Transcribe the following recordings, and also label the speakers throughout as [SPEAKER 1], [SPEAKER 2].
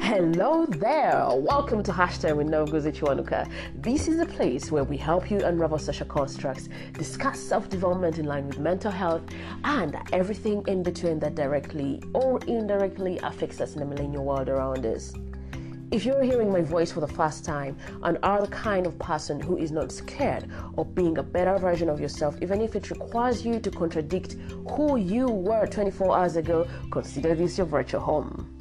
[SPEAKER 1] Hello there! Welcome to Hashtag with Novoguzi Chiwanuka. This is the place where we help you unravel social constructs, discuss self development in line with mental health, and everything in between that directly or indirectly affects us in the millennial world around us. If you're hearing my voice for the first time and are the kind of person who is not scared of being a better version of yourself, even if it requires you to contradict who you were 24 hours ago, consider this your virtual home.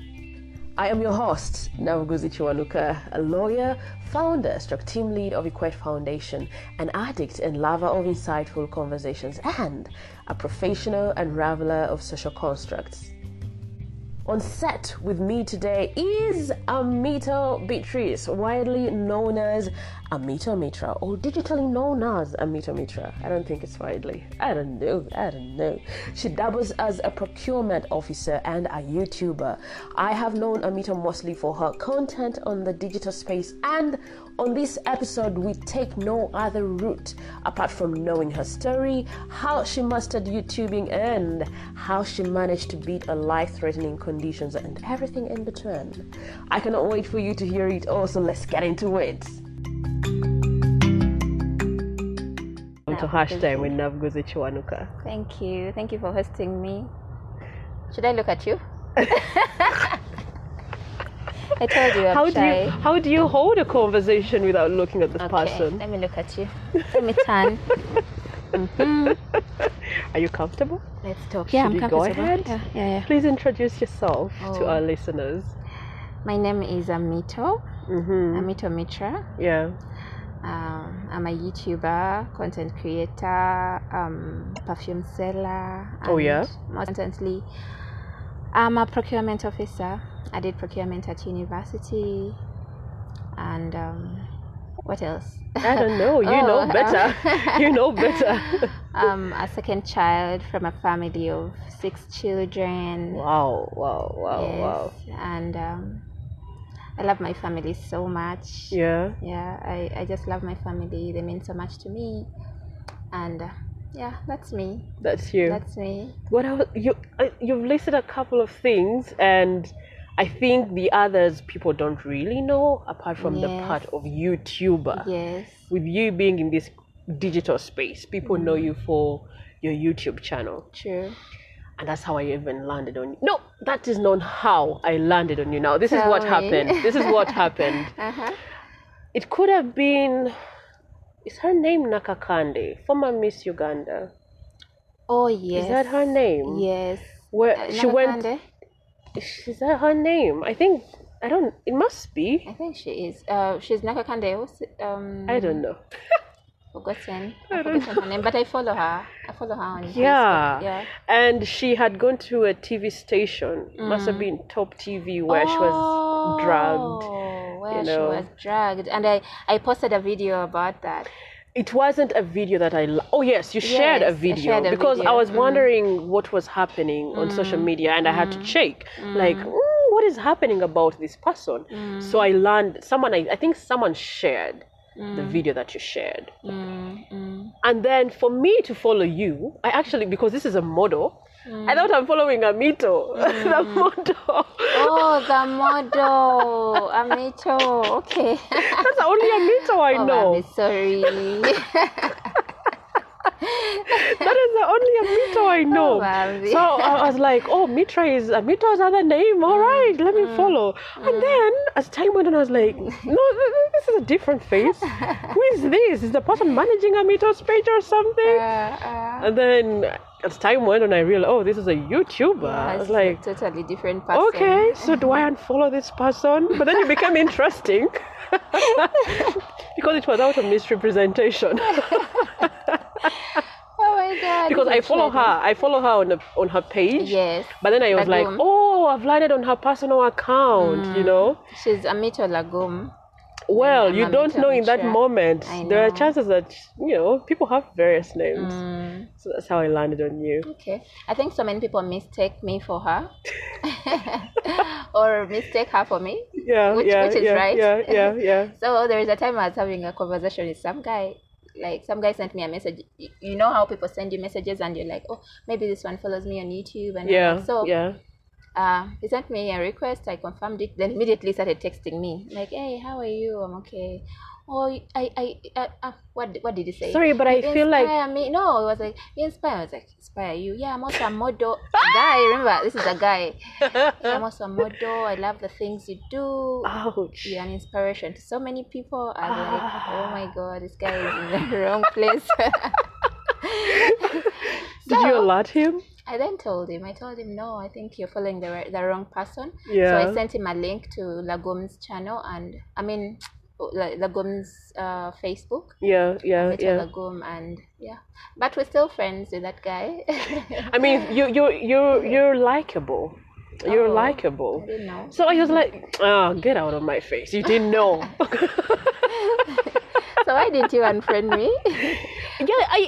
[SPEAKER 1] I am your host, Navaguzi Chiwanuka, a lawyer, founder, stroke team lead of Equate Foundation, an addict and lover of insightful conversations, and a professional unraveler of social constructs. On set with me today is Amito Beatrice, widely known as Amito Mitra, or digitally known as Amito Mitra. I don't think it's widely. I don't know. I don't know. She doubles as a procurement officer and a YouTuber. I have known Amito mostly for her content on the digital space, and on this episode, we take no other route apart from knowing her story, how she mastered YouTubing, and how she managed to beat a life threatening conditions and everything in between. I cannot wait for you to hear it all, so let's get into it. Welcome to Hashtag with Navgozi Chiwanuka.
[SPEAKER 2] Thank you. Thank you for hosting me. Should I look at you? I told you I'm
[SPEAKER 1] How do
[SPEAKER 2] shy.
[SPEAKER 1] you how do you hold a conversation without looking at the
[SPEAKER 2] okay,
[SPEAKER 1] person?
[SPEAKER 2] let me look at you. Let me turn.
[SPEAKER 1] Mm-hmm. Are you comfortable?
[SPEAKER 2] Let's talk.
[SPEAKER 1] Should we go ahead?
[SPEAKER 2] Yeah, yeah, yeah.
[SPEAKER 1] Please introduce yourself to
[SPEAKER 2] Oh.
[SPEAKER 1] our listeners.
[SPEAKER 2] My name is Amito.
[SPEAKER 1] Mm-hmm.
[SPEAKER 2] Amito Mitra.
[SPEAKER 1] Yeah.
[SPEAKER 2] Um, I'm a YouTuber, content creator, um, perfume seller.
[SPEAKER 1] Oh,
[SPEAKER 2] and
[SPEAKER 1] yeah?
[SPEAKER 2] Most recently, I'm a procurement officer. I did procurement at university, and um, what else?
[SPEAKER 1] I don't know. You
[SPEAKER 2] Oh,
[SPEAKER 1] know
[SPEAKER 2] um,
[SPEAKER 1] better. you know better.
[SPEAKER 2] I'm Um, a second child from a family of six children.
[SPEAKER 1] wow, wow, wow,
[SPEAKER 2] Yes,
[SPEAKER 1] wow.
[SPEAKER 2] And um, I love my family so much.
[SPEAKER 1] Yeah.
[SPEAKER 2] yeah I, I just love my family they mean so much to me and uh, yeah that's me
[SPEAKER 1] That's you.
[SPEAKER 2] that's me
[SPEAKER 1] what else? You uh, you've listed a couple of things, and I think the others people don't really know, apart from the
[SPEAKER 2] Yes.
[SPEAKER 1] part of YouTuber.
[SPEAKER 2] yes
[SPEAKER 1] With you being in this digital space, people know
[SPEAKER 2] Mm.
[SPEAKER 1] you for your YouTube channel,
[SPEAKER 2] true
[SPEAKER 1] and that's how I even landed on you. No, that is not how I landed on you. Now this is
[SPEAKER 2] Tell
[SPEAKER 1] what
[SPEAKER 2] me.
[SPEAKER 1] happened. This is what happened.
[SPEAKER 2] uh-huh
[SPEAKER 1] It could have been. Is her name Nakakande, former Miss Uganda?
[SPEAKER 2] oh yes
[SPEAKER 1] Is that her name?
[SPEAKER 2] yes
[SPEAKER 1] Where
[SPEAKER 2] Uh,
[SPEAKER 1] she went?
[SPEAKER 2] Nakakande?
[SPEAKER 1] Is that her name? I think I don't. It must be.
[SPEAKER 2] i think she is uh she's nakakande what's it- um
[SPEAKER 1] I don't know.
[SPEAKER 2] forgotten i forgotten her name but i follow her i follow her on
[SPEAKER 1] Yeah.
[SPEAKER 2] Facebook. yeah
[SPEAKER 1] And she had gone to a TV station. Must
[SPEAKER 2] Mm.
[SPEAKER 1] have been Top TV where she was drugged.
[SPEAKER 2] Oh, where
[SPEAKER 1] you
[SPEAKER 2] she
[SPEAKER 1] know.
[SPEAKER 2] was dragged and i i posted a video about that
[SPEAKER 1] It wasn't a video that I. Li- oh yes, you shared a
[SPEAKER 2] Yes, I
[SPEAKER 1] video
[SPEAKER 2] shared a
[SPEAKER 1] because I
[SPEAKER 2] video. Mm-hmm.
[SPEAKER 1] was wondering what was happening on social media, and I had
[SPEAKER 2] Mm-hmm.
[SPEAKER 1] to check like. "Mm, What is happening about this person?
[SPEAKER 2] Mm-hmm.
[SPEAKER 1] So I learned someone. I, I think someone shared the
[SPEAKER 2] Mm-hmm.
[SPEAKER 1] video that you shared,
[SPEAKER 2] mm, mm.
[SPEAKER 1] And then for me to follow you, I actually because this is a model,
[SPEAKER 2] Mm.
[SPEAKER 1] I thought I'm following Amito, the model.
[SPEAKER 2] Oh, the model, Amito. Okay.
[SPEAKER 1] That's the only Amito I
[SPEAKER 2] Oh,
[SPEAKER 1] know.
[SPEAKER 2] I'm sorry.
[SPEAKER 1] That is the only Amito I know.
[SPEAKER 2] Oh, Bambi.
[SPEAKER 1] so I was like, oh, Mitra is Amito's other name. All
[SPEAKER 2] Mm,
[SPEAKER 1] right, let me follow. And then as time went on, I was like, no, th- th- this is a different face. Who is this? Is the person managing Amito's page or something?
[SPEAKER 2] Uh, uh,
[SPEAKER 1] And then as time went on, I realized, oh, this is a YouTuber. I was
[SPEAKER 2] that's
[SPEAKER 1] like,
[SPEAKER 2] a totally different person.
[SPEAKER 1] okay, so do I unfollow this person? But then you become interesting because it was out of misrepresentation.
[SPEAKER 2] Oh my god.
[SPEAKER 1] because I
[SPEAKER 2] you
[SPEAKER 1] follow her,
[SPEAKER 2] tried
[SPEAKER 1] I follow her on the, on her
[SPEAKER 2] it.
[SPEAKER 1] page.
[SPEAKER 2] Yes.
[SPEAKER 1] But then I was like,
[SPEAKER 2] Lagoon.
[SPEAKER 1] oh, I've landed on her personal account, you know.
[SPEAKER 2] She's Amito Lagom.
[SPEAKER 1] Well,
[SPEAKER 2] Mm. I'm
[SPEAKER 1] you
[SPEAKER 2] a
[SPEAKER 1] don't
[SPEAKER 2] Mitra
[SPEAKER 1] know in that
[SPEAKER 2] Mitra.
[SPEAKER 1] moment.
[SPEAKER 2] I
[SPEAKER 1] There are
[SPEAKER 2] know.
[SPEAKER 1] chances that you know people have various names.
[SPEAKER 2] Mm,
[SPEAKER 1] So that's how I landed on you.
[SPEAKER 2] okay. I think so many people mistake me for her. or mistake her for me.
[SPEAKER 1] Yeah,
[SPEAKER 2] Which-
[SPEAKER 1] yeah,
[SPEAKER 2] which is
[SPEAKER 1] yeah,
[SPEAKER 2] right.
[SPEAKER 1] yeah, yeah, yeah.
[SPEAKER 2] So there is a time I was having a conversation with some guy. Like some guy sent me a message. You, you know how people send you messages and you're like, oh, maybe this one follows me on YouTube and I'm
[SPEAKER 1] Yeah,
[SPEAKER 2] like, so
[SPEAKER 1] yeah.
[SPEAKER 2] uh, he sent me a request. I confirmed it. Then immediately started texting me like, "Hey, how are you? I'm okay." Oh, I, I, I uh, what, what did he say?
[SPEAKER 1] Sorry, but I
[SPEAKER 2] You
[SPEAKER 1] feel like
[SPEAKER 2] inspire me. No, it was like you inspire. I was like inspire you. Yeah, I'm also a model. A guy, remember this is a guy.
[SPEAKER 1] Uh.
[SPEAKER 2] Yeah, I'm also a model. I love the things you do.
[SPEAKER 1] ouch.
[SPEAKER 2] You're an inspiration to so many people. I was like,
[SPEAKER 1] Ah.
[SPEAKER 2] oh my god, this guy is in the wrong place.
[SPEAKER 1] Did you allot him?
[SPEAKER 2] I then told him. I told him, no, I think you're following the ri- the wrong person. So
[SPEAKER 1] Yeah.
[SPEAKER 2] I sent him a link to Lagom's channel and I mean La- Lagom's uh, Facebook.
[SPEAKER 1] Yeah, yeah,
[SPEAKER 2] Mr.
[SPEAKER 1] Uh, yeah.
[SPEAKER 2] Lagom and yeah, but we're still friends with that guy.
[SPEAKER 1] I mean, you you you you're likable. You're
[SPEAKER 2] Oh.
[SPEAKER 1] likable.
[SPEAKER 2] I didn't know.
[SPEAKER 1] So I was like, oh, get out of my face. You didn't know.
[SPEAKER 2] So why did you unfriend me?
[SPEAKER 1] yeah, I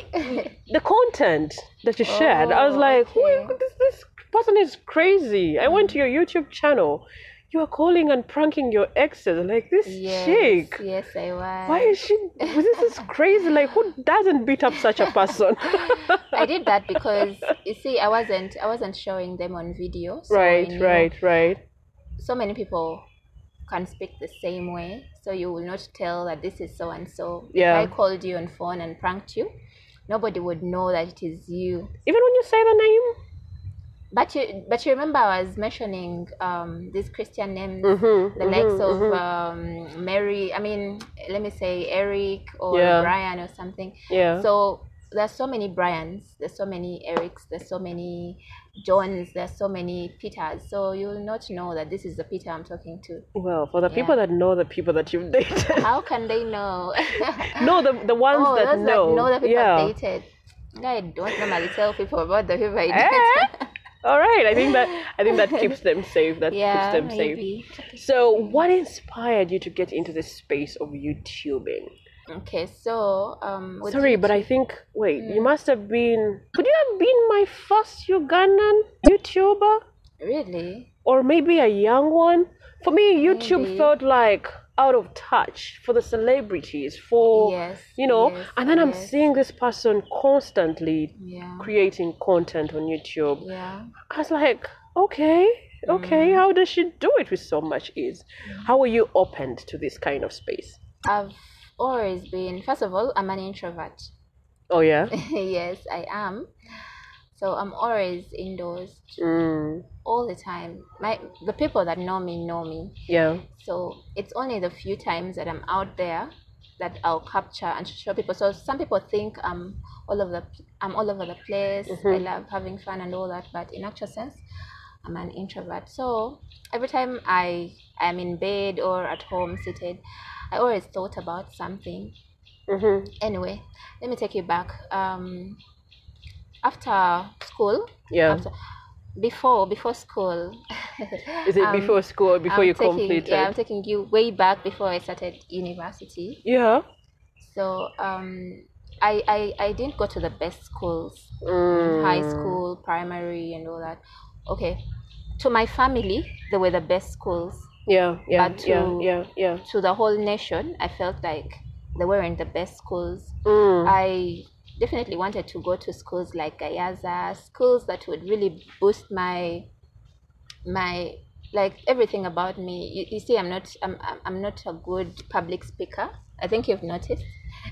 [SPEAKER 1] the content that you shared, I was
[SPEAKER 2] Oh,
[SPEAKER 1] like, who is
[SPEAKER 2] okay. Mm.
[SPEAKER 1] this, this person is crazy. I went to your YouTube channel. You are calling and pranking your exes. Like this
[SPEAKER 2] yes,
[SPEAKER 1] chick.
[SPEAKER 2] yes, I was.
[SPEAKER 1] Why is she? This is crazy. Like who doesn't beat up such a person?
[SPEAKER 2] I did that because you see, I wasn't, I wasn't showing them on video. So I
[SPEAKER 1] right,
[SPEAKER 2] knew
[SPEAKER 1] right, right.
[SPEAKER 2] So many people can speak the same way, so you will not tell that this is so and so.
[SPEAKER 1] Yeah.
[SPEAKER 2] If I called you on phone and pranked you, nobody would know that it is you.
[SPEAKER 1] Even when you say the name.
[SPEAKER 2] But you, but you remember I was mentioning um, these Christian names,
[SPEAKER 1] Mhm,
[SPEAKER 2] the likes of
[SPEAKER 1] mm-hmm.
[SPEAKER 2] um, Mary. I mean, let me say Eric or
[SPEAKER 1] Yeah.
[SPEAKER 2] Brian or something.
[SPEAKER 1] Yeah.
[SPEAKER 2] So there's so many Brians, there's so many Erics, there's so many Johns, there's so many Peters. So you'll not know that this is the Peter I'm talking to.
[SPEAKER 1] well, for the people that know the people that you've dated.
[SPEAKER 2] How can they know?
[SPEAKER 1] no, the the ones
[SPEAKER 2] oh,
[SPEAKER 1] that
[SPEAKER 2] those
[SPEAKER 1] know.
[SPEAKER 2] that know the people
[SPEAKER 1] yeah.
[SPEAKER 2] I've dated. I don't normally tell people about the people I
[SPEAKER 1] Eh?
[SPEAKER 2] date.
[SPEAKER 1] All right. I think that I think that keeps them safe. That
[SPEAKER 2] yeah,
[SPEAKER 1] keeps them safe.
[SPEAKER 2] maybe.
[SPEAKER 1] So, what inspired you to get into this space of YouTubing?
[SPEAKER 2] Okay, so um, with
[SPEAKER 1] Sorry, but I think wait,
[SPEAKER 2] Mm.
[SPEAKER 1] you must have been. Could you have been my first Ugandan YouTuber,
[SPEAKER 2] Really?
[SPEAKER 1] or maybe a young one? For me, YouTube
[SPEAKER 2] Maybe.
[SPEAKER 1] felt like out of touch for the celebrities, for
[SPEAKER 2] Yes,
[SPEAKER 1] Oh, you know.
[SPEAKER 2] yes,
[SPEAKER 1] and then I'm
[SPEAKER 2] yes.
[SPEAKER 1] seeing this person constantly
[SPEAKER 2] Yeah.
[SPEAKER 1] creating content on YouTube.
[SPEAKER 2] Yeah.
[SPEAKER 1] I was like, okay,
[SPEAKER 2] Mm.
[SPEAKER 1] okay, how does she do it with so much ease? How were you opened to this kind of space?
[SPEAKER 2] I've always been, first of all, I'm an introvert.
[SPEAKER 1] Oh yeah.
[SPEAKER 2] yes, I am. So I'm always indoors
[SPEAKER 1] Mm,
[SPEAKER 2] all the time. My the people that know me know me.
[SPEAKER 1] yeah.
[SPEAKER 2] So it's only the few times that I'm out there that I'll capture and show people. So some people think I'm all over the I'm all over the place. I love having fun and all that, but in actual sense, I'm an introvert. So every time I am in bed or at home seated, I always thought about something
[SPEAKER 1] Mm-hmm.
[SPEAKER 2] anyway let me take you back um after school
[SPEAKER 1] Yeah.
[SPEAKER 2] after, before before school
[SPEAKER 1] Is it
[SPEAKER 2] um,
[SPEAKER 1] before school or before
[SPEAKER 2] I'm
[SPEAKER 1] you
[SPEAKER 2] taking,
[SPEAKER 1] complete
[SPEAKER 2] yeah i'm
[SPEAKER 1] it?
[SPEAKER 2] taking you way back before i started university
[SPEAKER 1] Yeah.
[SPEAKER 2] so um I, I, I didn't go to the best schools
[SPEAKER 1] Mm.
[SPEAKER 2] high school primary and all that okay to my family they were the best schools
[SPEAKER 1] Yeah. Yeah.
[SPEAKER 2] But
[SPEAKER 1] Yeah.
[SPEAKER 2] to-
[SPEAKER 1] Yeah. Yeah.
[SPEAKER 2] to the whole nation i felt like they weren't the best schools
[SPEAKER 1] Mm.
[SPEAKER 2] I definitely wanted to go to schools like Gayaza, schools that would really boost my my like everything about me. You, you see, I'm not I'm I'm- I'm not a good public speaker. I think you've noticed.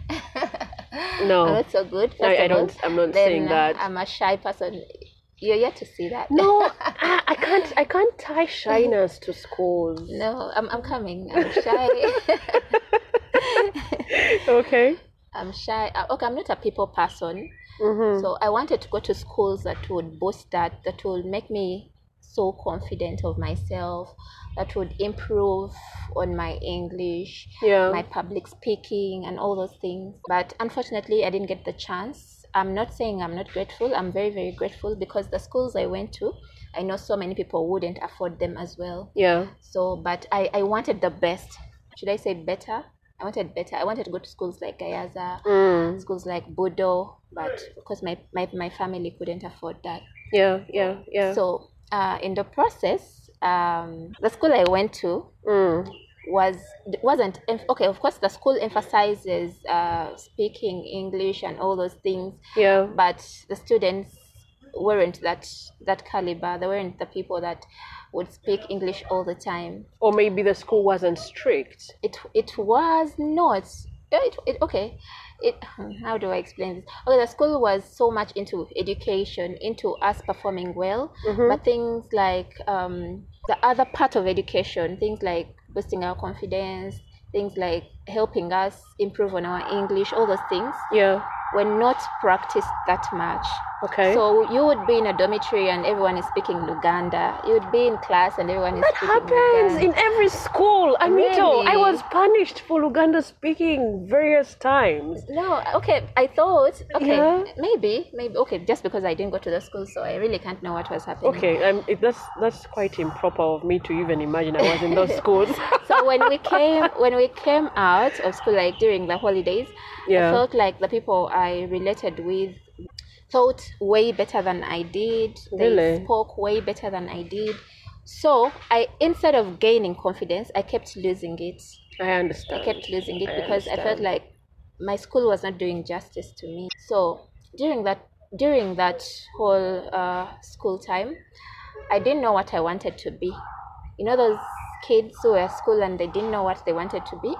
[SPEAKER 1] No.
[SPEAKER 2] I'm not so good. first
[SPEAKER 1] I, I
[SPEAKER 2] of all.
[SPEAKER 1] don't. I'm not
[SPEAKER 2] Then
[SPEAKER 1] saying that.
[SPEAKER 2] I'm a shy person. You're yet to see that.
[SPEAKER 1] no, I, I can't. I can't tie shyness to schools.
[SPEAKER 2] No, I'm I'm coming. I'm shy.
[SPEAKER 1] Okay.
[SPEAKER 2] I'm shy. Uh, Okay, I'm not a people person.
[SPEAKER 1] Mm-hmm.
[SPEAKER 2] So I wanted to go to schools that would boost that, that would make me so confident of myself, that would improve on my English,
[SPEAKER 1] Yeah.
[SPEAKER 2] my public speaking, and all those things. But unfortunately, I didn't get the chance. I'm not saying I'm not grateful. I'm very, very grateful because the schools I went to, I know so many people wouldn't afford them as well.
[SPEAKER 1] yeah.
[SPEAKER 2] So, but I, I wanted the best. Should I say better? I wanted better. I wanted to go to schools like Gayaza,
[SPEAKER 1] Mm.
[SPEAKER 2] schools like Budo, but of course my, my, my family couldn't afford that.
[SPEAKER 1] Yeah. Yeah. Yeah.
[SPEAKER 2] So uh, in the process, um, the school I went to
[SPEAKER 1] mm.
[SPEAKER 2] was wasn't em- okay. Of course, the school emphasizes uh, speaking English and all those things,
[SPEAKER 1] Yeah.
[SPEAKER 2] but the students weren't that that caliber. They weren't the people that would speak English all the time.
[SPEAKER 1] Or maybe the school wasn't strict.
[SPEAKER 2] It it was not. It, it okay. It how do I explain this? Okay, the school was so much into education, into us performing well,
[SPEAKER 1] Mm-hmm.
[SPEAKER 2] but things like um, the other part of education, things like boosting our confidence, things like helping us improve on our English, all those things
[SPEAKER 1] Yeah.
[SPEAKER 2] were not practiced that much.
[SPEAKER 1] Okay.
[SPEAKER 2] So you would be in a dormitory and everyone is speaking Luganda. You would be in class and everyone is
[SPEAKER 1] that
[SPEAKER 2] speaking
[SPEAKER 1] happens
[SPEAKER 2] Luganda.
[SPEAKER 1] in every school. Anito, I
[SPEAKER 2] Really?
[SPEAKER 1] was punished for Luganda speaking various times.
[SPEAKER 2] No, okay. I thought, okay,
[SPEAKER 1] Yeah.
[SPEAKER 2] maybe, maybe, okay, just because I didn't go to the school, so I really can't know what was happening.
[SPEAKER 1] Okay, um, it, that's that's quite improper of me to even imagine I was in those schools.
[SPEAKER 2] So when we came, when we came out of school, like during the holidays,
[SPEAKER 1] Yeah.
[SPEAKER 2] I felt like the people I related with thought way better than I did. They
[SPEAKER 1] Really?
[SPEAKER 2] spoke way better than I did. So I, instead of gaining confidence, I kept losing it.
[SPEAKER 1] I understand.
[SPEAKER 2] I kept losing it
[SPEAKER 1] I
[SPEAKER 2] because I felt
[SPEAKER 1] understand.
[SPEAKER 2] like my school was not doing justice to me. So during that during that whole uh, school time, I didn't know what I wanted to be. You know those kids who were at school and they didn't know what they wanted to be.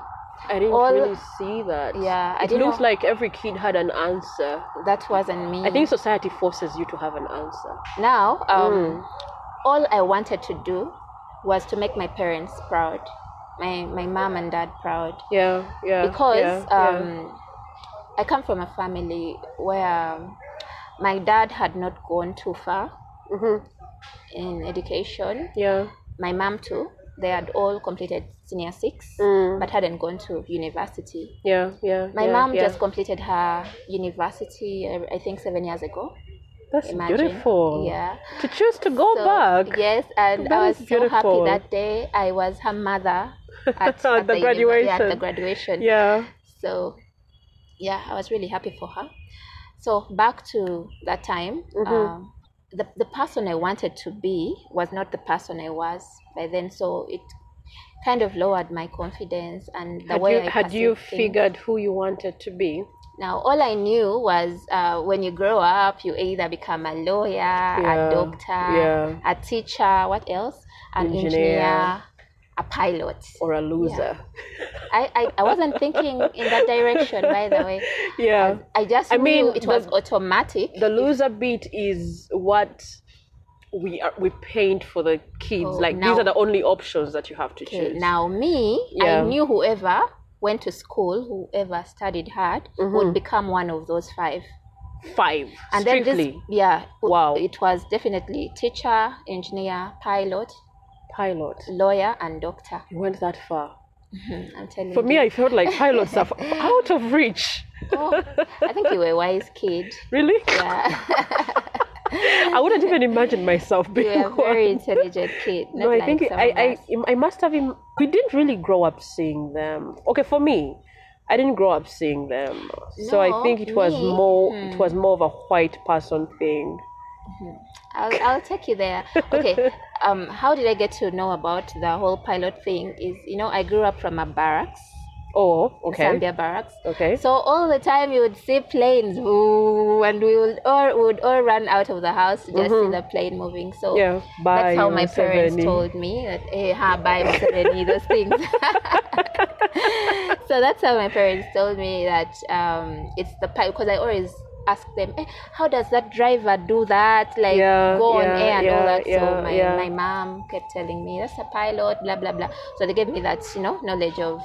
[SPEAKER 1] I didn't
[SPEAKER 2] all-
[SPEAKER 1] really see that.
[SPEAKER 2] Yeah, I
[SPEAKER 1] it
[SPEAKER 2] didn't
[SPEAKER 1] looked
[SPEAKER 2] know-
[SPEAKER 1] like every kid had an answer.
[SPEAKER 2] That wasn't me.
[SPEAKER 1] I think society forces you to have an answer.
[SPEAKER 2] now um,
[SPEAKER 1] Hmm.
[SPEAKER 2] all I wanted to do was to make my parents proud, my my mom and dad proud.
[SPEAKER 1] Yeah, yeah.
[SPEAKER 2] because
[SPEAKER 1] yeah, yeah.
[SPEAKER 2] um, I come from a family where um, my dad had not gone too far in education.
[SPEAKER 1] Mm-hmm, yeah,
[SPEAKER 2] My mom too. They had all completed senior six, but hadn't gone to university.
[SPEAKER 1] yeah, yeah.
[SPEAKER 2] mm. My
[SPEAKER 1] Mm. yeah,
[SPEAKER 2] mom
[SPEAKER 1] yeah.
[SPEAKER 2] just completed her university, uh, I I think seven years ago.
[SPEAKER 1] That's
[SPEAKER 2] Imagine.
[SPEAKER 1] beautiful.
[SPEAKER 2] Yeah.
[SPEAKER 1] To choose to go
[SPEAKER 2] So,
[SPEAKER 1] back.
[SPEAKER 2] Yes, and
[SPEAKER 1] That
[SPEAKER 2] I
[SPEAKER 1] is
[SPEAKER 2] was so happy
[SPEAKER 1] beautiful.
[SPEAKER 2] that day. I was her mother at,
[SPEAKER 1] The
[SPEAKER 2] at the, uni- yeah, at
[SPEAKER 1] graduation.
[SPEAKER 2] the graduation.
[SPEAKER 1] Yeah.
[SPEAKER 2] So, yeah, I was really happy for her. So, back to that time,
[SPEAKER 1] Mm-hmm.
[SPEAKER 2] um, the, the person I wanted to be was not the person I was by then. So, it kind of lowered my confidence and the
[SPEAKER 1] Had
[SPEAKER 2] way
[SPEAKER 1] you,
[SPEAKER 2] I
[SPEAKER 1] had you
[SPEAKER 2] perceived things.
[SPEAKER 1] figured who you wanted to be?
[SPEAKER 2] Now, all I knew was uh, when you grow up, you either become a lawyer,
[SPEAKER 1] Yeah,
[SPEAKER 2] a doctor,
[SPEAKER 1] yeah.
[SPEAKER 2] a teacher, what else? An
[SPEAKER 1] Engineer.
[SPEAKER 2] engineer, a pilot.
[SPEAKER 1] or a loser.
[SPEAKER 2] I, I, I wasn't thinking in that direction, by the way.
[SPEAKER 1] Yeah.
[SPEAKER 2] I just
[SPEAKER 1] I
[SPEAKER 2] knew
[SPEAKER 1] mean,
[SPEAKER 2] it
[SPEAKER 1] the-
[SPEAKER 2] was automatic.
[SPEAKER 1] The loser beat is what we are we paint for the kids.
[SPEAKER 2] Oh,
[SPEAKER 1] like these
[SPEAKER 2] now-
[SPEAKER 1] are the only options that you have to
[SPEAKER 2] Okay,
[SPEAKER 1] choose.
[SPEAKER 2] now me,
[SPEAKER 1] Yeah.
[SPEAKER 2] I knew whoever went to school, whoever studied hard,
[SPEAKER 1] Mm-hmm.
[SPEAKER 2] would become one of those five.
[SPEAKER 1] Five.
[SPEAKER 2] And
[SPEAKER 1] strictly.
[SPEAKER 2] then this, yeah, w-
[SPEAKER 1] Wow.
[SPEAKER 2] it was definitely teacher, engineer, pilot,
[SPEAKER 1] pilot.
[SPEAKER 2] lawyer, and doctor.
[SPEAKER 1] You went that far.
[SPEAKER 2] I'm telling
[SPEAKER 1] For
[SPEAKER 2] you.
[SPEAKER 1] me I felt like pilots are f- out of reach.
[SPEAKER 2] Oh, I think you were a wise kid.
[SPEAKER 1] Really?
[SPEAKER 2] Yeah,
[SPEAKER 1] I wouldn't even imagine myself
[SPEAKER 2] you
[SPEAKER 1] being
[SPEAKER 2] were a very
[SPEAKER 1] one.
[SPEAKER 2] intelligent kid. Not
[SPEAKER 1] No, I
[SPEAKER 2] like
[SPEAKER 1] think
[SPEAKER 2] some
[SPEAKER 1] I,
[SPEAKER 2] of
[SPEAKER 1] I
[SPEAKER 2] us.
[SPEAKER 1] I must have im- we didn't really grow up seeing them. Okay, for me, I didn't grow up seeing them. so I
[SPEAKER 2] No,
[SPEAKER 1] think it was
[SPEAKER 2] me, Hmm.
[SPEAKER 1] more it was more of a white person thing.
[SPEAKER 2] I'll, I'll take you there. Okay. Um, how did I get to know about the whole pilot thing? Is you know I grew up from a barracks,
[SPEAKER 1] Oh, okay.
[SPEAKER 2] Zambia barracks.
[SPEAKER 1] Okay.
[SPEAKER 2] So all the time you would see planes, ooh, and we would all would all run out of the house to just see the plane moving. So
[SPEAKER 1] Mm-hmm. Yeah, bye,
[SPEAKER 2] that's how my parents
[SPEAKER 1] Museveni.
[SPEAKER 2] told me that hey, ha, bye, Museveni, those things. so that's how my parents told me that um, it's the pilot because I always ask them, eh, how does that driver do that? Like
[SPEAKER 1] Yeah,
[SPEAKER 2] go on
[SPEAKER 1] yeah,
[SPEAKER 2] air and all
[SPEAKER 1] yeah,
[SPEAKER 2] that.
[SPEAKER 1] yeah,
[SPEAKER 2] so my,
[SPEAKER 1] yeah.
[SPEAKER 2] my mom kept telling me that's a pilot, blah blah blah. So they gave me that you know knowledge of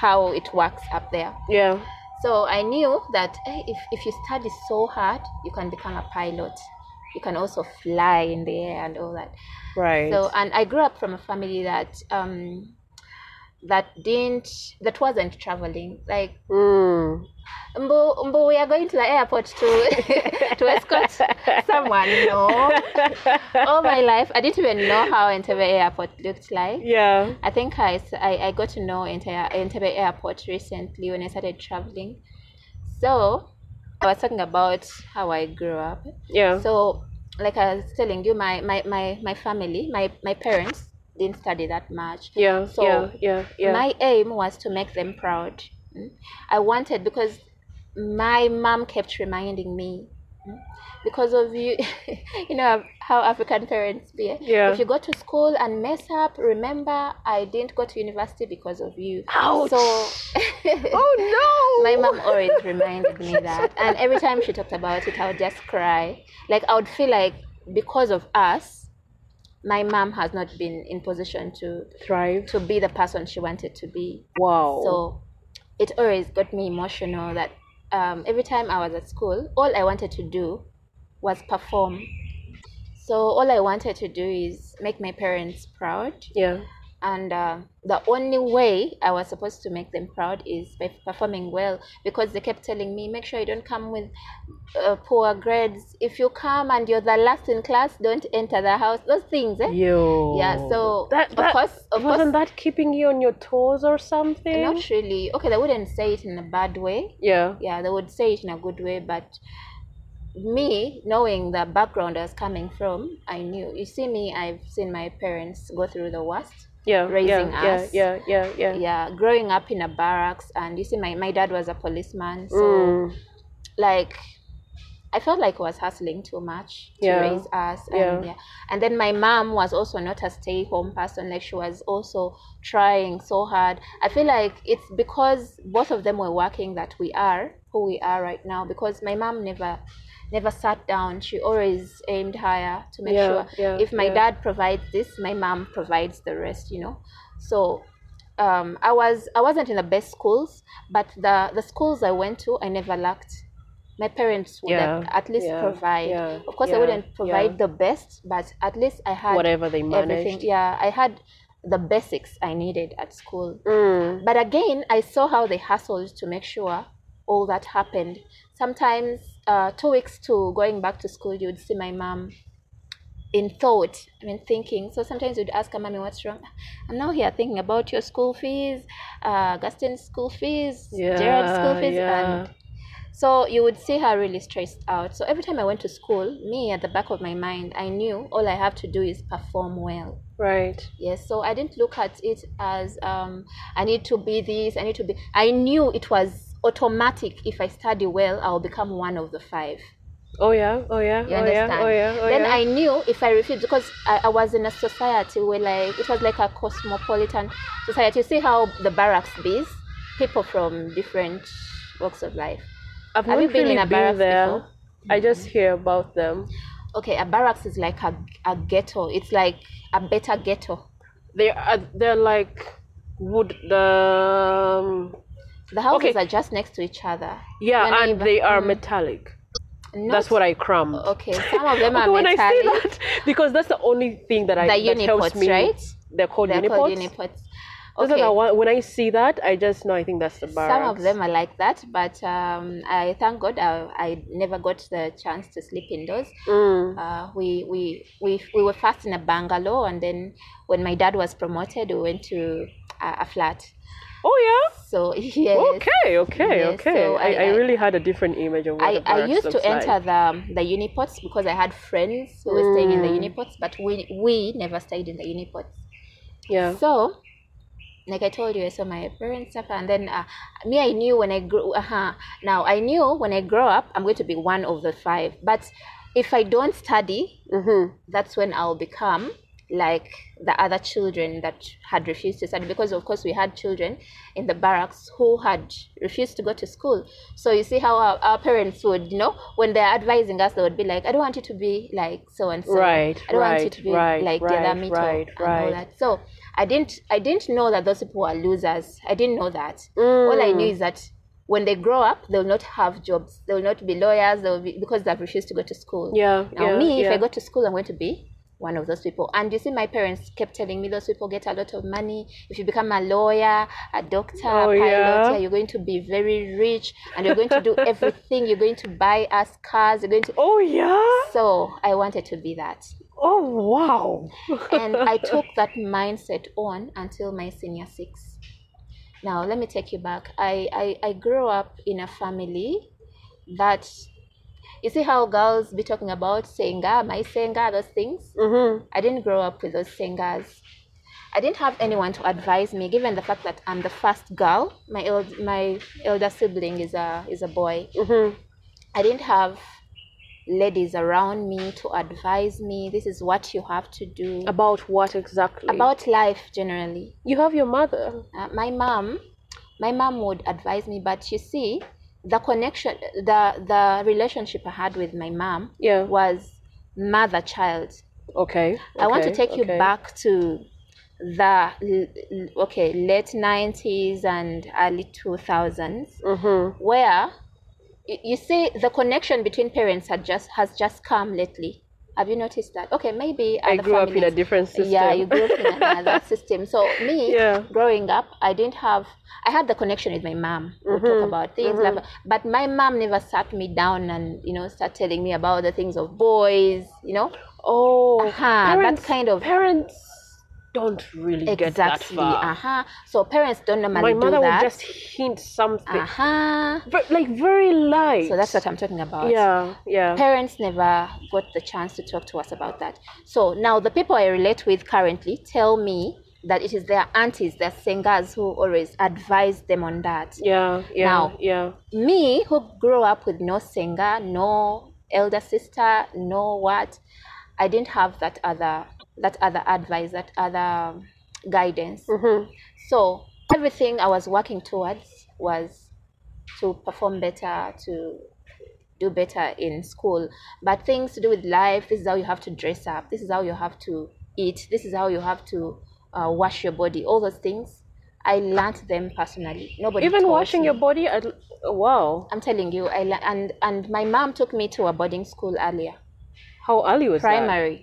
[SPEAKER 2] how it works up there.
[SPEAKER 1] Yeah.
[SPEAKER 2] So I knew that eh, if, if you study so hard, you can become a pilot. You can also fly in the air and all that.
[SPEAKER 1] Right.
[SPEAKER 2] So and I grew up from a family that um, that didn't that wasn't traveling. Like
[SPEAKER 1] Mm.
[SPEAKER 2] Mbo, Mbo, we are going to the airport to to escort someone. No, all my life I didn't even know how Entebbe Airport looked like.
[SPEAKER 1] Yeah.
[SPEAKER 2] I think I, s- I, I got to know Entebbe Entebbe Airport recently when I started traveling. So I was talking about how I grew up.
[SPEAKER 1] Yeah.
[SPEAKER 2] So like I was telling you, my, my, my, my family, my, my parents didn't study that much.
[SPEAKER 1] yeah.
[SPEAKER 2] So
[SPEAKER 1] yeah. Yeah. Yeah.
[SPEAKER 2] my aim was to make them Hmm? proud. Mm. I wanted because my mom kept reminding me because of you you know how african parents be
[SPEAKER 1] Yeah.
[SPEAKER 2] if you go to school and mess up remember i didn't go to university because of you
[SPEAKER 1] Ouch.
[SPEAKER 2] so
[SPEAKER 1] Oh no!
[SPEAKER 2] my mom always reminded me that and every time she talked about it i would just cry like i would feel like because of us my mom has not been in position to
[SPEAKER 1] Thrive.
[SPEAKER 2] to be the person she wanted to be
[SPEAKER 1] Wow.
[SPEAKER 2] so it always got me emotional that um, every time I was at school, all I wanted to do was perform. So all I wanted to do is make my parents proud.
[SPEAKER 1] yeah.
[SPEAKER 2] And uh, the only way I was supposed to make them proud is by performing well because they kept telling me, make sure you don't come with uh, poor grades. If you come and you're the last in class, don't enter the house. Those things, eh?
[SPEAKER 1] Yo.
[SPEAKER 2] Yeah, so
[SPEAKER 1] that,
[SPEAKER 2] of
[SPEAKER 1] that
[SPEAKER 2] course- of
[SPEAKER 1] wasn't that keeping you on your toes or something?
[SPEAKER 2] Not really. Okay, they wouldn't say it in a bad way.
[SPEAKER 1] yeah.
[SPEAKER 2] yeah they would say it in a good way but me knowing the background i was coming from i knew you see me i've seen my parents go through the worst
[SPEAKER 1] Yeah.
[SPEAKER 2] raising
[SPEAKER 1] yeah,
[SPEAKER 2] us.
[SPEAKER 1] Yeah. Yeah. Yeah. Yeah.
[SPEAKER 2] yeah growing up in a barracks and you see my, my dad was a policeman so
[SPEAKER 1] Mm,
[SPEAKER 2] like I felt like I was hustling too much to
[SPEAKER 1] Yeah.
[SPEAKER 2] raise us. And,
[SPEAKER 1] Yeah.
[SPEAKER 2] And then my mom was also not a stay home person. Like she was also trying so hard. I feel like it's because both of them were working that we are who we are right now. Because my mom never never sat down. She always aimed higher to make
[SPEAKER 1] Yeah,
[SPEAKER 2] sure
[SPEAKER 1] yeah,
[SPEAKER 2] if my
[SPEAKER 1] yeah.
[SPEAKER 2] dad provides this, my mom provides the rest, you know. So um, I was I wasn't in the best schools, but the, the schools I went to I never lacked. My parents would
[SPEAKER 1] Yeah,
[SPEAKER 2] at, at least
[SPEAKER 1] yeah,
[SPEAKER 2] provide.
[SPEAKER 1] yeah,
[SPEAKER 2] of course, I
[SPEAKER 1] yeah,
[SPEAKER 2] wouldn't provide
[SPEAKER 1] yeah.
[SPEAKER 2] the best, but at least I had
[SPEAKER 1] Whatever they
[SPEAKER 2] everything.
[SPEAKER 1] managed.
[SPEAKER 2] Yeah, I had the basics I needed at school.
[SPEAKER 1] Mm,
[SPEAKER 2] But again, I saw how they hustled to make sure all that happened. Sometimes, uh, two weeks to going back to school, you'd see my mom in thought, I mean, thinking. So sometimes you'd ask her, Mommy, what's wrong? I'm now here thinking about your school fees, uh, Gaston's school fees, Gerald's school
[SPEAKER 1] Yeah,
[SPEAKER 2] fees.
[SPEAKER 1] yeah.
[SPEAKER 2] And so you would see her really stressed out. So every time I went to school, me at the back of my mind, I knew all I have to do is perform well.
[SPEAKER 1] right.
[SPEAKER 2] Yes, so I didn't look at it as um, I need to be this, I need to be. I knew it was automatic. If I study well, I'll become one of the five.
[SPEAKER 1] Oh yeah. Oh yeah.
[SPEAKER 2] You
[SPEAKER 1] oh
[SPEAKER 2] understand?
[SPEAKER 1] yeah. Oh yeah. Oh
[SPEAKER 2] then
[SPEAKER 1] yeah.
[SPEAKER 2] I knew if I refused, because I, I was in a society where, like, it was like a cosmopolitan society. You see how the barracks is? People from different walks of life.
[SPEAKER 1] I've
[SPEAKER 2] Have
[SPEAKER 1] not
[SPEAKER 2] you been
[SPEAKER 1] really
[SPEAKER 2] in a barracks
[SPEAKER 1] there.
[SPEAKER 2] before?
[SPEAKER 1] I just hear about them.
[SPEAKER 2] Okay, a barracks is like a, a ghetto, it's like a better ghetto.
[SPEAKER 1] They are. They're like wood. The um,
[SPEAKER 2] The houses
[SPEAKER 1] Okay.
[SPEAKER 2] are just next to each other.
[SPEAKER 1] yeah,
[SPEAKER 2] Your
[SPEAKER 1] and
[SPEAKER 2] neighbor-
[SPEAKER 1] they are
[SPEAKER 2] Mm.
[SPEAKER 1] metallic.
[SPEAKER 2] Not
[SPEAKER 1] That's what I crammed.
[SPEAKER 2] Okay, some of them are
[SPEAKER 1] when I say
[SPEAKER 2] metallic.
[SPEAKER 1] that, because that's the only thing that I
[SPEAKER 2] The
[SPEAKER 1] that helps
[SPEAKER 2] unipods,
[SPEAKER 1] me.
[SPEAKER 2] right?
[SPEAKER 1] They're called
[SPEAKER 2] They're
[SPEAKER 1] unipods.
[SPEAKER 2] called unipods.
[SPEAKER 1] Those are
[SPEAKER 2] Okay,
[SPEAKER 1] the one- when I see that, I just know I think that's the
[SPEAKER 2] some
[SPEAKER 1] barracks.
[SPEAKER 2] of them are like that, but um, I thank God I, I never got the chance to sleep indoors.
[SPEAKER 1] Mm.
[SPEAKER 2] Uh, we, we we we were first in a bungalow, and then when my dad was promoted, we went to a, a flat.
[SPEAKER 1] Oh yeah.
[SPEAKER 2] So yes,
[SPEAKER 1] Okay. Okay.
[SPEAKER 2] Yes,
[SPEAKER 1] okay.
[SPEAKER 2] so
[SPEAKER 1] I,
[SPEAKER 2] I-
[SPEAKER 1] I,
[SPEAKER 2] I-
[SPEAKER 1] really had a different image of what
[SPEAKER 2] I,
[SPEAKER 1] the
[SPEAKER 2] I
[SPEAKER 1] barracks
[SPEAKER 2] used to
[SPEAKER 1] looks
[SPEAKER 2] enter
[SPEAKER 1] like.
[SPEAKER 2] the the unipods because I had friends who were staying in the
[SPEAKER 1] Mm.
[SPEAKER 2] unipods, but we we never stayed in the unipods.
[SPEAKER 1] Yeah.
[SPEAKER 2] So, like I told you, I saw my parents suffer, and then uh, me, I knew when I grew. Uh-huh, now I knew when I grow up, I'm going to be one of the five. But if I don't study,
[SPEAKER 1] Mm-hmm.
[SPEAKER 2] that's when I'll become like the other children that had refused to study because of course we had children in the barracks who had refused to go to school so you see how our, our parents would you know when they're advising us they would be like i don't want you to be like so and so
[SPEAKER 1] Right,
[SPEAKER 2] i don't want you
[SPEAKER 1] right,
[SPEAKER 2] to be
[SPEAKER 1] right,
[SPEAKER 2] like the
[SPEAKER 1] right,
[SPEAKER 2] other Mito
[SPEAKER 1] right,
[SPEAKER 2] and all
[SPEAKER 1] right.
[SPEAKER 2] that so i didn't i didn't know that those people were losers i didn't know that
[SPEAKER 1] Mm.
[SPEAKER 2] all i knew
[SPEAKER 1] Hmm.
[SPEAKER 2] is that when they grow up they'll not have jobs they'll not be lawyers they'll be because they've refused to go to school
[SPEAKER 1] Yeah.
[SPEAKER 2] now,
[SPEAKER 1] yeah,
[SPEAKER 2] me,
[SPEAKER 1] yeah.
[SPEAKER 2] if I go to school, I'm going to be one of those people. And you see, my parents kept telling me those people get a lot of money. If you become a lawyer, a doctor,
[SPEAKER 1] Oh,
[SPEAKER 2] a pilot,
[SPEAKER 1] yeah.
[SPEAKER 2] yeah, you're going to be very rich and you're going to do everything. You're going to buy us cars. You're going to.
[SPEAKER 1] Oh yeah.
[SPEAKER 2] So I wanted to be that.
[SPEAKER 1] Oh wow.
[SPEAKER 2] And I took that mindset on until my senior six. Now, let me take you back. I, I, I grew up in a family that. You see how girls be talking about senga, my senga, those things?
[SPEAKER 1] Mm-hmm.
[SPEAKER 2] I didn't grow up with those singers. I didn't have anyone to advise me, given the fact that I'm the first girl. My eld- my elder sibling is a is a boy.
[SPEAKER 1] Mm-hmm.
[SPEAKER 2] I didn't have ladies around me to advise me this is what you have to do
[SPEAKER 1] About what exactly?
[SPEAKER 2] about life generally
[SPEAKER 1] you have your mother.
[SPEAKER 2] uh, my mom my mom would advise me but you see the connection the the relationship i had with my mom
[SPEAKER 1] Yeah.
[SPEAKER 2] was mother child
[SPEAKER 1] Okay.
[SPEAKER 2] i want to
[SPEAKER 1] okay,
[SPEAKER 2] take you
[SPEAKER 1] okay.
[SPEAKER 2] back to the l- l- okay late 90s and early 2000s
[SPEAKER 1] Mhm.
[SPEAKER 2] where y- you see the connection between parents had just has just come lately have you noticed that okay maybe
[SPEAKER 1] I
[SPEAKER 2] other
[SPEAKER 1] grew up in a
[SPEAKER 2] families-
[SPEAKER 1] different system.
[SPEAKER 2] yeah, you grew up in another system. So me,
[SPEAKER 1] Yeah.
[SPEAKER 2] growing up, I didn't have. I had the connection with my mom. We
[SPEAKER 1] Mm-hmm.
[SPEAKER 2] talk about things, blah, blah. but my mom never sat me down and you know start telling me about the things of boys. You know,
[SPEAKER 1] Oh,
[SPEAKER 2] Uh-huh, that
[SPEAKER 1] parents-
[SPEAKER 2] kind of-
[SPEAKER 1] parents don't really get that
[SPEAKER 2] exactly.
[SPEAKER 1] far.
[SPEAKER 2] Uh huh. So parents don't
[SPEAKER 1] My
[SPEAKER 2] normally
[SPEAKER 1] mother
[SPEAKER 2] do
[SPEAKER 1] would
[SPEAKER 2] that.
[SPEAKER 1] just hint something,
[SPEAKER 2] uh huh.
[SPEAKER 1] but like very light.
[SPEAKER 2] So that's what I'm talking about.
[SPEAKER 1] Yeah, yeah.
[SPEAKER 2] Parents never got the chance to talk to us about that. So now the people I relate with currently tell me that it is their aunties, their singers who always advise them on that.
[SPEAKER 1] Yeah, yeah,
[SPEAKER 2] Now.
[SPEAKER 1] yeah.
[SPEAKER 2] me who grew up with no singer no elder sister no what i didn't have that other that other advice that other guidance
[SPEAKER 1] Mhm.
[SPEAKER 2] so everything i was working towards was to perform better to do better in school but things to do with life this is how you have to dress up this is how you have to eat this is how you have to uh, wash your body all those things i learned them personally nobody
[SPEAKER 1] Even
[SPEAKER 2] taught
[SPEAKER 1] washing
[SPEAKER 2] me.
[SPEAKER 1] your body, I, wow.
[SPEAKER 2] I'm telling you, I le- and and my mom took me to a boarding school earlier,
[SPEAKER 1] How early was that?
[SPEAKER 2] primary.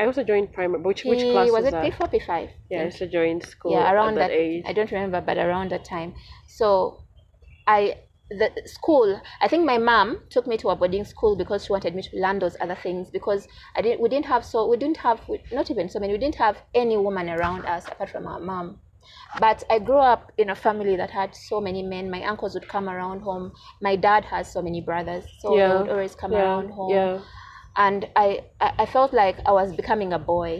[SPEAKER 1] I also joined primary. Which which
[SPEAKER 2] He-
[SPEAKER 1] class
[SPEAKER 2] was,
[SPEAKER 1] was,
[SPEAKER 2] it?
[SPEAKER 1] that?
[SPEAKER 2] P four, P five.
[SPEAKER 1] Yeah, I used to join school
[SPEAKER 2] yeah, around
[SPEAKER 1] at
[SPEAKER 2] that.
[SPEAKER 1] that, age.
[SPEAKER 2] I don't remember, but around that time. So, I the school. I think my mom took me to a boarding school because she wanted me to learn those other things because I didn't. We didn't have so we didn't have we- not even so many. We didn't have any woman around us apart from our mom. But I grew up in a family that had so many men. My uncles would come around home. My dad has so many brothers, so they
[SPEAKER 1] Yeah,
[SPEAKER 2] would always come
[SPEAKER 1] yeah,
[SPEAKER 2] around home
[SPEAKER 1] yeah.
[SPEAKER 2] and I, I I felt like I was becoming a boy.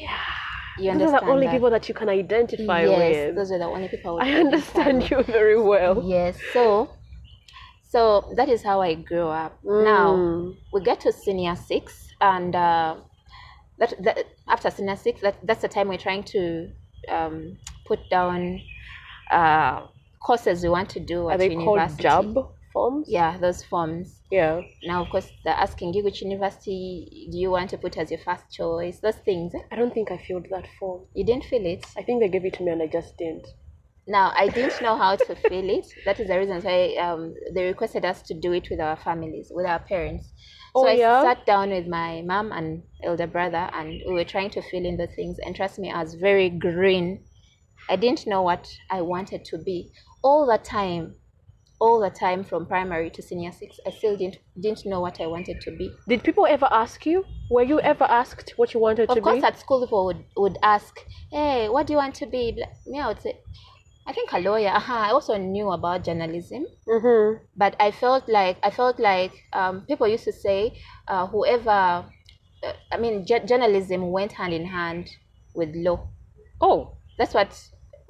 [SPEAKER 2] Yeah, you
[SPEAKER 1] Those
[SPEAKER 2] understand
[SPEAKER 1] are the only
[SPEAKER 2] that?
[SPEAKER 1] people that you can identify
[SPEAKER 2] yes,
[SPEAKER 1] with.
[SPEAKER 2] those are the only people. would
[SPEAKER 1] I
[SPEAKER 2] be in
[SPEAKER 1] understand
[SPEAKER 2] family.
[SPEAKER 1] you very well.
[SPEAKER 2] Yes, so so that is how I grew up. Now
[SPEAKER 1] Mm.
[SPEAKER 2] we get to senior six, and uh, that, that after senior six, that, that's the time we're trying to um, put down uh, courses we want to do
[SPEAKER 1] Are
[SPEAKER 2] at
[SPEAKER 1] they called
[SPEAKER 2] university.
[SPEAKER 1] job forms?
[SPEAKER 2] Yeah, those forms
[SPEAKER 1] Yeah.
[SPEAKER 2] now of course they're asking you which university do you want to put as your first choice those things eh?
[SPEAKER 1] I don't think I filled that form.
[SPEAKER 2] you didn't feel it
[SPEAKER 1] I think they gave it to me and I just didn't.
[SPEAKER 2] now i didn't know how to feel it that is the reason why um, they requested us to do it with our families with our parents so
[SPEAKER 1] Oh,
[SPEAKER 2] i
[SPEAKER 1] yeah?
[SPEAKER 2] sat down with my mom and elder brother and we were trying to fill in the things and trust me i was very green i didn't know what i wanted to be all the time all the time from primary to senior six i still didn't didn't know what i wanted to be
[SPEAKER 1] Did people ever ask you? Were you ever asked what you wanted to
[SPEAKER 2] of course
[SPEAKER 1] be?
[SPEAKER 2] at school people would, would ask hey what do you want to be Bla- me i would say i think a lawyer uh-huh. i also knew about journalism
[SPEAKER 1] Mm-hmm.
[SPEAKER 2] but i felt like i felt like um, people used to say uh, whoever uh, i mean j- journalism went hand in hand with law
[SPEAKER 1] Oh,
[SPEAKER 2] that's what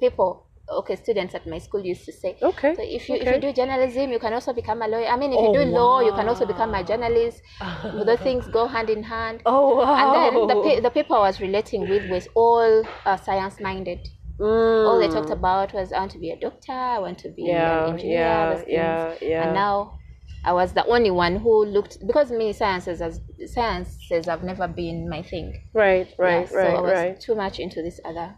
[SPEAKER 2] people okay students at my school used to say
[SPEAKER 1] okay.
[SPEAKER 2] so if you if
[SPEAKER 1] okay.
[SPEAKER 2] you do journalism you can also become a lawyer i mean if you
[SPEAKER 1] Oh,
[SPEAKER 2] do law you can also
[SPEAKER 1] wow.
[SPEAKER 2] become a journalist the things go hand in hand
[SPEAKER 1] Oh,
[SPEAKER 2] and
[SPEAKER 1] wow.
[SPEAKER 2] then the, pe- the people I was relating with was all uh, science minded. All they talked about was I want to be a doctor, I want to be
[SPEAKER 1] Mm. Hmm. Yeah,
[SPEAKER 2] an engineer,
[SPEAKER 1] yeah,
[SPEAKER 2] those things.
[SPEAKER 1] yeah, yeah.
[SPEAKER 2] And now I was the only one who looked because me sciences as sciences have never been my thing.
[SPEAKER 1] Right,
[SPEAKER 2] Yeah,
[SPEAKER 1] right, right,
[SPEAKER 2] so I was
[SPEAKER 1] right.
[SPEAKER 2] too much into this other.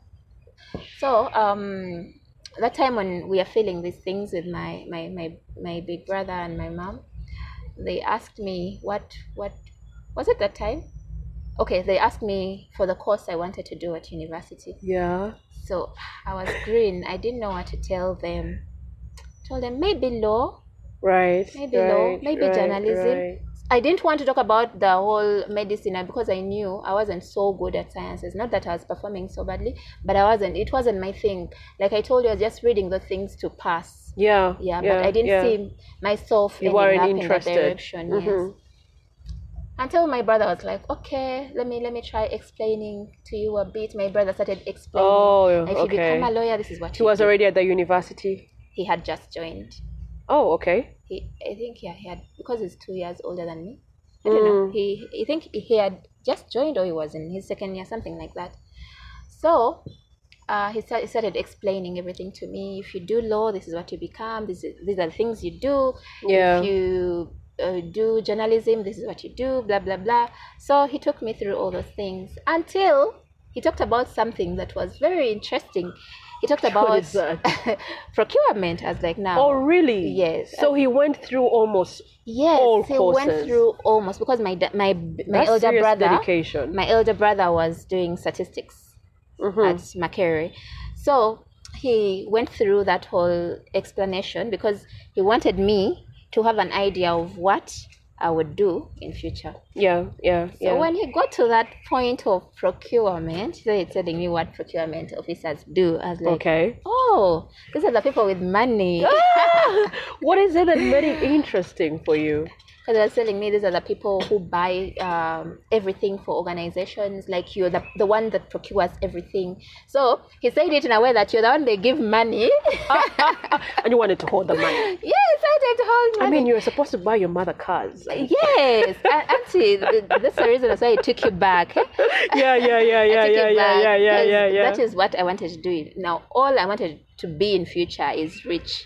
[SPEAKER 2] So um, that time when we are feeling these things with my my my, my big brother and my mom, they asked me what what was it that time? Okay, they asked me for the course I wanted to do at university.
[SPEAKER 1] Yeah.
[SPEAKER 2] So I was green. I didn't know what to tell them. Told them maybe law.
[SPEAKER 1] Right.
[SPEAKER 2] Maybe
[SPEAKER 1] right,
[SPEAKER 2] law, maybe
[SPEAKER 1] right,
[SPEAKER 2] journalism.
[SPEAKER 1] Right.
[SPEAKER 2] I didn't want to talk about the whole medicine uh, because I knew I wasn't so good at sciences. Not that I was performing so badly, but I wasn't. It wasn't my thing. Like I told you, I was just reading the things to pass.
[SPEAKER 1] Yeah.
[SPEAKER 2] Yeah, but I didn't
[SPEAKER 1] yeah.
[SPEAKER 2] see myself
[SPEAKER 1] You
[SPEAKER 2] ending
[SPEAKER 1] weren't
[SPEAKER 2] up
[SPEAKER 1] interested.
[SPEAKER 2] in that direction. Yes.
[SPEAKER 1] Mhm.
[SPEAKER 2] Until my brother was like, "Okay, let me let me try explaining to you a bit." My brother started explaining.
[SPEAKER 1] Oh,
[SPEAKER 2] if you
[SPEAKER 1] okay.
[SPEAKER 2] become a lawyer, this is what
[SPEAKER 1] He
[SPEAKER 2] you
[SPEAKER 1] was
[SPEAKER 2] do."
[SPEAKER 1] already at the university.
[SPEAKER 2] He had just joined.
[SPEAKER 1] Oh, okay.
[SPEAKER 2] he I think yeah, he had because he's two years older than me. I don't
[SPEAKER 1] Mm.
[SPEAKER 2] know. He I think he had just joined or he was in his second year, something like that. So uh, he, start, he started explaining everything to me. If you do law, this is what you become. This is, these are the things you do.
[SPEAKER 1] Yeah.
[SPEAKER 2] If you uh, do journalism, this is what you do. Blah blah blah. So he took me through all those things until he talked about something that was very interesting. He talked about
[SPEAKER 1] is that?
[SPEAKER 2] procurement. I was like, now,
[SPEAKER 1] Oh, really?
[SPEAKER 2] Yes.
[SPEAKER 1] So he went through almost.
[SPEAKER 2] Yes,
[SPEAKER 1] all
[SPEAKER 2] he
[SPEAKER 1] courses.
[SPEAKER 2] went through almost because my da- my my
[SPEAKER 1] That's
[SPEAKER 2] elder
[SPEAKER 1] serious
[SPEAKER 2] brother
[SPEAKER 1] dedication. Mm-hmm.
[SPEAKER 2] my elder brother was doing statistics
[SPEAKER 1] Hmm.
[SPEAKER 2] at Macquarie, so he went through that whole explanation because he wanted me to have an idea of what I would do in future.
[SPEAKER 1] Yeah, yeah, yeah.
[SPEAKER 2] So when he got to that point of procurement, so he's telling me what procurement officers do. I was like,
[SPEAKER 1] okay.
[SPEAKER 2] oh, these are the people with money.
[SPEAKER 1] What is it that made it interesting for you?
[SPEAKER 2] Because they were telling me these are the people who buy um, everything for organizations, like you're the, the one that procures everything. So he said it in a way that you're the one they give money.
[SPEAKER 1] and you wanted to hold the money.
[SPEAKER 2] yes, I did hold
[SPEAKER 1] I
[SPEAKER 2] money.
[SPEAKER 1] mean, you were supposed to buy your mother cars.
[SPEAKER 2] yes, a- auntie, th- that's the reason that's why I took you back. eh?
[SPEAKER 1] yeah, yeah, yeah,
[SPEAKER 2] I
[SPEAKER 1] yeah,
[SPEAKER 2] took
[SPEAKER 1] yeah, yeah,
[SPEAKER 2] you back
[SPEAKER 1] yeah, yeah,
[SPEAKER 2] 'cause
[SPEAKER 1] yeah, yeah.
[SPEAKER 2] That is what I wanted to do. Now, all I wanted to be in future is rich.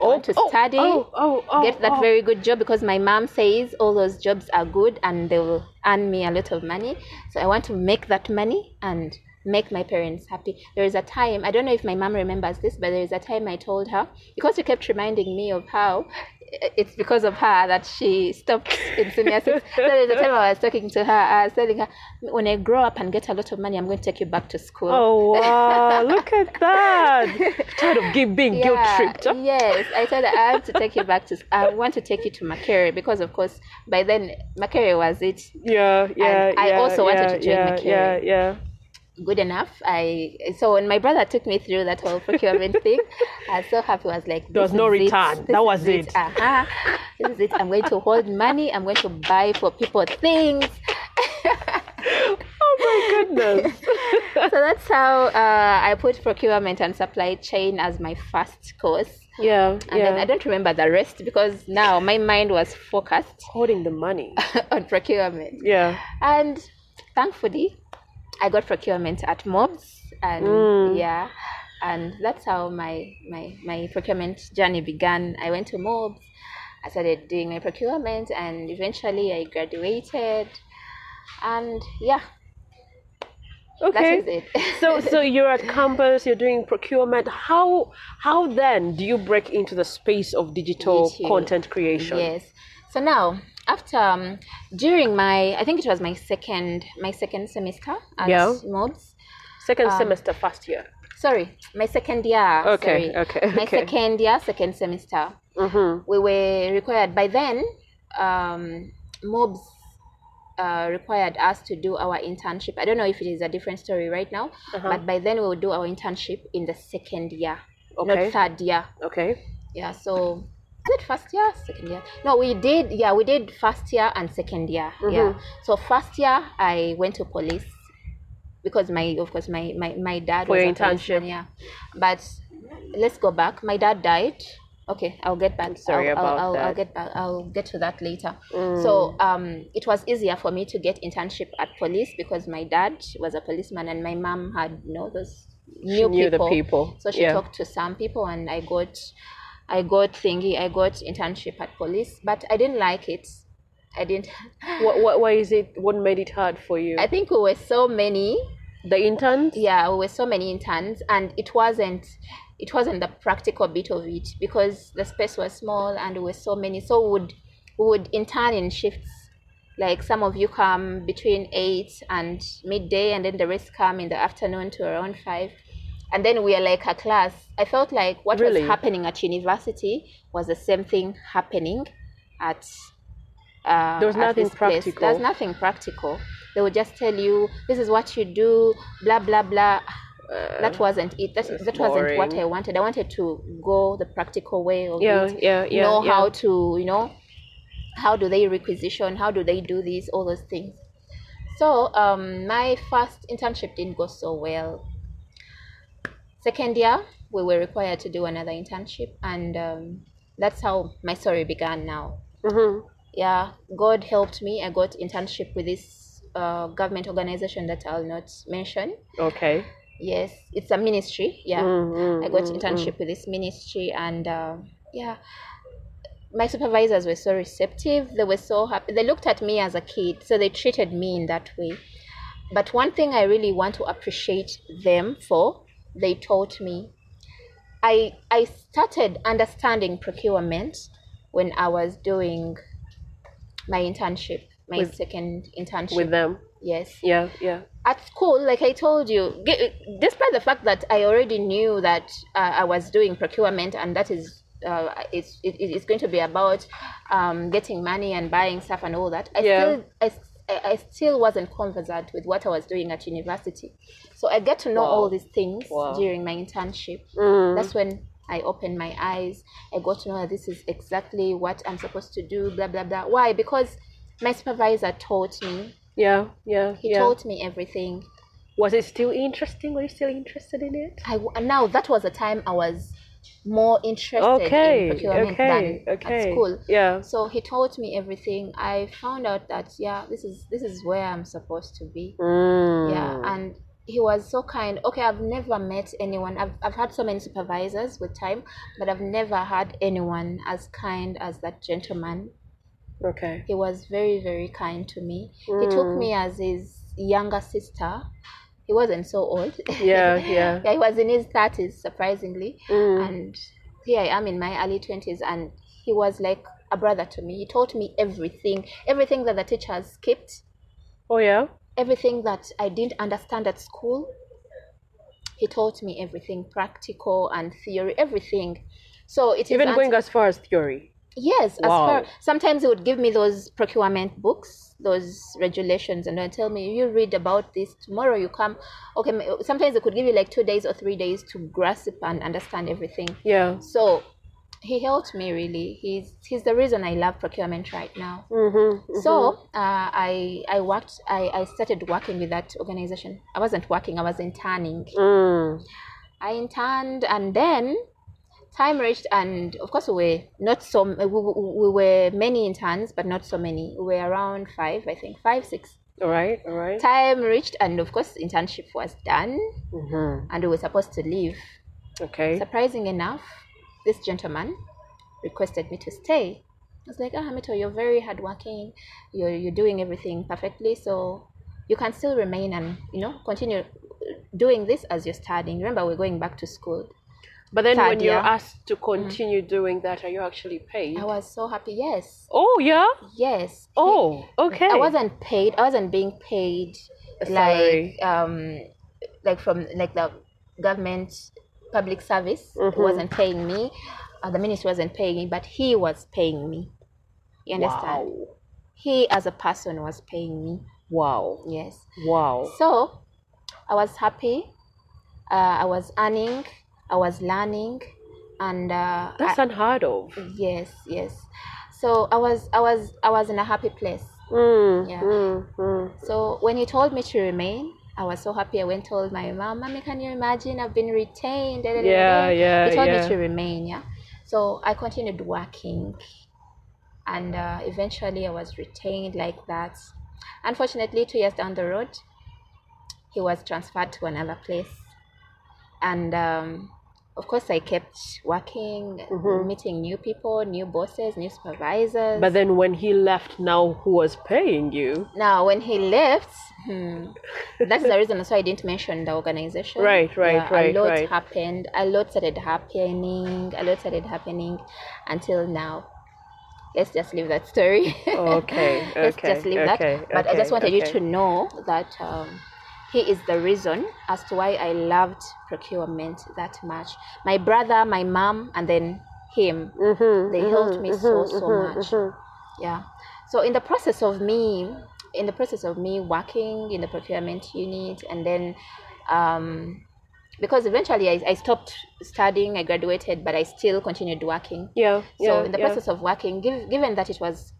[SPEAKER 2] I want to study.
[SPEAKER 1] Oh, oh, oh,
[SPEAKER 2] get that
[SPEAKER 1] oh.
[SPEAKER 2] very good job because my mom says all those jobs are good and they will earn me a lot of money. So I want to make that money and make my parents happy. There is a time, I don't know if my mom remembers this, but there is a time I told her because she kept reminding me of how i- it's because of her that she stopped in senior six. So there's a time I was talking to her, I was telling her, when I grow up and get a lot of money, I'm going to take you back to school.
[SPEAKER 1] Oh wow! Look at that. Tired of give, being guilt tripped. huh?
[SPEAKER 2] Yes, I said I have to take you back to. I want to take you to Makere because, of course, by then Makere was it
[SPEAKER 1] Yeah, yeah,
[SPEAKER 2] I
[SPEAKER 1] yeah,
[SPEAKER 2] also wanted
[SPEAKER 1] yeah,
[SPEAKER 2] to join
[SPEAKER 1] yeah,
[SPEAKER 2] Mercury.
[SPEAKER 1] Yeah, yeah.
[SPEAKER 2] good enough. I so when my brother took me through that whole procurement thing, I was so happy. I was like,
[SPEAKER 1] There was
[SPEAKER 2] this
[SPEAKER 1] no
[SPEAKER 2] is
[SPEAKER 1] return.
[SPEAKER 2] It.
[SPEAKER 1] That
[SPEAKER 2] This
[SPEAKER 1] was
[SPEAKER 2] is
[SPEAKER 1] it.
[SPEAKER 2] Uh-huh. this is it. I'm going to hold money. I'm going to buy for people things.
[SPEAKER 1] Oh my goodness.
[SPEAKER 2] so that's how uh, I put procurement and supply chain as my first course.
[SPEAKER 1] yeah,
[SPEAKER 2] And
[SPEAKER 1] yeah.
[SPEAKER 2] then I don't remember the rest because now my mind was focused
[SPEAKER 1] Holding the money.
[SPEAKER 2] on procurement.
[SPEAKER 1] Yeah.
[SPEAKER 2] And thankfully, I got procurement at Mobs, and
[SPEAKER 1] Mm.
[SPEAKER 2] yeah, and that's how my my my procurement journey began. I went to Mobs, I started doing my procurement, and eventually I graduated, and yeah,
[SPEAKER 1] Okay.
[SPEAKER 2] that is it.
[SPEAKER 1] so so you're at campus you're doing procurement how how then do you break into the space of digital
[SPEAKER 2] YouTube.
[SPEAKER 1] content creation
[SPEAKER 2] Yes. So now, after um, during my, I think it was my second my second semester at
[SPEAKER 1] Yeah.
[SPEAKER 2] Mobs.
[SPEAKER 1] second
[SPEAKER 2] Um,
[SPEAKER 1] semester first year
[SPEAKER 2] Sorry, my second year.
[SPEAKER 1] Okay,
[SPEAKER 2] sorry.
[SPEAKER 1] okay,
[SPEAKER 2] My
[SPEAKER 1] okay.
[SPEAKER 2] second year, second semester.
[SPEAKER 1] mm-hmm.
[SPEAKER 2] we were required by then um mobs uh, required us to do our internship i don't know if it is a different story right now but by then we would do our internship in the second year
[SPEAKER 1] Okay.
[SPEAKER 2] not third year
[SPEAKER 1] okay
[SPEAKER 2] yeah so is it first year second year no we did yeah we did first year and second year yeah
[SPEAKER 1] Mm-hmm.
[SPEAKER 2] so first year i went to police because my of course my my, my dad
[SPEAKER 1] For
[SPEAKER 2] was
[SPEAKER 1] your
[SPEAKER 2] a policeman,
[SPEAKER 1] internship.
[SPEAKER 2] yeah but let's go back my dad died okay i'll get back
[SPEAKER 1] sorry
[SPEAKER 2] I'll, I'll-
[SPEAKER 1] about
[SPEAKER 2] I'll, I'll
[SPEAKER 1] that. Mm.
[SPEAKER 2] get back i'll get to that later so um it was easier for me to get internship at police because my dad was a policeman and my mom had you know those new
[SPEAKER 1] knew the people,
[SPEAKER 2] so she
[SPEAKER 1] yeah.
[SPEAKER 2] talked to some people and i got i got thingy i got internship at police but i didn't like it i didn't
[SPEAKER 1] what, what why is it what made it hard for you
[SPEAKER 2] i think we were so many
[SPEAKER 1] the interns
[SPEAKER 2] yeah we were so many interns and it wasn't it wasn't the practical bit of it because the space was small and we were so many so we would we would intern in shifts like some of you come between 8 and midday and then the rest come in the afternoon to around 5 and then we are like a class i felt like what
[SPEAKER 1] Really?
[SPEAKER 2] was happening at university was the same thing happening at uh,
[SPEAKER 1] There was
[SPEAKER 2] at
[SPEAKER 1] nothing
[SPEAKER 2] this place.
[SPEAKER 1] practical.
[SPEAKER 2] There's nothing practical. They would just tell you, this is what you do, blah, blah, blah.
[SPEAKER 1] Uh,
[SPEAKER 2] that wasn't it. That, that wasn't what
[SPEAKER 1] boring.
[SPEAKER 2] I wanted. I wanted to go the practical way of
[SPEAKER 1] Yeah,
[SPEAKER 2] it.
[SPEAKER 1] yeah, yeah,
[SPEAKER 2] Know
[SPEAKER 1] yeah.
[SPEAKER 2] how to, you know, how do they requisition? How do they do these? All those things. So um, my first internship didn't go so well. Second year, we were required to do another internship, and um, that's how my story began now.
[SPEAKER 1] Mhm.
[SPEAKER 2] Yeah, God helped me. I got internship with this uh, government organization that I'll not mention.
[SPEAKER 1] Okay.
[SPEAKER 2] Yes, it's a ministry. Yeah,
[SPEAKER 1] Mm, mm,
[SPEAKER 2] I got
[SPEAKER 1] mm,
[SPEAKER 2] internship with this ministry, and uh, yeah, my supervisors were so receptive. They were so happy. They looked at me as a kid, so they treated me in that way. But one thing I really want to appreciate them for, they taught me. I I started understanding procurement when I was doing my internship, my
[SPEAKER 1] With-
[SPEAKER 2] second internship.
[SPEAKER 1] With them.
[SPEAKER 2] yes
[SPEAKER 1] Yeah, yeah.
[SPEAKER 2] at school, like I told you, g- despite the fact that I already knew that uh, I was doing procurement and that is uh, it's, it, it's going to be about um, getting money and buying stuff and all that, I
[SPEAKER 1] Yeah.
[SPEAKER 2] still I, s- I- I still wasn't conversant with what I was doing at university. So I get to know
[SPEAKER 1] Wow.
[SPEAKER 2] all these things
[SPEAKER 1] Wow.
[SPEAKER 2] during my internship.
[SPEAKER 1] Mm.
[SPEAKER 2] That's when I opened my eyes. I got to know that this is exactly what I'm supposed to do, blah, blah, blah. Why? Because my supervisor taught me.
[SPEAKER 1] Yeah, yeah,
[SPEAKER 2] He
[SPEAKER 1] yeah.
[SPEAKER 2] taught me everything.
[SPEAKER 1] Was it still interesting? Were you still interested in it?
[SPEAKER 2] I w- now that was a time I was more interested
[SPEAKER 1] Okay,
[SPEAKER 2] in procurement
[SPEAKER 1] okay,
[SPEAKER 2] than
[SPEAKER 1] okay.
[SPEAKER 2] at school.
[SPEAKER 1] Yeah.
[SPEAKER 2] So he taught me everything. I found out that yeah, this is this is where I'm supposed to be.
[SPEAKER 1] Mm.
[SPEAKER 2] Yeah, and he was so kind. Okay, I've never met anyone. I've I've had so many supervisors with time, but I've never had anyone as kind as that gentleman.
[SPEAKER 1] Okay.
[SPEAKER 2] He was very very kind to me. He took
[SPEAKER 1] Mm.
[SPEAKER 2] me as his younger sister. He wasn't so old.
[SPEAKER 1] Yeah, yeah.
[SPEAKER 2] yeah, he was in his 30s, surprisingly.
[SPEAKER 1] Mm.
[SPEAKER 2] And here I am in my early 20s, and he was like a brother to me. He taught me everything, everything that the teachers skipped,
[SPEAKER 1] Oh yeah.
[SPEAKER 2] everything that I didn't understand at school. He taught me everything practical and theory, everything. So it is
[SPEAKER 1] Even
[SPEAKER 2] until-
[SPEAKER 1] going as far as theory.
[SPEAKER 2] Yes, as
[SPEAKER 1] Wow.
[SPEAKER 2] far sometimes he would give me those procurement books, those regulations, and they'll tell me you read about this tomorrow. You come, okay. ma- Sometimes they could give you like two days or three days to grasp and understand everything.
[SPEAKER 1] Yeah.
[SPEAKER 2] So he helped me really. He's he's the reason I love procurement right now.
[SPEAKER 1] Mm-hmm.
[SPEAKER 2] So uh, I I worked I, I started working with that organization. I wasn't working. I was interning.
[SPEAKER 1] Mm.
[SPEAKER 2] I interned and then time reached and of course we were not so we, we we were many interns but not so many we were around five i think five six
[SPEAKER 1] All right. All right.
[SPEAKER 2] time reached and of course internship was done
[SPEAKER 1] Mm-hmm.
[SPEAKER 2] and we were supposed to leave
[SPEAKER 1] Okay.
[SPEAKER 2] surprising enough this gentleman requested me to stay i was like ah Hamito, you're very hardworking you're, you're doing everything perfectly so you can still remain and you know continue doing this as you're studying remember we're going back to school
[SPEAKER 1] But then when
[SPEAKER 2] Third
[SPEAKER 1] you're
[SPEAKER 2] year.
[SPEAKER 1] asked to continue doing that, are you actually paid?
[SPEAKER 2] Mm-hmm. I was so happy. Yes,
[SPEAKER 1] Oh yeah.
[SPEAKER 2] yes.
[SPEAKER 1] Oh okay.
[SPEAKER 2] I wasn't paid. I wasn't being paid
[SPEAKER 1] A
[SPEAKER 2] like
[SPEAKER 1] salary.
[SPEAKER 2] um like from like the government public service
[SPEAKER 1] Mhm.
[SPEAKER 2] wasn't paying me. Uh, the ministry wasn't paying me, but he was paying me. You understand?
[SPEAKER 1] Wow.
[SPEAKER 2] He as a person was paying me.
[SPEAKER 1] Wow.
[SPEAKER 2] Yes.
[SPEAKER 1] Wow.
[SPEAKER 2] So I was happy. Uh, I was earning. I was learning, and uh, I- Mm.
[SPEAKER 1] That's unheard of.
[SPEAKER 2] yes, yes. So I was, I was, I was in a happy place.
[SPEAKER 1] Mm,
[SPEAKER 2] Yeah.
[SPEAKER 1] mm, mm.
[SPEAKER 2] So when he told me to remain, I was so happy. I went and told my mom, "Mommy, can you imagine? I've been retained." da, da, da, da,
[SPEAKER 1] Yeah,
[SPEAKER 2] da."
[SPEAKER 1] yeah,
[SPEAKER 2] He told
[SPEAKER 1] yeah.
[SPEAKER 2] me to remain. Yeah. So I continued working, and uh, eventually I was retained like that. Unfortunately, two years down the road, he was transferred to another place, and um, of course I kept working,
[SPEAKER 1] Mhm.
[SPEAKER 2] meeting new people, new bosses, new supervisors.
[SPEAKER 1] But then when he left, now who was paying you?
[SPEAKER 2] Now, when he left, hmm, that's the reason also I didn't mention the organization.
[SPEAKER 1] Right, right, right,
[SPEAKER 2] A lot
[SPEAKER 1] right.
[SPEAKER 2] happened. A lot started happening. A lot started happening until now. Let's just leave that story.
[SPEAKER 1] Okay,
[SPEAKER 2] Let's
[SPEAKER 1] okay,
[SPEAKER 2] just leave
[SPEAKER 1] okay,
[SPEAKER 2] that. But I
[SPEAKER 1] okay,
[SPEAKER 2] just wanted
[SPEAKER 1] okay.
[SPEAKER 2] you to know that um, he is the reason as to why I loved procurement that much. My brother, my mom, and then him.
[SPEAKER 1] Mm-hmm.
[SPEAKER 2] They helped me so, so much yeah so in the process of me in the process of me working in the procurement unit and then um because eventually I, I stopped studying i graduated but i still continued working
[SPEAKER 1] Yeah, yeah.
[SPEAKER 2] so in the
[SPEAKER 1] yeah.
[SPEAKER 2] process of working give, given that it was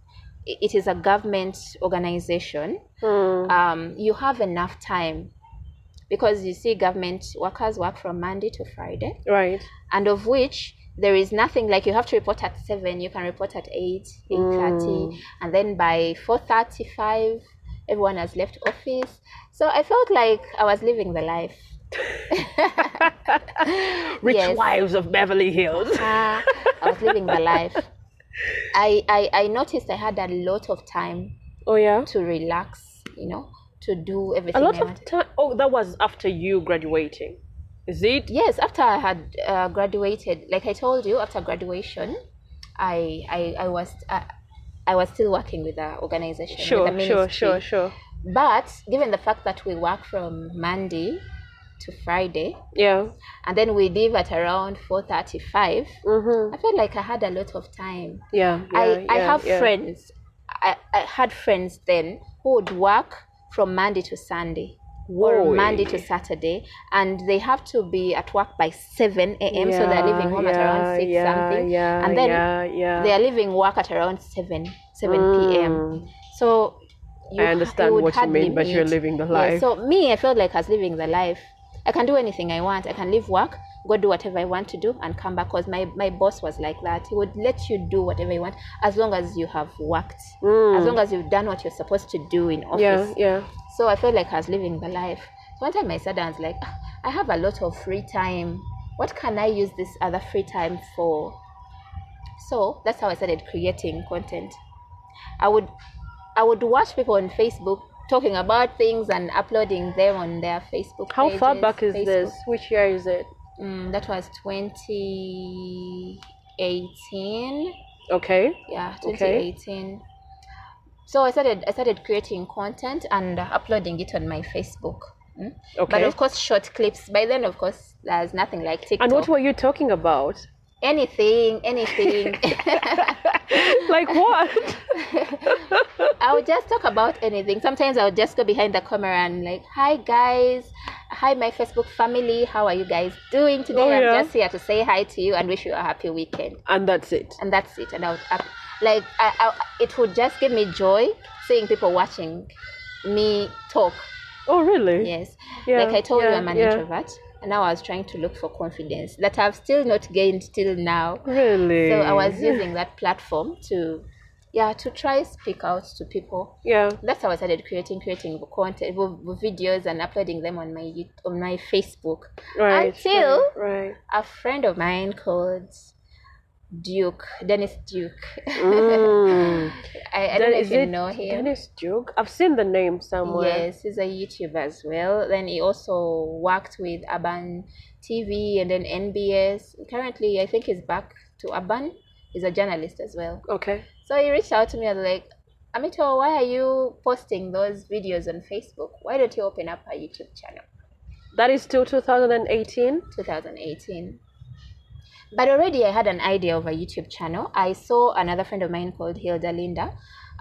[SPEAKER 2] it is a government organization
[SPEAKER 1] Mm.
[SPEAKER 2] um, you have enough time because you see government workers work from monday to friday
[SPEAKER 1] Right.
[SPEAKER 2] and of which there is nothing like you have to report at seven. You can report at eight, eight thirty,
[SPEAKER 1] Mm.
[SPEAKER 2] and then by four thirty-five, everyone has left office. So I felt like I was living the life.
[SPEAKER 1] Rich
[SPEAKER 2] Yes.
[SPEAKER 1] wives of Beverly Hills.
[SPEAKER 2] Ah, I was living the life. I, I I noticed I had a lot of time
[SPEAKER 1] Oh yeah.
[SPEAKER 2] to relax. You know, to do everything.
[SPEAKER 1] A lot
[SPEAKER 2] I
[SPEAKER 1] of
[SPEAKER 2] wanted.
[SPEAKER 1] time. Oh, that was after you graduating. Is it?
[SPEAKER 2] yes after i had uh, graduated like i told you after graduation i i, I was uh, i was still working with the organization with
[SPEAKER 1] Sure,
[SPEAKER 2] the
[SPEAKER 1] sure,
[SPEAKER 2] ministry.
[SPEAKER 1] sure, sure.
[SPEAKER 2] but given the fact that we work from monday to friday
[SPEAKER 1] Yeah.
[SPEAKER 2] and then we leave at around 4.35
[SPEAKER 1] Mm-hmm.
[SPEAKER 2] i felt like i had a lot of time
[SPEAKER 1] Yeah,
[SPEAKER 2] I,
[SPEAKER 1] yeah,
[SPEAKER 2] I
[SPEAKER 1] yeah,
[SPEAKER 2] have
[SPEAKER 1] yeah.
[SPEAKER 2] friends I, I had friends then who would work from monday to sunday
[SPEAKER 1] Whoa.
[SPEAKER 2] or Monday to Saturday, and they have to be at work by 7 a.m. so they're leaving home at around 6
[SPEAKER 1] yeah,
[SPEAKER 2] something,
[SPEAKER 1] Yeah,
[SPEAKER 2] and then
[SPEAKER 1] yeah, yeah.
[SPEAKER 2] they are leaving work at around 7 7 p.m.
[SPEAKER 1] Mm.
[SPEAKER 2] So you,
[SPEAKER 1] I
[SPEAKER 2] ha-
[SPEAKER 1] understand
[SPEAKER 2] would
[SPEAKER 1] what you
[SPEAKER 2] hardly
[SPEAKER 1] mean, but you're
[SPEAKER 2] meet.
[SPEAKER 1] living the
[SPEAKER 2] Yeah,
[SPEAKER 1] life.
[SPEAKER 2] so me, I felt like I was living the life. I can do anything I want. I can leave work, go do whatever I want to do, and come back. Cause my my boss was like that. He would let you do whatever you want as long as you have worked, as long as you've done what you're supposed to do in office.
[SPEAKER 1] Mm. yeah, yeah.
[SPEAKER 2] So I felt like I was living the life. So one time I sat down and was like, "Ah, I have a lot of free time. What can I use this other free time for? So that's how I started creating content. I would I would watch people on Facebook talking about things and uploading them on their Facebook.
[SPEAKER 1] How far
[SPEAKER 2] pages,
[SPEAKER 1] back is
[SPEAKER 2] Facebook.
[SPEAKER 1] this? Which year is it?
[SPEAKER 2] Mm, that was 2018
[SPEAKER 1] Okay.
[SPEAKER 2] yeah
[SPEAKER 1] Okay.
[SPEAKER 2] 2018 so i started i started creating content and uploading it on my facebook mm. but
[SPEAKER 1] Okay.
[SPEAKER 2] of course short clips by then of course there's nothing like tiktok
[SPEAKER 1] And what were you talking about?
[SPEAKER 2] anything anything
[SPEAKER 1] like what?
[SPEAKER 2] i would just talk about anything sometimes i would just go behind the camera and like hi guys hi my facebook family how are you guys doing today
[SPEAKER 1] Oh, yeah.
[SPEAKER 2] i'm just here to say hi to you and wish you a happy weekend
[SPEAKER 1] and that's it.
[SPEAKER 2] and that's it. And I would up, like I, I, it would just give me joy seeing people watching me talk.
[SPEAKER 1] Oh, really?
[SPEAKER 2] Yes,
[SPEAKER 1] Yeah,
[SPEAKER 2] like I told you,
[SPEAKER 1] yeah,
[SPEAKER 2] I'm an
[SPEAKER 1] yeah.
[SPEAKER 2] introvert, and now I was trying to look for confidence that I've still not gained till now.
[SPEAKER 1] Really?
[SPEAKER 2] So I was using that platform to, yeah, to try speak out to people.
[SPEAKER 1] Yeah.
[SPEAKER 2] That's how I started creating, creating content, v- videos, and uploading them on my Yout- on my Facebook.
[SPEAKER 1] Right.
[SPEAKER 2] Until-
[SPEAKER 1] Right. right.
[SPEAKER 2] A friend of mine called Duke Dennis Duke.
[SPEAKER 1] Mm.
[SPEAKER 2] I,
[SPEAKER 1] Then
[SPEAKER 2] I don't know
[SPEAKER 1] is
[SPEAKER 2] if you
[SPEAKER 1] it
[SPEAKER 2] know him.
[SPEAKER 1] Dennis Duke. I've seen the name somewhere.
[SPEAKER 2] Yes, he's a YouTuber as well. Then he also worked with Urban TV and then NBS. Currently, I think he's back to Urban. He's a journalist as well.
[SPEAKER 1] Okay.
[SPEAKER 2] So he reached out to me and was like, Amito, why are you posting those videos on Facebook? Why don't you open up a YouTube channel?
[SPEAKER 1] That is still 2018.
[SPEAKER 2] 2018. But already I had an idea of a YouTube channel. I saw another friend of mine called Hilda Linda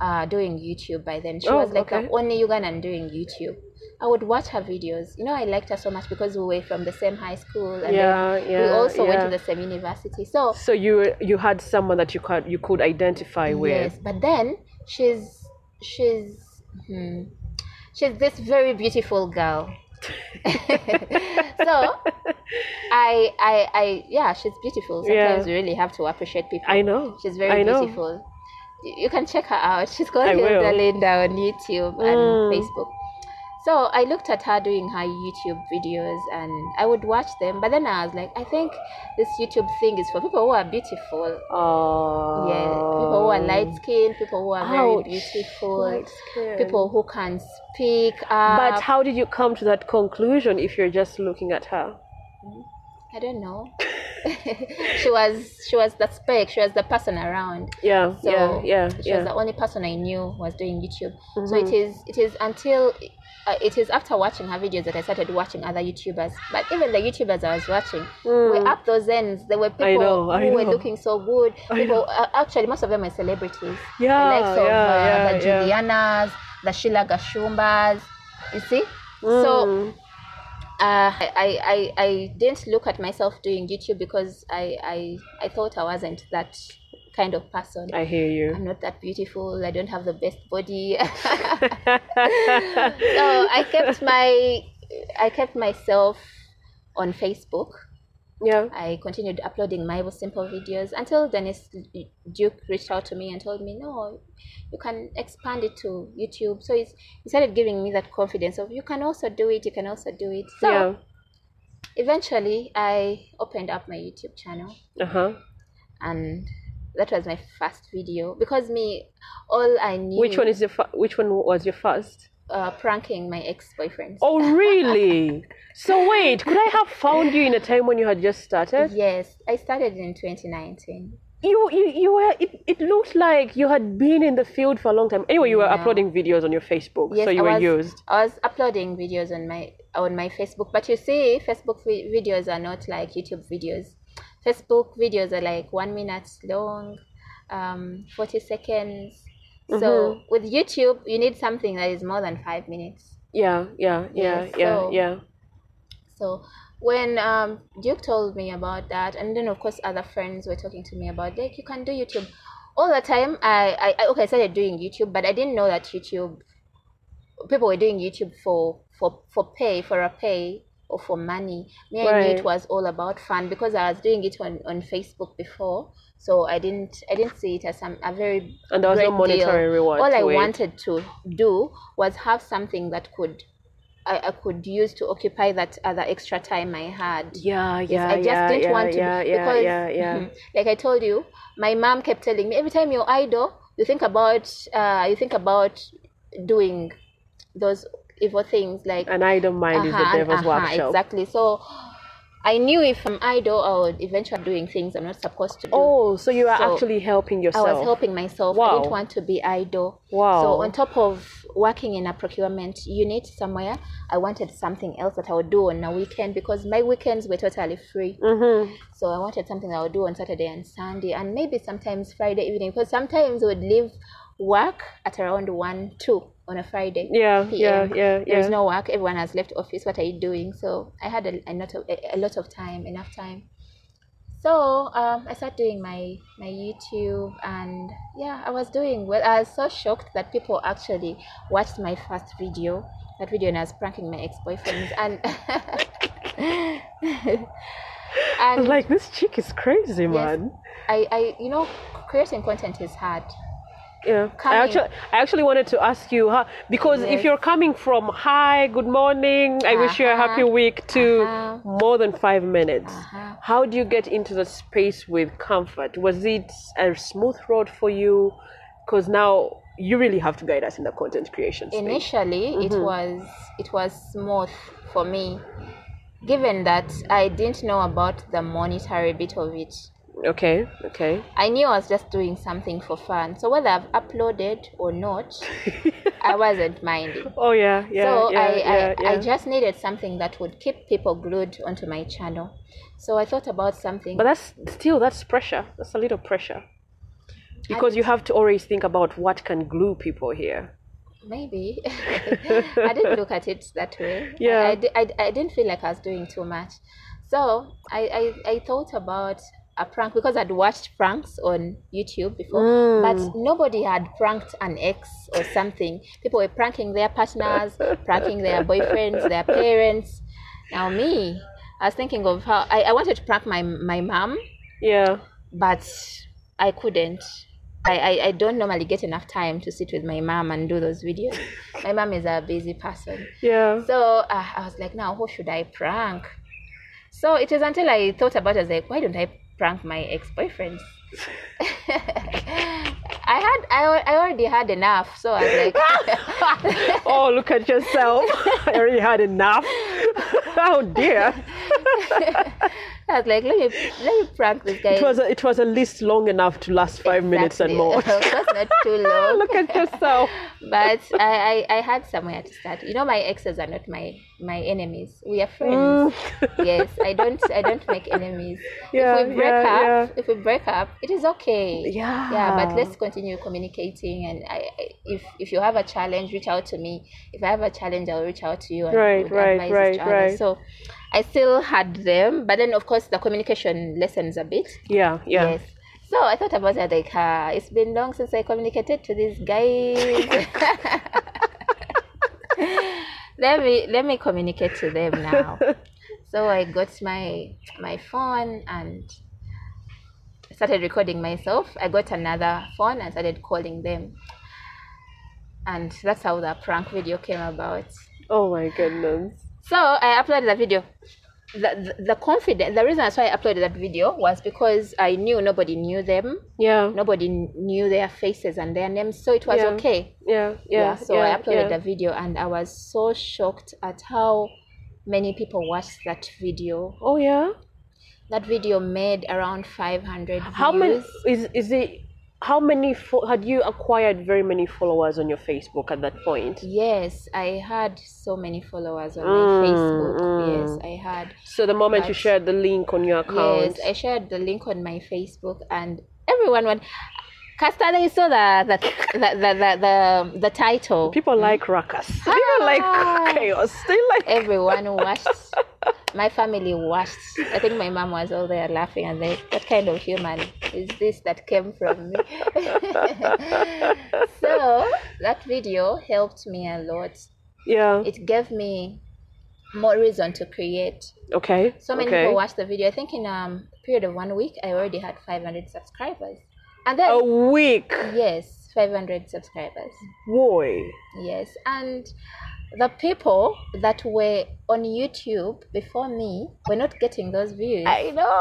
[SPEAKER 2] uh, doing YouTube by then. She
[SPEAKER 1] Oh,
[SPEAKER 2] was like
[SPEAKER 1] okay.
[SPEAKER 2] the only Ugandan doing YouTube. I would watch her videos. You know, I liked her so much because we were from the same high school and then
[SPEAKER 1] yeah. Yeah.
[SPEAKER 2] we also went
[SPEAKER 1] yeah.
[SPEAKER 2] to the same university. So,
[SPEAKER 1] So you you had someone that you could you could identify with.
[SPEAKER 2] yes, but then she's, she's, hmm, she's this very beautiful girl. so I, I, I, yeah, she's beautiful.
[SPEAKER 1] Yeah.
[SPEAKER 2] Sometimes we really have to appreciate people.
[SPEAKER 1] I know.
[SPEAKER 2] She's
[SPEAKER 1] I
[SPEAKER 2] very
[SPEAKER 1] know.
[SPEAKER 2] beautiful. Y- You can check her out. She's called
[SPEAKER 1] I
[SPEAKER 2] Hilda
[SPEAKER 1] will.
[SPEAKER 2] Linda on YouTube
[SPEAKER 1] Mm.
[SPEAKER 2] and Facebook. So I looked at her doing her YouTube videos and I would watch them. But then I was like, I think this YouTube thing is for people who are beautiful.
[SPEAKER 1] Oh.
[SPEAKER 2] Yeah. People who are light skinned, people who are very
[SPEAKER 1] Ouch.
[SPEAKER 2] beautiful,
[SPEAKER 1] Light-skinned.
[SPEAKER 2] people who can speak up.
[SPEAKER 1] But how did you come to that conclusion if you're just looking at her?
[SPEAKER 2] I don't know. she was she was the spec, she was the person around.
[SPEAKER 1] Yeah,
[SPEAKER 2] So
[SPEAKER 1] yeah, yeah,
[SPEAKER 2] she was
[SPEAKER 1] yeah. Mm-hmm.
[SPEAKER 2] the only person I knew was doing YouTube. So it is it is until uh, it is after watching her videos that I started watching other YouTubers. But even the YouTubers I was watching
[SPEAKER 1] Mm.
[SPEAKER 2] were up those ends. There were people
[SPEAKER 1] know, I
[SPEAKER 2] who were
[SPEAKER 1] know.
[SPEAKER 2] looking so good.
[SPEAKER 1] I
[SPEAKER 2] People uh, actually most of them are celebrities.
[SPEAKER 1] Yeah,
[SPEAKER 2] the likes of
[SPEAKER 1] Oh, yeah,
[SPEAKER 2] uh,
[SPEAKER 1] yeah,
[SPEAKER 2] the
[SPEAKER 1] yeah.
[SPEAKER 2] Julianas, the Sheila Gashumbas. You see. So
[SPEAKER 1] Mm.
[SPEAKER 2] uh, I, I, I didn't look at myself doing YouTube because I, I, I thought I wasn't that kind of person.
[SPEAKER 1] I hear you.
[SPEAKER 2] I'm not that beautiful. I don't have the best body. so I kept my I kept myself on Facebook
[SPEAKER 1] Yeah.
[SPEAKER 2] I continued uploading my simple videos until Dennis Duke reached out to me and told me, no, you can expand it to YouTube. So he's, he started giving me that confidence of, you can also do it, you can also do it. So
[SPEAKER 1] yeah.
[SPEAKER 2] eventually I opened up my YouTube channel
[SPEAKER 1] Uh huh.
[SPEAKER 2] and that was my first video because me, all I knew
[SPEAKER 1] Which one is your fa- which one was your first?
[SPEAKER 2] uh, pranking my ex-boyfriend.
[SPEAKER 1] Oh really? so wait, could I have found you in a time when you had just started?
[SPEAKER 2] Yes, I started in 2019.
[SPEAKER 1] You you, you were it, it looked like you had been in the field for a long time. Anyway, you were
[SPEAKER 2] No.
[SPEAKER 1] uploading videos on your Facebook,
[SPEAKER 2] Yes,
[SPEAKER 1] so you
[SPEAKER 2] I
[SPEAKER 1] were
[SPEAKER 2] was,
[SPEAKER 1] used.
[SPEAKER 2] I was uploading videos on my on my Facebook, but you see, Facebook vi- videos are not like YouTube videos. Facebook videos are like one minute long, um, forty seconds.
[SPEAKER 1] Mm-hmm.
[SPEAKER 2] So with YouTube, you need something that is more than five minutes.
[SPEAKER 1] Yeah, yeah, yeah,
[SPEAKER 2] Yes,
[SPEAKER 1] yeah,
[SPEAKER 2] so-
[SPEAKER 1] yeah.
[SPEAKER 2] So when um, Duke told me about that, and then of course other friends were talking to me about like you can do YouTube. All the time, I, I I- okay, I started doing YouTube, but I didn't know that YouTube people were doing YouTube for for for pay for a pay or for money. Me, I knew
[SPEAKER 1] Right.
[SPEAKER 2] it was all about fun because I was doing it on, on Facebook before, so I didn't I didn't see it as some a very
[SPEAKER 1] And there was no
[SPEAKER 2] great deal.
[SPEAKER 1] monetary reward.
[SPEAKER 2] All
[SPEAKER 1] to
[SPEAKER 2] I
[SPEAKER 1] it.
[SPEAKER 2] wanted to do was have something that could I, I could use to occupy that other extra time I had.
[SPEAKER 1] Yeah, yeah,
[SPEAKER 2] I just
[SPEAKER 1] yeah,
[SPEAKER 2] didn't
[SPEAKER 1] yeah,
[SPEAKER 2] want to
[SPEAKER 1] yeah,
[SPEAKER 2] be-
[SPEAKER 1] yeah,
[SPEAKER 2] because
[SPEAKER 1] yeah, yeah.
[SPEAKER 2] Mhm. like I told you, my mom kept telling me every time you're idle, you think about uh, you think about doing those evil things like
[SPEAKER 1] An idle mind is the
[SPEAKER 2] uh-huh,
[SPEAKER 1] devil's
[SPEAKER 2] uh-huh,
[SPEAKER 1] workshop.
[SPEAKER 2] Exactly. So I knew if I'm idle, I would eventually doing things I'm not supposed to do.
[SPEAKER 1] Oh, so you are
[SPEAKER 2] So,
[SPEAKER 1] actually helping
[SPEAKER 2] I
[SPEAKER 1] yourself.
[SPEAKER 2] was helping myself. I
[SPEAKER 1] Wow.
[SPEAKER 2] didn't want to be idle.
[SPEAKER 1] Wow.
[SPEAKER 2] So on top of working in a procurement unit somewhere, I wanted something else that I would do on a weekend because my weekends were totally free.
[SPEAKER 1] Mm-hmm.
[SPEAKER 2] So I wanted something I would do on Saturday and Sunday and maybe sometimes Friday evening because sometimes we would leave work at around one, two on a Friday.
[SPEAKER 1] Yeah,
[SPEAKER 2] PM.
[SPEAKER 1] yeah, yeah,
[SPEAKER 2] There's
[SPEAKER 1] yeah.
[SPEAKER 2] no work. Everyone has left office. What are you doing? So I had a, a lot of a, a lot of time, enough time. So um, I started doing my my YouTube, and yeah, I was doing well. I was so shocked that people actually watched my first video. That video, and I was pranking my ex boyfriends, and
[SPEAKER 1] I was
[SPEAKER 2] and
[SPEAKER 1] like, this chick is crazy, man.
[SPEAKER 2] I, I you know creating content is hard.
[SPEAKER 1] Yeah. I
[SPEAKER 2] Coming.
[SPEAKER 1] actually, I actually wanted to ask you how, because if
[SPEAKER 2] Yes.
[SPEAKER 1] you're coming from hi, good morning, I wish you a happy
[SPEAKER 2] Uh-huh.
[SPEAKER 1] week to
[SPEAKER 2] Uh-huh.
[SPEAKER 1] more than five minutes.
[SPEAKER 2] Uh-huh.
[SPEAKER 1] How do you get into the space with comfort? Was it a smooth road for you? Because now you really have to guide us in the content creation space.
[SPEAKER 2] initially
[SPEAKER 1] Mm-hmm.
[SPEAKER 2] it was it was smooth for me given that i didn't know about the monetary bit of it
[SPEAKER 1] Okay, okay.
[SPEAKER 2] i knew i was just doing something for fun so whether i've uploaded or not i wasn't minding
[SPEAKER 1] Oh yeah, yeah.
[SPEAKER 2] so
[SPEAKER 1] yeah,
[SPEAKER 2] I,
[SPEAKER 1] yeah,
[SPEAKER 2] I,
[SPEAKER 1] yeah.
[SPEAKER 2] I just needed something that would keep people glued onto my channel so i thought about something
[SPEAKER 1] But that's still that's pressure. That's a little pressure. Because you have to always think about what can glue people here.
[SPEAKER 2] maybe i didn't look at it that way I-
[SPEAKER 1] Yeah.
[SPEAKER 2] I, di- I, I didn't feel like i was doing too much so I, I i thought about a prank because i'd watched pranks on youtube before but nobody had pranked an ex or something people were pranking their partners pranking their boyfriends their parents now me i was thinking of how i, I wanted to prank my my mom
[SPEAKER 1] Yeah.
[SPEAKER 2] but I couldn't. I, I, I don't normally get enough time to sit with my mom and do those videos. My mom is a busy person.
[SPEAKER 1] Yeah.
[SPEAKER 2] So uh, I was like, now who should I prank? So it was until I thought about it, I was like, why don't I prank my ex boyfriends? I had I, al- I already had enough, so I was like,
[SPEAKER 1] oh, look at yourself. I already had enough. oh dear.
[SPEAKER 2] I was like, let me let me prank this guy.
[SPEAKER 1] It was a, it was a list long enough to last five minutes and
[SPEAKER 2] Exactly.
[SPEAKER 1] more. Oh,
[SPEAKER 2] of course, not too long.
[SPEAKER 1] look at yourself.
[SPEAKER 2] but I, I, I had somewhere to start. You know, my exes are not my my enemies. We are friends.
[SPEAKER 1] Mm.
[SPEAKER 2] yes, I don't I don't make enemies.
[SPEAKER 1] Yeah,
[SPEAKER 2] if we break
[SPEAKER 1] yeah,
[SPEAKER 2] up,
[SPEAKER 1] yeah.
[SPEAKER 2] if we break up, it is okay.
[SPEAKER 1] Yeah.
[SPEAKER 2] Yeah, but let's continue communicating. And I, I- if if you have a challenge, reach out to me. If I have a challenge, I'll reach out to you. And
[SPEAKER 1] Right,
[SPEAKER 2] we'll
[SPEAKER 1] right,
[SPEAKER 2] advise
[SPEAKER 1] right,
[SPEAKER 2] each other.
[SPEAKER 1] right.
[SPEAKER 2] So, I still had them, but then of course the communication lessens a bit.
[SPEAKER 1] Yeah, yeah.
[SPEAKER 2] Yes. So I thought about it like, ah, it's been long since I communicated to these guys. let me let me communicate to them now. So I got my my phone and started recording myself. I got another phone and started calling them. And that's how the prank video came about.
[SPEAKER 1] Oh my goodness.
[SPEAKER 2] So I uploaded that video. The, the, the confidence, the reason that's why I uploaded that video was because I knew nobody knew them.
[SPEAKER 1] Yeah.
[SPEAKER 2] Nobody kn- knew their faces and their names. So it was
[SPEAKER 1] Yeah.
[SPEAKER 2] okay.
[SPEAKER 1] Yeah. Yeah.
[SPEAKER 2] Yeah. So I
[SPEAKER 1] yeah.
[SPEAKER 2] uploaded the video and I was so shocked at how many people watched that video.
[SPEAKER 1] Oh yeah.
[SPEAKER 2] That video made around 500
[SPEAKER 1] How many
[SPEAKER 2] views.
[SPEAKER 1] is is it? How many fo- had you acquired? Very many followers on your Facebook at that point.
[SPEAKER 2] Yes, I had so many followers on
[SPEAKER 1] Mm,
[SPEAKER 2] my Facebook.
[SPEAKER 1] mm.
[SPEAKER 2] Yes, I had.
[SPEAKER 1] So the moment you
[SPEAKER 2] But-
[SPEAKER 1] shared the link on your account,
[SPEAKER 2] Yes, I shared the link on my Facebook, and everyone went. Castor, they saw the the the the the, the, the title.
[SPEAKER 1] people like ruckus. People
[SPEAKER 2] Ah.
[SPEAKER 1] like chaos. They like
[SPEAKER 2] Everyone watched. My family watched. I think my mom was all there laughing, and they, what kind of human is this that came from me? so that video helped me a lot.
[SPEAKER 1] yeah.
[SPEAKER 2] It gave me more reason to create.
[SPEAKER 1] Okay.
[SPEAKER 2] So many
[SPEAKER 1] okay.
[SPEAKER 2] people watched the video. I think in um, a period of one week, I already had 500 subscribers. And then,
[SPEAKER 1] A week,
[SPEAKER 2] yes, 500 subscribers.
[SPEAKER 1] boy.
[SPEAKER 2] Yes. And the people that were on YouTube before me were not getting those views.
[SPEAKER 1] I know.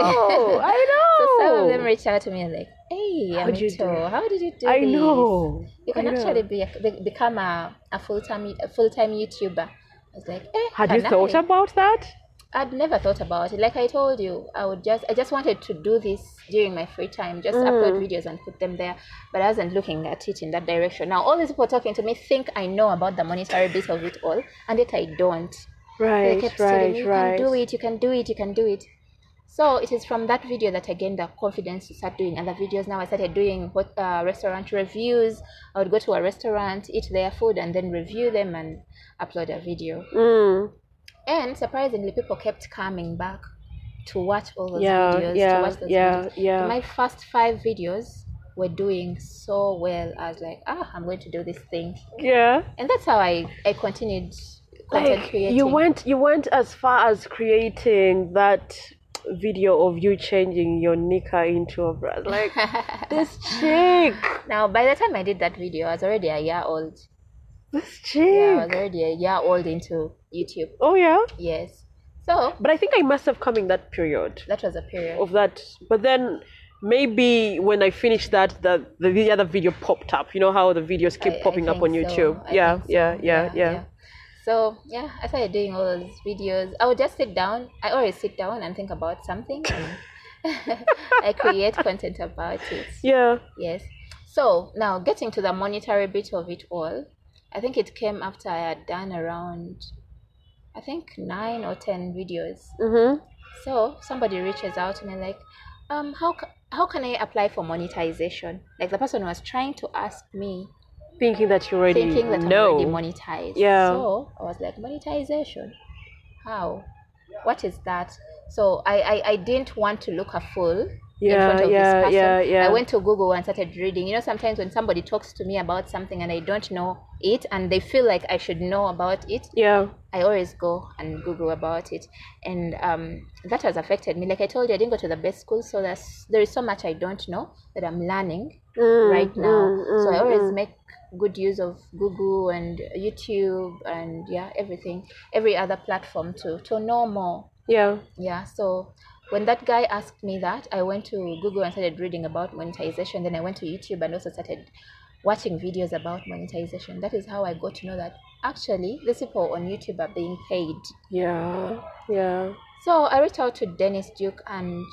[SPEAKER 1] I know.
[SPEAKER 2] So some of them reached out to me and like, hey,
[SPEAKER 1] How'd you do
[SPEAKER 2] Amito, how did you do
[SPEAKER 1] I
[SPEAKER 2] this?"
[SPEAKER 1] know.
[SPEAKER 2] You can
[SPEAKER 1] I know.
[SPEAKER 2] actually be a, be- become a, a full-time a full-time YouTuber. I was like, eh,
[SPEAKER 1] Had you
[SPEAKER 2] can
[SPEAKER 1] thought
[SPEAKER 2] I?
[SPEAKER 1] about that?
[SPEAKER 2] I'd never thought about it. Like I told you, I would just I just wanted to do this during my free time, just
[SPEAKER 1] Mm.
[SPEAKER 2] upload videos and put them there. But I wasn't looking at it in that direction. Now all these people talking to me think I know about the monetary bit of it all, and yet I don't.
[SPEAKER 1] Right,
[SPEAKER 2] they kept telling me,
[SPEAKER 1] right,
[SPEAKER 2] "You
[SPEAKER 1] right.
[SPEAKER 2] can do it, you can do it, you can do it." So it is from that video that I gained the confidence to start doing other videos. Now I started doing what uh, restaurant reviews. I would go to a restaurant, eat their food, and then review them and upload a video.
[SPEAKER 1] Mm,
[SPEAKER 2] And surprisingly, people kept coming back to watch all those
[SPEAKER 1] yeah,
[SPEAKER 2] videos. to
[SPEAKER 1] yeah,
[SPEAKER 2] watch those
[SPEAKER 1] yeah,
[SPEAKER 2] videos.
[SPEAKER 1] yeah.
[SPEAKER 2] My first five videos were doing so well. I was like, ah, I'm going to do this thing.
[SPEAKER 1] yeah.
[SPEAKER 2] And that's how I, I continued content
[SPEAKER 1] Like
[SPEAKER 2] creating.
[SPEAKER 1] you went, you went as far as creating that video of you changing your nika into a bra. Like this chick,
[SPEAKER 2] Now, by the time I did that video, I was already a year old.
[SPEAKER 1] this
[SPEAKER 2] Yeah, I was
[SPEAKER 1] chick.
[SPEAKER 2] already a year old into YouTube.
[SPEAKER 1] Oh yeah.
[SPEAKER 2] Yes. So
[SPEAKER 1] But I think I must have come in that period.
[SPEAKER 2] that was a period.
[SPEAKER 1] of that. But then maybe when I finished that, the the, the other video popped up. You know how the videos keep
[SPEAKER 2] I- I
[SPEAKER 1] popping up
[SPEAKER 2] think
[SPEAKER 1] on
[SPEAKER 2] so.
[SPEAKER 1] YouTube.
[SPEAKER 2] I
[SPEAKER 1] Yeah,
[SPEAKER 2] think so.
[SPEAKER 1] yeah, yeah, yeah,
[SPEAKER 2] So yeah, I started doing all those videos. I would just sit down. I always sit down and think about something. and I create content about it.
[SPEAKER 1] yeah.
[SPEAKER 2] Yes. So now getting to the monetary bit of it all, I think it came after I had done around, I think nine or ten videos.
[SPEAKER 1] Mhm.
[SPEAKER 2] So somebody reaches out to me like, um, how ca- how can I apply for monetization? Like the person was trying to ask me
[SPEAKER 1] Thinking that you already
[SPEAKER 2] thinking that
[SPEAKER 1] know.
[SPEAKER 2] I'm already monetized.
[SPEAKER 1] Yeah.
[SPEAKER 2] So I was like, monetization? How? What is that? So I, I, I didn't want to look a fool in
[SPEAKER 1] Yeah,
[SPEAKER 2] front of
[SPEAKER 1] yeah,
[SPEAKER 2] this person.
[SPEAKER 1] yeah, yeah.
[SPEAKER 2] I went to Google and started reading. You know, sometimes when somebody talks to me about something and I don't know it and they feel like I should know about it,
[SPEAKER 1] yeah.
[SPEAKER 2] I always go and Google about it, and um, that has affected me. Like I told you, I didn't go to the best school, so that's, there is so much I don't know that I'm learning
[SPEAKER 1] Mm,
[SPEAKER 2] right now.
[SPEAKER 1] mm,
[SPEAKER 2] so I
[SPEAKER 1] mm,
[SPEAKER 2] always
[SPEAKER 1] mm.
[SPEAKER 2] make good use of Google and YouTube and yeah, everything, every other platform to to know more.
[SPEAKER 1] Yeah.
[SPEAKER 2] Yeah, so when that guy asked me that, I went to Google and started reading about monetization. Then I went to YouTube and also started watching videos about monetization. That is how I got to know that actually these people on YouTube are being paid.
[SPEAKER 1] Yeah. Yeah.
[SPEAKER 2] So I reached out to Dennis Duke and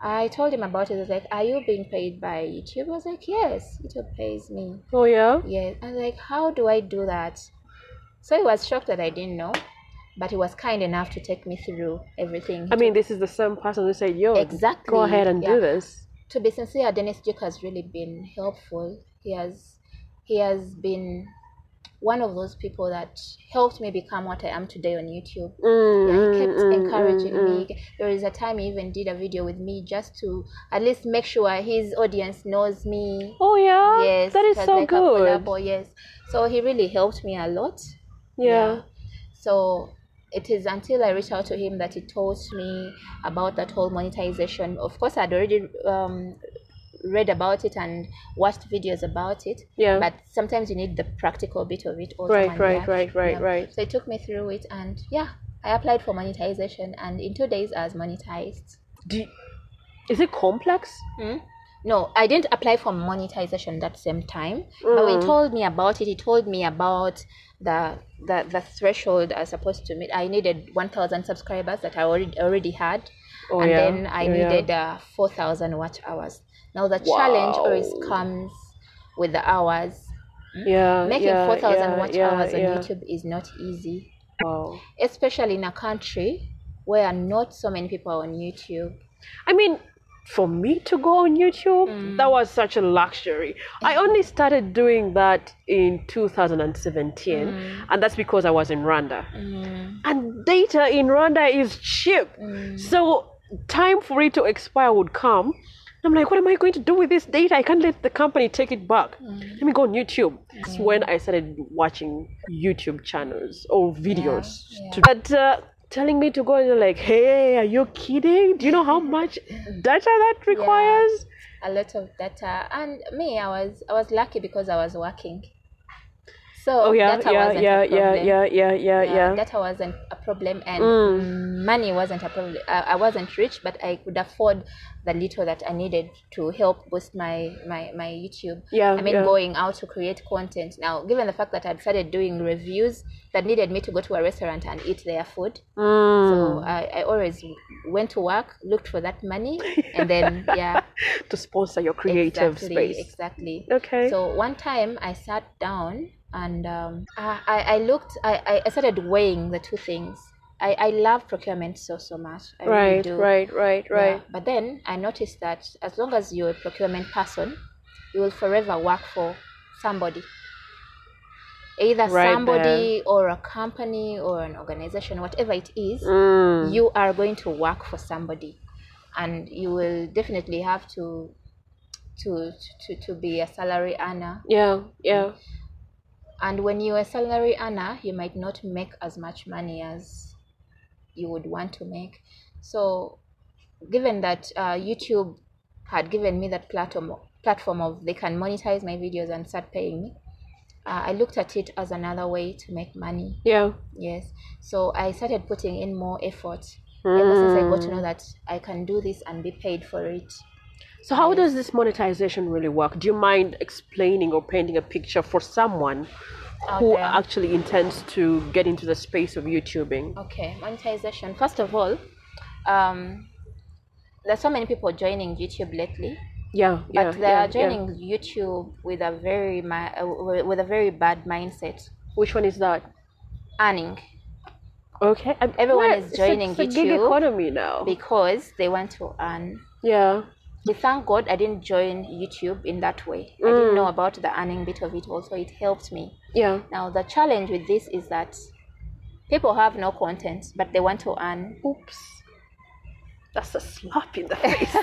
[SPEAKER 2] I told him about it. I was like, Are you being paid by YouTube? I was like, Yes, YouTube pays me.
[SPEAKER 1] Oh yeah.
[SPEAKER 2] Yeah. I was like, How do I do that? So he was shocked that I didn't know, but he was kind enough to take me through everything.
[SPEAKER 1] I mean, this is the same person who said, "Yo,
[SPEAKER 2] Exactly,
[SPEAKER 1] go ahead and
[SPEAKER 2] yeah.
[SPEAKER 1] do this."
[SPEAKER 2] to be sincere, Dennis Duke has really been helpful. He has he has been one of those people that helped me become what I am today on YouTube.
[SPEAKER 1] Mm,
[SPEAKER 2] Yeah, he
[SPEAKER 1] mm,
[SPEAKER 2] kept
[SPEAKER 1] mm,
[SPEAKER 2] encouraging
[SPEAKER 1] mm, mm.
[SPEAKER 2] me. There is a time he even did a video with me just to at least make sure his audience knows me.
[SPEAKER 1] Oh yeah.
[SPEAKER 2] yes,
[SPEAKER 1] That is
[SPEAKER 2] it was
[SPEAKER 1] so
[SPEAKER 2] like a
[SPEAKER 1] good.
[SPEAKER 2] collabo, yes, so he really helped me a lot.
[SPEAKER 1] Yeah.
[SPEAKER 2] So it is until I reached out to him that he told me about that whole monetization. Of course, I'd already um, read about it and watched videos about it.
[SPEAKER 1] Yeah.
[SPEAKER 2] But sometimes you need the practical bit of it. Also
[SPEAKER 1] Right,
[SPEAKER 2] and
[SPEAKER 1] right,
[SPEAKER 2] the
[SPEAKER 1] right,
[SPEAKER 2] action,
[SPEAKER 1] right,
[SPEAKER 2] yeah.
[SPEAKER 1] right.
[SPEAKER 2] So he took me through it, and yeah, I applied for monetization, and in two days I was monetized.
[SPEAKER 1] Do you- is it complex?
[SPEAKER 2] Hmm? No, I didn't apply for monetization that same time. But when
[SPEAKER 1] Mm.
[SPEAKER 2] he told me about it, he told me about the the, the threshold I was supposed to meet. I needed one thousand subscribers that I already already had.
[SPEAKER 1] Oh,
[SPEAKER 2] and
[SPEAKER 1] yeah.
[SPEAKER 2] then I
[SPEAKER 1] Yeah, yeah.
[SPEAKER 2] needed uh, four thousand watch hours. Now the challenge always
[SPEAKER 1] Wow.
[SPEAKER 2] comes with the hours.
[SPEAKER 1] Yeah.
[SPEAKER 2] Making
[SPEAKER 1] yeah,
[SPEAKER 2] four thousand
[SPEAKER 1] yeah,
[SPEAKER 2] watch
[SPEAKER 1] yeah,
[SPEAKER 2] hours on
[SPEAKER 1] yeah.
[SPEAKER 2] YouTube is not easy.
[SPEAKER 1] Wow.
[SPEAKER 2] Especially in a country where not so many people are on YouTube.
[SPEAKER 1] I mean, for me to go on YouTube, that was such a luxury. I only started doing that in 2017, and that's because I was in Rwanda. And data in Rwanda is cheap. So, time for it to expire would come. I'm like, what am I going to do with this data? I can't let the company take it back. Let me go on YouTube. That's when I started watching YouTube channels or videos.
[SPEAKER 2] yeah.
[SPEAKER 1] to- but uh, telling me to go, and they're like, hey, are you kidding? Do you know how much data that requires?
[SPEAKER 2] a lot of data and me i was i was lucky because i was working so
[SPEAKER 1] Oh, yeah,
[SPEAKER 2] data
[SPEAKER 1] yeah,
[SPEAKER 2] wasn't
[SPEAKER 1] yeah,
[SPEAKER 2] a
[SPEAKER 1] yeah,
[SPEAKER 2] problem.
[SPEAKER 1] yeah, yeah, yeah,
[SPEAKER 2] Yeah,
[SPEAKER 1] yeah. Mm.
[SPEAKER 2] data wasn't a problem and money wasn't a problem I, I wasn't rich but i could afford the little that i needed to help boost my my, my youtube
[SPEAKER 1] Yeah,
[SPEAKER 2] i mean
[SPEAKER 1] yeah.
[SPEAKER 2] going out to create content now given the fact that i'd started doing reviews that needed me to go to a restaurant and eat their food
[SPEAKER 1] Mm.
[SPEAKER 2] so I, I always went to work looked for that money and then yeah
[SPEAKER 1] To sponsor your creative
[SPEAKER 2] exactly,
[SPEAKER 1] space.
[SPEAKER 2] Exactly.
[SPEAKER 1] Okay.
[SPEAKER 2] So one time I sat down and um, I, I, I looked, I, I- I started weighing the two things. I, I love procurement so, so much. I really
[SPEAKER 1] Right,
[SPEAKER 2] do.
[SPEAKER 1] right, right,
[SPEAKER 2] Yeah.
[SPEAKER 1] right.
[SPEAKER 2] But then I noticed that as long as you're a procurement person, you will forever work for somebody. Either
[SPEAKER 1] Right
[SPEAKER 2] somebody or a company or an organization, whatever it is,
[SPEAKER 1] Mm.
[SPEAKER 2] you are going to work for somebody and you will definitely have to to to, to be a salary earner
[SPEAKER 1] Yeah, yeah.
[SPEAKER 2] and when you're a salary earner you might not make as much money as you would want to make so given that uh, youtube had given me that platform platform of they can monetize my videos and start paying me uh, i looked at it as another way to make money
[SPEAKER 1] Yeah.
[SPEAKER 2] Yes. So I started putting in more effort ever since I got
[SPEAKER 1] Mm.
[SPEAKER 2] to know that I can do this and be paid for it.
[SPEAKER 1] So how does this monetization really work? Do you mind explaining or painting a picture for someone
[SPEAKER 2] Out
[SPEAKER 1] who
[SPEAKER 2] there.
[SPEAKER 1] actually intends to get into the space of YouTubing?
[SPEAKER 2] Okay, monetization. First of all, um, there's so many people joining YouTube lately,
[SPEAKER 1] Yeah,
[SPEAKER 2] but
[SPEAKER 1] yeah,
[SPEAKER 2] they
[SPEAKER 1] yeah,
[SPEAKER 2] are joining YouTube with a very mi- uh, wi- with a very bad mindset.
[SPEAKER 1] yeah. Which one is that?
[SPEAKER 2] Earning
[SPEAKER 1] Okay, I'm-
[SPEAKER 2] Everyone
[SPEAKER 1] well,
[SPEAKER 2] is
[SPEAKER 1] it's-
[SPEAKER 2] joining
[SPEAKER 1] it's, a gig
[SPEAKER 2] YouTube
[SPEAKER 1] economy now.
[SPEAKER 2] because they want to earn.
[SPEAKER 1] yeah,
[SPEAKER 2] We thank God I didn't join YouTube in that way. I
[SPEAKER 1] Mm.
[SPEAKER 2] didn't know about the earning bit of it. Also, it helped me.
[SPEAKER 1] yeah,
[SPEAKER 2] Now, the challenge with this is that people have no content, but they want to earn.
[SPEAKER 1] oops, that's a slap in the face.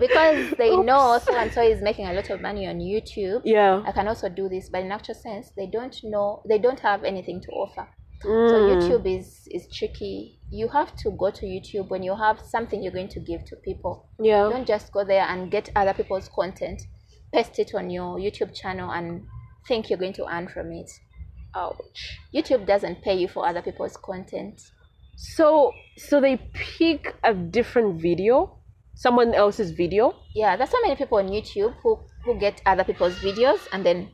[SPEAKER 2] Because they know so and so is making a lot of money on YouTube. I
[SPEAKER 1] yeah,
[SPEAKER 2] can also do this, but in actual sense, they don't know, they don't have anything to offer. So,
[SPEAKER 1] Hmm. Mm,
[SPEAKER 2] YouTube is, is tricky. You have to go to YouTube when you have something you're going to give to people.
[SPEAKER 1] yeah,
[SPEAKER 2] Don't just go there and get other people's content, paste it on your YouTube channel, and think you're going to earn from it.
[SPEAKER 1] ouch.
[SPEAKER 2] YouTube doesn't pay you for other people's content.
[SPEAKER 1] So, so they pick a different video, someone else's video.
[SPEAKER 2] yeah there's so many people on youtube who who get other people's videos and then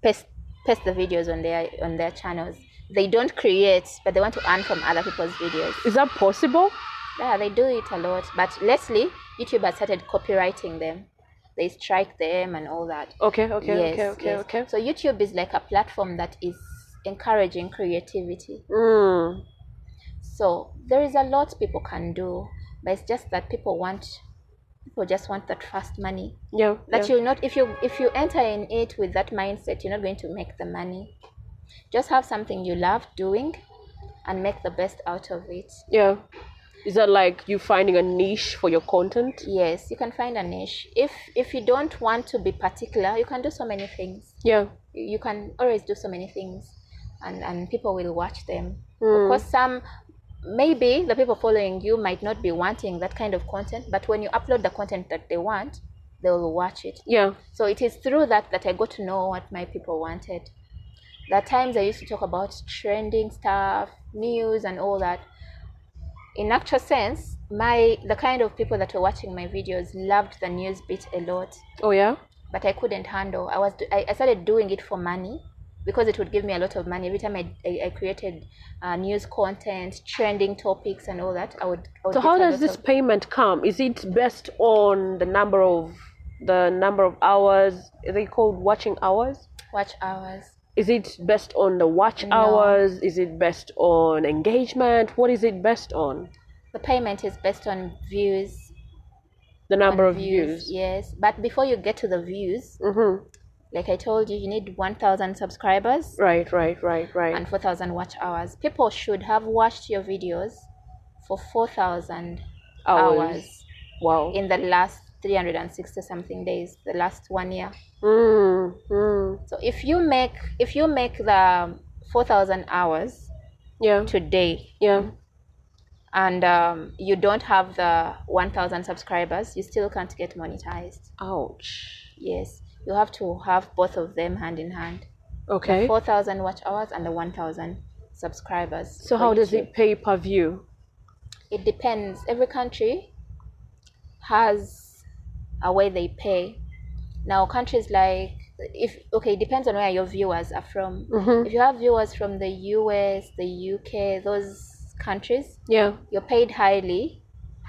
[SPEAKER 2] paste paste the videos on their on their channels they don't create but they want to earn from other people's videos
[SPEAKER 1] Is that possible?
[SPEAKER 2] yeah they do it a lot but lately youtube has started copywriting them they strike them and all that
[SPEAKER 1] Okay, okay,
[SPEAKER 2] yes,
[SPEAKER 1] okay, okay,
[SPEAKER 2] yes.
[SPEAKER 1] okay.
[SPEAKER 2] so youtube is like a platform that is encouraging creativity
[SPEAKER 1] Mm.
[SPEAKER 2] so there is a lot people can do but it's just that people want people just want that fast money
[SPEAKER 1] Yeah.
[SPEAKER 2] that
[SPEAKER 1] yeah.
[SPEAKER 2] you'll not if you if you enter in it with that mindset you're not going to make the money just have something you love doing and make the best out of it
[SPEAKER 1] Yeah. Is that like you finding a niche for your content?
[SPEAKER 2] yes you can find a niche if if you don't want to be particular you can do so many things
[SPEAKER 1] Yeah.
[SPEAKER 2] you you can always do so many things and, and people will watch them. Of course, some maybe the people following you might not be wanting that kind of content, but when you upload the content that they want, they will watch it.
[SPEAKER 1] Yeah.
[SPEAKER 2] So it is through that that I got to know what my people wanted. There are times I used to talk about trending stuff, news, and all that. In actual sense, my the kind of people that were watching my videos loved the news bit a lot,
[SPEAKER 1] Oh yeah.
[SPEAKER 2] but I couldn't handle. I was do- I, I started doing it for money because it would give me a lot of money every time I, I, I created uh, news content, trending topics, and all that. I would. I would
[SPEAKER 1] So how
[SPEAKER 2] get a
[SPEAKER 1] does
[SPEAKER 2] lot
[SPEAKER 1] this
[SPEAKER 2] of-
[SPEAKER 1] payment come? Is it based on the number of the number of hours? Are they called watching hours?
[SPEAKER 2] watch hours?
[SPEAKER 1] Is it based on the watch hours? Is it based on engagement? What is it based on?
[SPEAKER 2] The payment is based on views
[SPEAKER 1] The number
[SPEAKER 2] on
[SPEAKER 1] of views.
[SPEAKER 2] Yes, but before you get to the views,
[SPEAKER 1] Mm-hmm.
[SPEAKER 2] like I told you, you need 1,000 subscribers
[SPEAKER 1] Right, right, right, right.
[SPEAKER 2] and 4,000 watch hours. People should have watched your videos for 4,000
[SPEAKER 1] Hours.
[SPEAKER 2] hours.
[SPEAKER 1] wow.
[SPEAKER 2] in the last 360 something days, the last one year.
[SPEAKER 1] Mm, mm.
[SPEAKER 2] So if you make if you make the 4,000 hours
[SPEAKER 1] Yeah,
[SPEAKER 2] today
[SPEAKER 1] yeah.
[SPEAKER 2] and um, you don't have the 1,000 subscribers, you still can't get monetized.
[SPEAKER 1] Ouch.
[SPEAKER 2] Yes, you have to have both of them hand in hand.
[SPEAKER 1] Okay.
[SPEAKER 2] 4,000 watch hours and the 1,000 subscribers.
[SPEAKER 1] So
[SPEAKER 2] for
[SPEAKER 1] how does
[SPEAKER 2] YouTube.
[SPEAKER 1] it pay per view?
[SPEAKER 2] It depends. Every country has a way they pay. Now, countries like if okay, it depends on where your viewers are from.
[SPEAKER 1] Mm-hmm.
[SPEAKER 2] If you have viewers from the US, the UK, those countries,
[SPEAKER 1] Yeah.
[SPEAKER 2] you're paid highly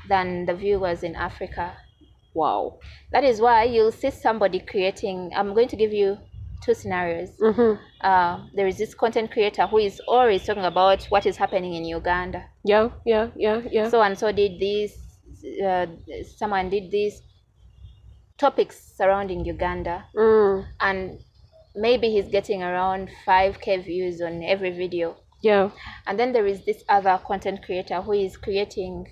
[SPEAKER 2] than the viewers in Africa.
[SPEAKER 1] Wow.
[SPEAKER 2] That is why you'll see somebody creating. I'm going to give you two scenarios.
[SPEAKER 1] Mm-hmm.
[SPEAKER 2] uh, there is this content creator who is always talking about what is happening in Uganda.
[SPEAKER 1] Yeah, yeah, yeah, yeah.
[SPEAKER 2] So and so did this, uh, someone did this. Topics surrounding Uganda,
[SPEAKER 1] mm.
[SPEAKER 2] and maybe he's getting around 5k views on every video.
[SPEAKER 1] Yeah.
[SPEAKER 2] And then there is this other content creator who is creating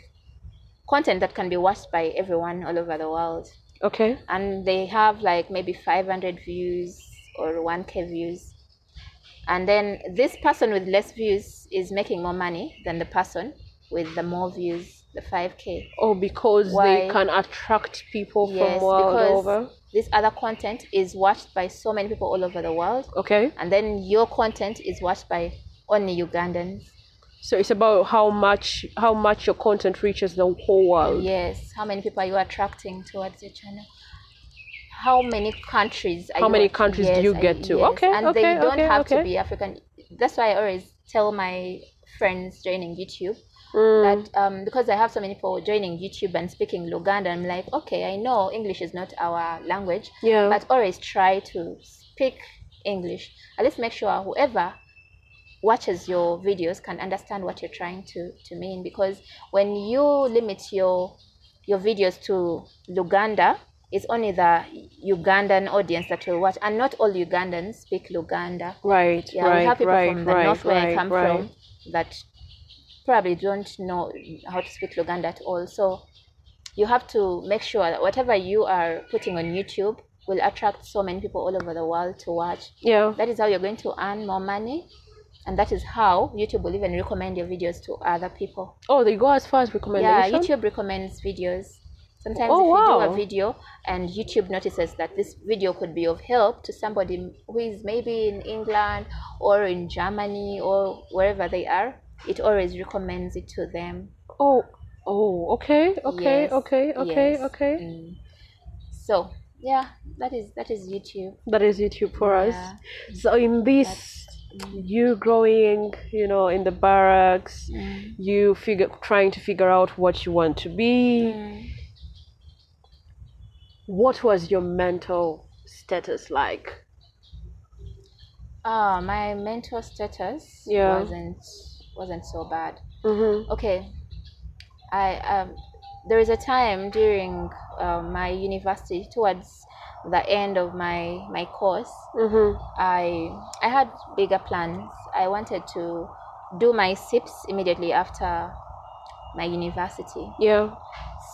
[SPEAKER 2] content that can be watched by everyone all over the world.
[SPEAKER 1] Okay.
[SPEAKER 2] and they have like maybe 500 views or 1k views and then this person with less views is making more money than the person with the more views the 5k
[SPEAKER 1] Oh, because they
[SPEAKER 2] Why?
[SPEAKER 1] can attract people
[SPEAKER 2] yes
[SPEAKER 1] from world
[SPEAKER 2] because
[SPEAKER 1] over.
[SPEAKER 2] this other content is watched by so many people all over the world
[SPEAKER 1] Okay.
[SPEAKER 2] and then your content is watched by only ugandans
[SPEAKER 1] So it's about how much how much your content reaches the whole world.
[SPEAKER 2] yes how many people are you attracting towards your channel how many countries are
[SPEAKER 1] How
[SPEAKER 2] you
[SPEAKER 1] many countries do you
[SPEAKER 2] are
[SPEAKER 1] get to? Okay,
[SPEAKER 2] and
[SPEAKER 1] okay,
[SPEAKER 2] they don't
[SPEAKER 1] okay,
[SPEAKER 2] have
[SPEAKER 1] okay.
[SPEAKER 2] to be african that's why i always tell my friends joining youtube
[SPEAKER 1] Mm,
[SPEAKER 2] that um, because i have so many people joining youtube and speaking luganda i'm like okay i know english is not our language
[SPEAKER 1] yeah.
[SPEAKER 2] but always try to speak english at least make sure whoever watches your videos can understand what you're trying to to mean because when you limit your your videos to luganda it's only the ugandan audience that will watch and not all ugandans speak luganda
[SPEAKER 1] right.
[SPEAKER 2] yeah we have
[SPEAKER 1] right.
[SPEAKER 2] people
[SPEAKER 1] Right.
[SPEAKER 2] from the
[SPEAKER 1] right.
[SPEAKER 2] north where
[SPEAKER 1] right.
[SPEAKER 2] i come
[SPEAKER 1] right.
[SPEAKER 2] from that probably don't know how to speak luganda at all so you have to make sure that whatever you are putting on youtube will attract so many people all over the world to watch
[SPEAKER 1] Yeah.
[SPEAKER 2] that is how you're going to earn more money and that is how youtube will even recommend your videos to other people
[SPEAKER 1] Oh, they go as far as
[SPEAKER 2] yeah
[SPEAKER 1] recommendation.
[SPEAKER 2] youtube recommends videos sometimes
[SPEAKER 1] Oh,
[SPEAKER 2] if you do
[SPEAKER 1] wow.
[SPEAKER 2] a video and youtube notices that this video could be of help to somebody who is maybe in england or in germany or wherever they are it always recommends it to them
[SPEAKER 1] Oh. Oh. Okay. Okay.
[SPEAKER 2] Yes,
[SPEAKER 1] Okay. Okay.
[SPEAKER 2] yes,
[SPEAKER 1] Okay.
[SPEAKER 2] mm. so yeah that is that is youtube
[SPEAKER 1] That is YouTube for
[SPEAKER 2] Yeah.
[SPEAKER 1] us. So in this, you growing, you know, in the barracks,
[SPEAKER 2] Mm.
[SPEAKER 1] you figure trying to figure out what you want to be. What was your mental status like?
[SPEAKER 2] Ah, my mental status
[SPEAKER 1] Yeah.
[SPEAKER 2] wasn't wasn't so bad.
[SPEAKER 1] Mm-hmm.
[SPEAKER 2] Okay, I um, there is a time during uh, my university towards the end of my my course,
[SPEAKER 1] Mm-hmm.
[SPEAKER 2] I I had bigger plans. I wanted to do my SIPS immediately after my university.
[SPEAKER 1] Yeah.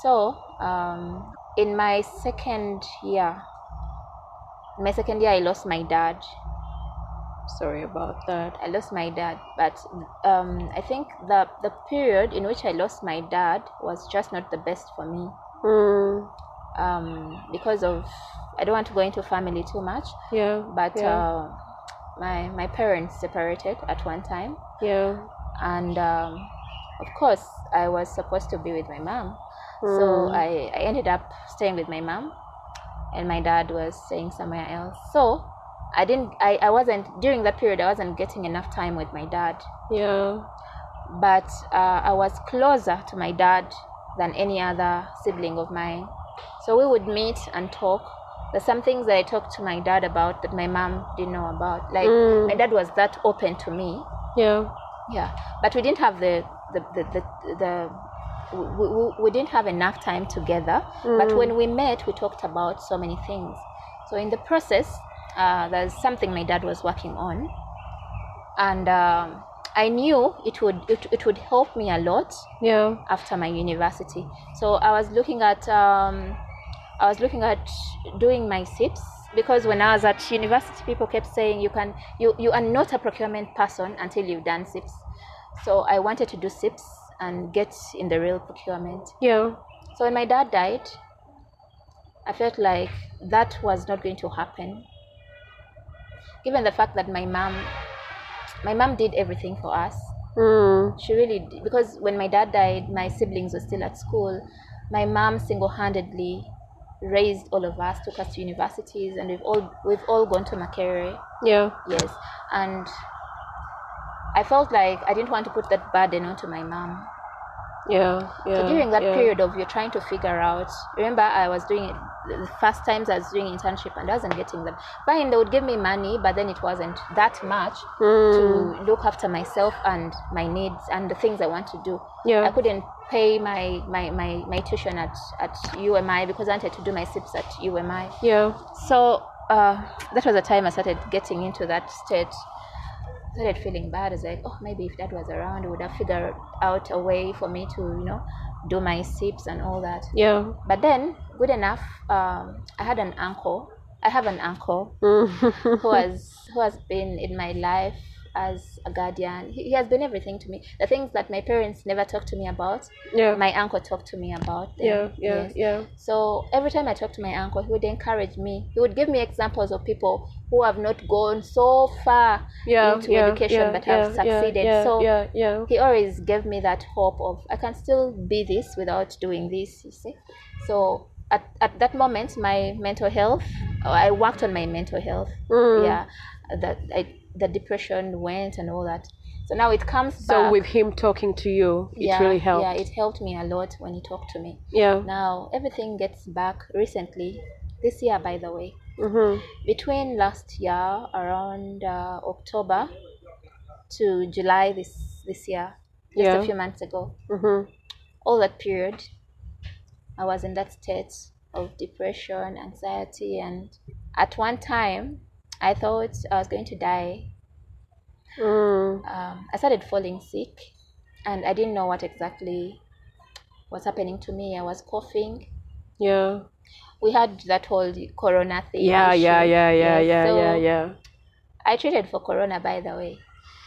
[SPEAKER 2] So, um, in my second year, my second year, I lost my dad.
[SPEAKER 1] Sorry about that.
[SPEAKER 2] I lost my dad, but um, I think the the period in which I lost my dad was just not the best for me
[SPEAKER 1] Mm,
[SPEAKER 2] um, because of I don't want to go into family too much,
[SPEAKER 1] yeah.
[SPEAKER 2] but
[SPEAKER 1] yeah,
[SPEAKER 2] uh, my my parents separated at one time,
[SPEAKER 1] yeah.
[SPEAKER 2] and um, of course I was supposed to be with my mom, so
[SPEAKER 1] Mm.
[SPEAKER 2] I, I ended up staying with my mom, and my dad was staying somewhere else. So I didn't I, I wasn't during that period I wasn't getting enough time with my dad.
[SPEAKER 1] Yeah.
[SPEAKER 2] but uh, I was closer to my dad than any other sibling of mine. So we would meet and talk. There's some things that I talked to my dad about that my mom didn't know about. Like
[SPEAKER 1] Mm.
[SPEAKER 2] my dad was that open to me.
[SPEAKER 1] Yeah.
[SPEAKER 2] Yeah, but we didn't have the the the the. the we, we, we didn't have enough time together,
[SPEAKER 1] Mm.
[SPEAKER 2] but when we met, we talked about so many things. So in the process, uh, there's something my dad was working on, and um, I knew it would it, it would help me a lot
[SPEAKER 1] Yeah.
[SPEAKER 2] after my university. So I was looking at um, I was looking at doing my SIPs because when I was at university, people kept saying you can you you are not a procurement person until you've done SIPs. So I wanted to do SIPs and get in the real procurement.
[SPEAKER 1] Yeah.
[SPEAKER 2] So when my dad died, I felt like that was not going to happen. Given the fact that my mom, my mom did everything for us.
[SPEAKER 1] Mm,
[SPEAKER 2] She really did because when my dad died, my siblings were still at school. My mom single-handedly raised all of us, took us to universities, and we've all we've all gone to Makerere.
[SPEAKER 1] yeah.
[SPEAKER 2] Yes, and I felt like I didn't want to put that burden onto my mom.
[SPEAKER 1] Yeah. Yeah.
[SPEAKER 2] So during that
[SPEAKER 1] yeah.
[SPEAKER 2] period of you're trying to figure out, remember I was doing it the first times I was doing internship and I wasn't getting them. Fine, they would give me money, but then it wasn't that much
[SPEAKER 1] Mm.
[SPEAKER 2] to look after myself and my needs and the things I want to do.
[SPEAKER 1] Yeah.
[SPEAKER 2] I couldn't pay my, my, my, my tuition at, at UMI because I wanted to do my SIPs at UMI.
[SPEAKER 1] Yeah.
[SPEAKER 2] So uh, that was the time I started getting into that state. Started feeling bad. I was like, oh, maybe if that was around, I would have figured out a way for me to, you know, do my sips and all that.
[SPEAKER 1] Yeah.
[SPEAKER 2] But then, good enough, um, I had an uncle. I have an uncle
[SPEAKER 1] Mm.
[SPEAKER 2] who has who has been in my life as a guardian. He, he has been everything to me. The things that my parents never talked to me about,
[SPEAKER 1] yeah.
[SPEAKER 2] my uncle talked to me about. them.
[SPEAKER 1] yeah. Yeah.
[SPEAKER 2] Yes.
[SPEAKER 1] Yeah.
[SPEAKER 2] So every time I talk to my uncle, he would encourage me. He would give me examples of people who have not gone so far
[SPEAKER 1] Yeah.
[SPEAKER 2] into
[SPEAKER 1] yeah,
[SPEAKER 2] education
[SPEAKER 1] yeah,
[SPEAKER 2] but have
[SPEAKER 1] yeah, yeah,
[SPEAKER 2] succeeded.
[SPEAKER 1] Yeah.
[SPEAKER 2] so
[SPEAKER 1] Yeah. Yeah.
[SPEAKER 2] he always gave me that hope of I can still be this without doing this, you see. So at, at that moment my mental health uh, I worked on my mental health.
[SPEAKER 1] Mm.
[SPEAKER 2] Yeah. That I, the depression went and all that. So now it comes
[SPEAKER 1] So
[SPEAKER 2] back.
[SPEAKER 1] with him talking to you, it
[SPEAKER 2] yeah,
[SPEAKER 1] really helped.
[SPEAKER 2] Yeah, it helped me a lot when he talked to me.
[SPEAKER 1] Yeah.
[SPEAKER 2] Now everything gets back recently, this year, by the way.
[SPEAKER 1] Mm-hmm.
[SPEAKER 2] Between last year, around uh, October to July this this year, just
[SPEAKER 1] Yeah.
[SPEAKER 2] a few months ago,
[SPEAKER 1] Mm-hmm.
[SPEAKER 2] all that period, I was in that state of depression, anxiety, and at one time, I thought I was going to die.
[SPEAKER 1] Mm.
[SPEAKER 2] Um, I started falling sick, and I didn't know what exactly was happening to me. I was coughing.
[SPEAKER 1] Yeah.
[SPEAKER 2] we had that whole corona thing.
[SPEAKER 1] Yeah.
[SPEAKER 2] issue.
[SPEAKER 1] Yeah. Yeah. Yeah.
[SPEAKER 2] Yes,
[SPEAKER 1] Yeah.
[SPEAKER 2] so
[SPEAKER 1] Yeah. Yeah.
[SPEAKER 2] I treated for corona, by the way.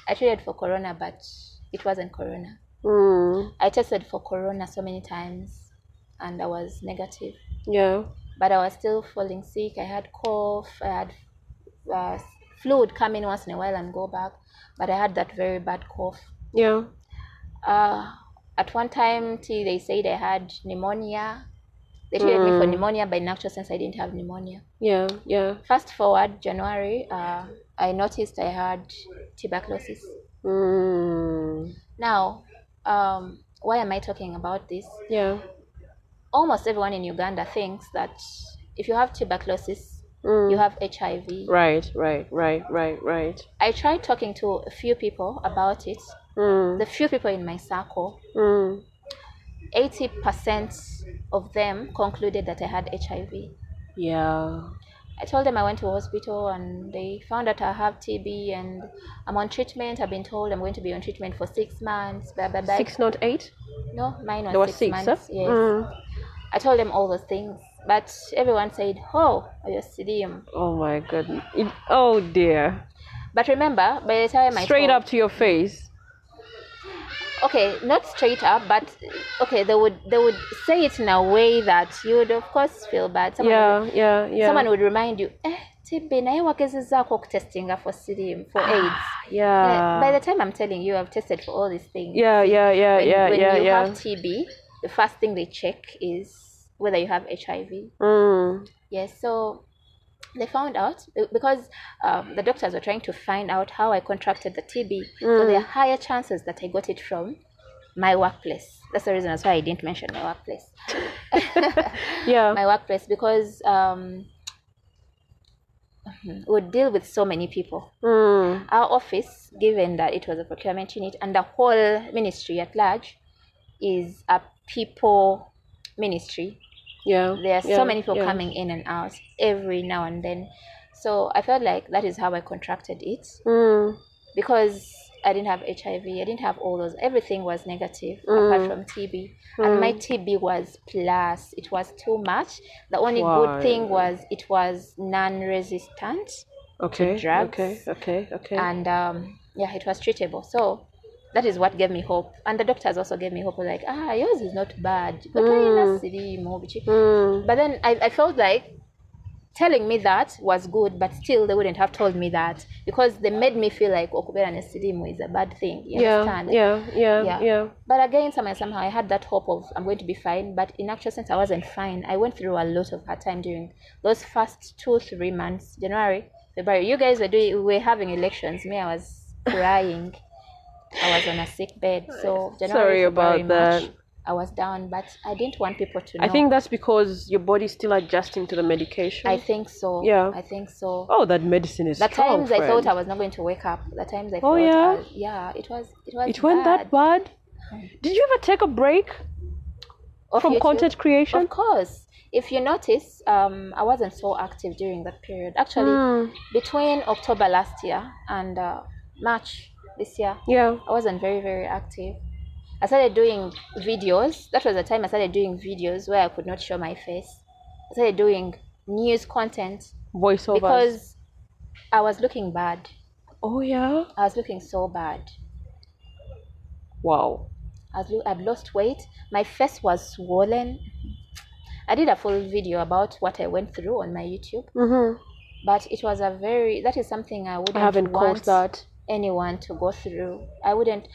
[SPEAKER 2] I treated for corona, but it wasn't corona.
[SPEAKER 1] Mm.
[SPEAKER 2] I tested for corona so many times, and I was negative.
[SPEAKER 1] Yeah.
[SPEAKER 2] But I was still falling sick. I had cough. I had uh, flu would come in once in a while and go back, but I had that very bad cough.
[SPEAKER 1] Yeah.
[SPEAKER 2] Uh, at one time, till they said I had pneumonia. They treated me for
[SPEAKER 1] Mm.
[SPEAKER 2] pneumonia, but in actual sense, I didn't have pneumonia.
[SPEAKER 1] Yeah. Yeah.
[SPEAKER 2] Fast forward January, uh, I noticed I had tuberculosis.
[SPEAKER 1] Mm.
[SPEAKER 2] Now, um, why am I talking about this?
[SPEAKER 1] Yeah.
[SPEAKER 2] Almost everyone in Uganda thinks that if you have tuberculosis,
[SPEAKER 1] Mm.
[SPEAKER 2] you have HIV.
[SPEAKER 1] Right. Right. Right. Right. Right.
[SPEAKER 2] I tried talking to a few people about it.
[SPEAKER 1] Mm.
[SPEAKER 2] The few people in my circle,
[SPEAKER 1] Mm.
[SPEAKER 2] 80% of them concluded that I had HIV.
[SPEAKER 1] Yeah.
[SPEAKER 2] I told them I went to hospital and they found out I have TB and I'm on treatment. I've been told I'm going to be on treatment for six months. Blah blah blah.
[SPEAKER 1] Six, not eight.
[SPEAKER 2] No, mine was,
[SPEAKER 1] There were
[SPEAKER 2] six,
[SPEAKER 1] six. huh?
[SPEAKER 2] months. Yes,
[SPEAKER 1] Mm.
[SPEAKER 2] I told them all those things, but everyone said, "Oh, you're CDM."
[SPEAKER 1] Oh my goodness. It, oh dear.
[SPEAKER 2] But remember, by the time I
[SPEAKER 1] Straight
[SPEAKER 2] told-
[SPEAKER 1] up to your face.
[SPEAKER 2] okay, not straight up, but okay, they would they would say it in a way that you would of course feel bad. Someone
[SPEAKER 1] Yeah,
[SPEAKER 2] would,
[SPEAKER 1] yeah, yeah.
[SPEAKER 2] someone would resind you, eh, TB na wewe kesi zako kutestinga for CDM
[SPEAKER 1] Ah.
[SPEAKER 2] for AIDS. Eh,
[SPEAKER 1] yeah.
[SPEAKER 2] By the time I'm telling you, I've tested for all these things.
[SPEAKER 1] Ah. yeah, yeah, yeah,
[SPEAKER 2] When,
[SPEAKER 1] yeah,
[SPEAKER 2] when
[SPEAKER 1] yeah,
[SPEAKER 2] you
[SPEAKER 1] yeah.
[SPEAKER 2] have TB, the first thing they check is whether you have HIV.
[SPEAKER 1] Mm.
[SPEAKER 2] Yes, so they found out be- because um, the doctors were trying to find out how I contracted the TB. So there are higher chances that I got it from my workplace. That's the reason that's why I didn't mention my workplace.
[SPEAKER 1] Yeah.
[SPEAKER 2] My workplace because um, we would deal with so many people.
[SPEAKER 1] mm.
[SPEAKER 2] Our office, given that it was a procurement unit and the whole ministry at large, is a people ministry
[SPEAKER 1] Yeah.
[SPEAKER 2] there are
[SPEAKER 1] yeah,
[SPEAKER 2] so many people
[SPEAKER 1] yeah.
[SPEAKER 2] coming in and out every now and then so i felt like that is how i contracted it
[SPEAKER 1] Mm.
[SPEAKER 2] because i didn't have hiv i didn't have all those everything was negative
[SPEAKER 1] Mm.
[SPEAKER 2] apart from tb and my tb was plus it was too much the only
[SPEAKER 1] Why?
[SPEAKER 2] good thing was it was non-resistant
[SPEAKER 1] Okay.
[SPEAKER 2] drugs
[SPEAKER 1] Okay. Okay. Okay.
[SPEAKER 2] and um, yeah it was treatable so that is what gave me hope and the doctors also gave me hope like ah yours is not bad but mm.
[SPEAKER 1] mm.
[SPEAKER 2] But then I, I felt like telling me that was good, but still they wouldn't have told me that because they made me feel like "Oh, okubera nesidimu is a bad thing. You
[SPEAKER 1] Yeah,
[SPEAKER 2] understand?
[SPEAKER 1] yeah, yeah,
[SPEAKER 2] Yeah.
[SPEAKER 1] yeah.
[SPEAKER 2] But again, somehow, somehow I had that hope of I'm going to be fine. But in actual sense, I wasn't fine. I went through a lot of hard time during those first two, three months, January, February. You guys were doing, we were having elections. Me, I was crying. I was on a sick bed. So January,
[SPEAKER 1] Sorry about
[SPEAKER 2] February, March,
[SPEAKER 1] that.
[SPEAKER 2] I was down, but I didn't want people to know.
[SPEAKER 1] I think that's because your body's still adjusting to the medication.
[SPEAKER 2] I think so.
[SPEAKER 1] Yeah.
[SPEAKER 2] I think so.
[SPEAKER 1] oh, that medicine is
[SPEAKER 2] the
[SPEAKER 1] strong,
[SPEAKER 2] times I thought I
[SPEAKER 1] friend.
[SPEAKER 2] was not going to wake up. The times I
[SPEAKER 1] Oh,
[SPEAKER 2] thought
[SPEAKER 1] yeah?
[SPEAKER 2] I- yeah, it was it was
[SPEAKER 1] it went that bad. Did you ever take a break
[SPEAKER 2] Hmm. Of
[SPEAKER 1] from
[SPEAKER 2] YouTube?
[SPEAKER 1] content creation?
[SPEAKER 2] Of course. If you notice, um I wasn't so active during that period. Actually,
[SPEAKER 1] Mm,
[SPEAKER 2] between October last year and uh, March this year,
[SPEAKER 1] yeah.
[SPEAKER 2] I wasn't very, very active. I started doing videos. That was the time I started doing videos where I could not show my face. I started doing news content
[SPEAKER 1] Voiceovers.
[SPEAKER 2] because I was looking bad.
[SPEAKER 1] oh yeah.
[SPEAKER 2] I was looking so bad.
[SPEAKER 1] Wow.
[SPEAKER 2] I was lo- I'd lost weight. My face was swollen. I did a full video about what I went through on my YouTube,
[SPEAKER 1] Mm-hmm.
[SPEAKER 2] but it was a very that is something I wouldn't
[SPEAKER 1] I haven't
[SPEAKER 2] want
[SPEAKER 1] caused that.
[SPEAKER 2] anyone to go through. I wouldn't.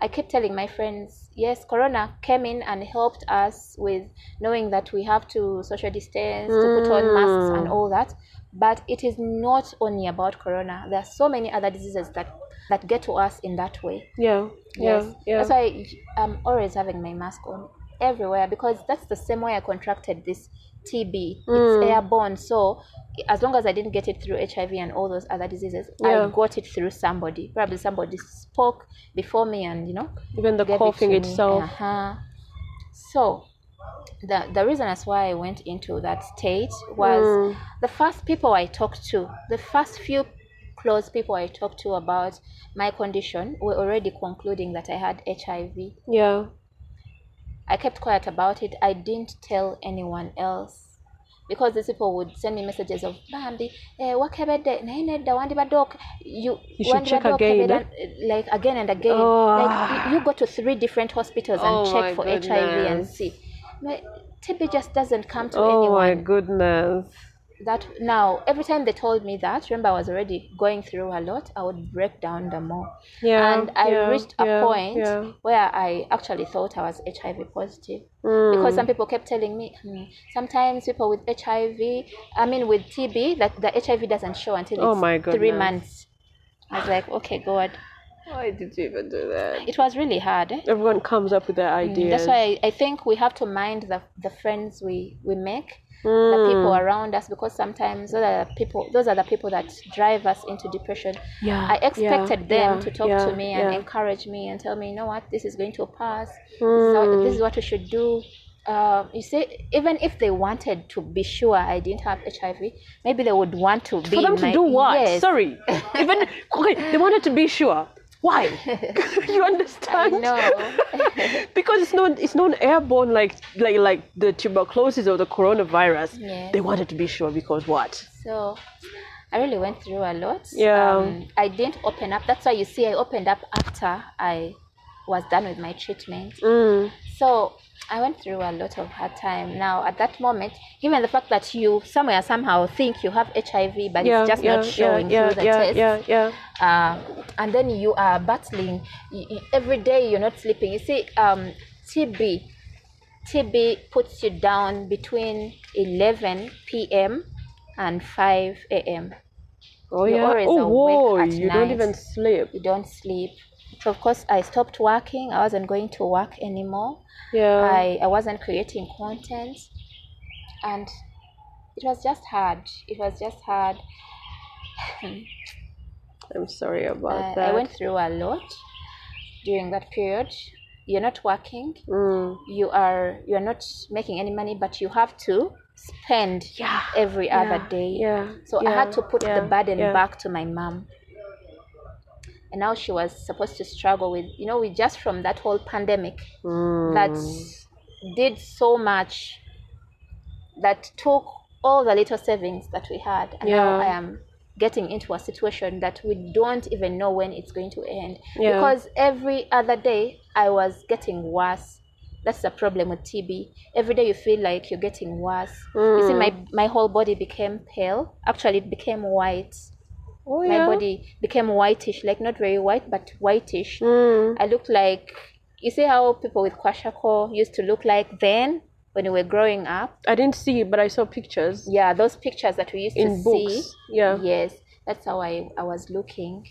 [SPEAKER 2] I keep telling my friends, yes, Corona came in and helped us with knowing that we have to social distance, to put on masks
[SPEAKER 1] Mm.
[SPEAKER 2] and all that. But it is not only about Corona. There are so many other diseases that that get to us in that way.
[SPEAKER 1] Yeah. Yeah.
[SPEAKER 2] Yes.
[SPEAKER 1] Yeah.
[SPEAKER 2] That's why I'm always having my mask on everywhere because that's the same way I contracted this TB.
[SPEAKER 1] Mm.
[SPEAKER 2] It's airborne. So as long as I didn't get it through HIV and all those other diseases,
[SPEAKER 1] Yeah.
[SPEAKER 2] I got it through somebody. Probably somebody spoke before me and, you know,
[SPEAKER 1] Even the
[SPEAKER 2] gave it
[SPEAKER 1] coughing
[SPEAKER 2] to me.
[SPEAKER 1] itself.
[SPEAKER 2] Uh-huh. So the, the reason as why I went into that state was
[SPEAKER 1] Mm.
[SPEAKER 2] the first people I talked to, the first few close people I talked to about my condition were already concluding that I had HIV.
[SPEAKER 1] Yeah.
[SPEAKER 2] I kept quiet about it. I didn't tell anyone else. Because these people would send me messages of Bambi, eh, wakebede, naineda, wandibadok. You,
[SPEAKER 1] You should check
[SPEAKER 2] wandibadok,
[SPEAKER 1] again, eh?
[SPEAKER 2] kebeda," like again and again.
[SPEAKER 1] Oh,
[SPEAKER 2] Like you, you go to three different hospitals and
[SPEAKER 1] Oh my
[SPEAKER 2] check for HIV and
[SPEAKER 1] goodness.
[SPEAKER 2] see. My TB just doesn't come to
[SPEAKER 1] Oh
[SPEAKER 2] anyone
[SPEAKER 1] my goodness.
[SPEAKER 2] that now every time they told me that remember i was already going through a lot i would break down the more
[SPEAKER 1] Yeah.
[SPEAKER 2] and i
[SPEAKER 1] yeah,
[SPEAKER 2] reached a
[SPEAKER 1] yeah,
[SPEAKER 2] point
[SPEAKER 1] Yeah.
[SPEAKER 2] where i actually thought i was hiv positive
[SPEAKER 1] Mm.
[SPEAKER 2] because some people kept telling me "Hmm, sometimes people with hiv i mean with tb that the hiv doesn't show until
[SPEAKER 1] Oh
[SPEAKER 2] it's
[SPEAKER 1] my
[SPEAKER 2] three
[SPEAKER 1] goodness.
[SPEAKER 2] months i was like okay god
[SPEAKER 1] Why did you even do that?
[SPEAKER 2] it was really hard eh?
[SPEAKER 1] Everyone comes up with their ideas.
[SPEAKER 2] Mm, that's why I, I think we have to mind the, the friends we we make the
[SPEAKER 1] Mm.
[SPEAKER 2] people around us because sometimes those are the people those are the people that drive us into depression
[SPEAKER 1] Yeah,
[SPEAKER 2] i expected
[SPEAKER 1] yeah,
[SPEAKER 2] them
[SPEAKER 1] yeah,
[SPEAKER 2] to talk
[SPEAKER 1] yeah,
[SPEAKER 2] to me and
[SPEAKER 1] yeah.
[SPEAKER 2] encourage me and tell me you know what this is going to pass this, is
[SPEAKER 1] Hmm.
[SPEAKER 2] how, this is what we should do uh, you see even if they wanted to be sure i didn't have hiv maybe they would want to be
[SPEAKER 1] For them
[SPEAKER 2] in
[SPEAKER 1] to
[SPEAKER 2] my,
[SPEAKER 1] do what?
[SPEAKER 2] Yes.
[SPEAKER 1] Sorry. Even okay, they wanted to be sure. Why? you understand?
[SPEAKER 2] no
[SPEAKER 1] because it's not it's not airborne like like like the tuberculosis or the coronavirus.
[SPEAKER 2] Yeah.
[SPEAKER 1] They wanted to be sure because what?
[SPEAKER 2] So I really went through a lot.
[SPEAKER 1] Yeah.
[SPEAKER 2] Um, I didn't open up. That's why you see I opened up after I was done with my treatment.
[SPEAKER 1] Mm.
[SPEAKER 2] So I went through a lot of hard time. Now at that moment, given the fact that you somewhere somehow think you have HIV, but
[SPEAKER 1] Yeah,
[SPEAKER 2] it's just
[SPEAKER 1] yeah,
[SPEAKER 2] not showing
[SPEAKER 1] yeah,
[SPEAKER 2] through the
[SPEAKER 1] yeah,
[SPEAKER 2] test,
[SPEAKER 1] yeah, yeah,
[SPEAKER 2] uh, and then you are battling Y- y- every day. You're not sleeping. You see, um, TB, TB puts you down between 11 p.m. and 5 a.m.
[SPEAKER 1] Oh
[SPEAKER 2] You're
[SPEAKER 1] yeah.
[SPEAKER 2] always
[SPEAKER 1] Oh whoa,
[SPEAKER 2] awake at
[SPEAKER 1] you don't
[SPEAKER 2] night.
[SPEAKER 1] even sleep.
[SPEAKER 2] You don't sleep. So of course, I stopped working. I wasn't going to work anymore.
[SPEAKER 1] Yeah.
[SPEAKER 2] I, I wasn't creating content and it was just hard. It was just hard.
[SPEAKER 1] I, am sorry about
[SPEAKER 2] Uh, I,
[SPEAKER 1] that.
[SPEAKER 2] I went through a lot during that period. You're not working.
[SPEAKER 1] Mm.
[SPEAKER 2] You are you're not making any money but you have to spend
[SPEAKER 1] Yeah.
[SPEAKER 2] every other
[SPEAKER 1] yeah,
[SPEAKER 2] day.
[SPEAKER 1] Yeah.
[SPEAKER 2] So I had
[SPEAKER 1] yeah,
[SPEAKER 2] to put
[SPEAKER 1] yeah,
[SPEAKER 2] the burden
[SPEAKER 1] yeah.
[SPEAKER 2] back to my mom. And now she was supposed to struggle with you know, we just from that whole pandemic
[SPEAKER 1] Mm.
[SPEAKER 2] that
[SPEAKER 1] Hmm.
[SPEAKER 2] did so much that took all the little savings that we had and now
[SPEAKER 1] Yeah.
[SPEAKER 2] i am getting into a situation that we don't even know when it's going to end
[SPEAKER 1] Yeah.
[SPEAKER 2] because every other day i was getting worse that's the problem with tb every day you feel like you're getting worse you
[SPEAKER 1] Hmm.
[SPEAKER 2] see my, my whole body became pale actually it became white
[SPEAKER 1] oh,
[SPEAKER 2] my
[SPEAKER 1] yeah.
[SPEAKER 2] body became whitish like not very white but whitish
[SPEAKER 1] Mm.
[SPEAKER 2] I looked like you see how people with kwashako used to look like then when we were growing up.
[SPEAKER 1] I didn't see, it, but I saw pictures
[SPEAKER 2] Yeah, those pictures that we used
[SPEAKER 1] in
[SPEAKER 2] to
[SPEAKER 1] books.
[SPEAKER 2] see.
[SPEAKER 1] Yeah.
[SPEAKER 2] Yes, that's how I, I was looking.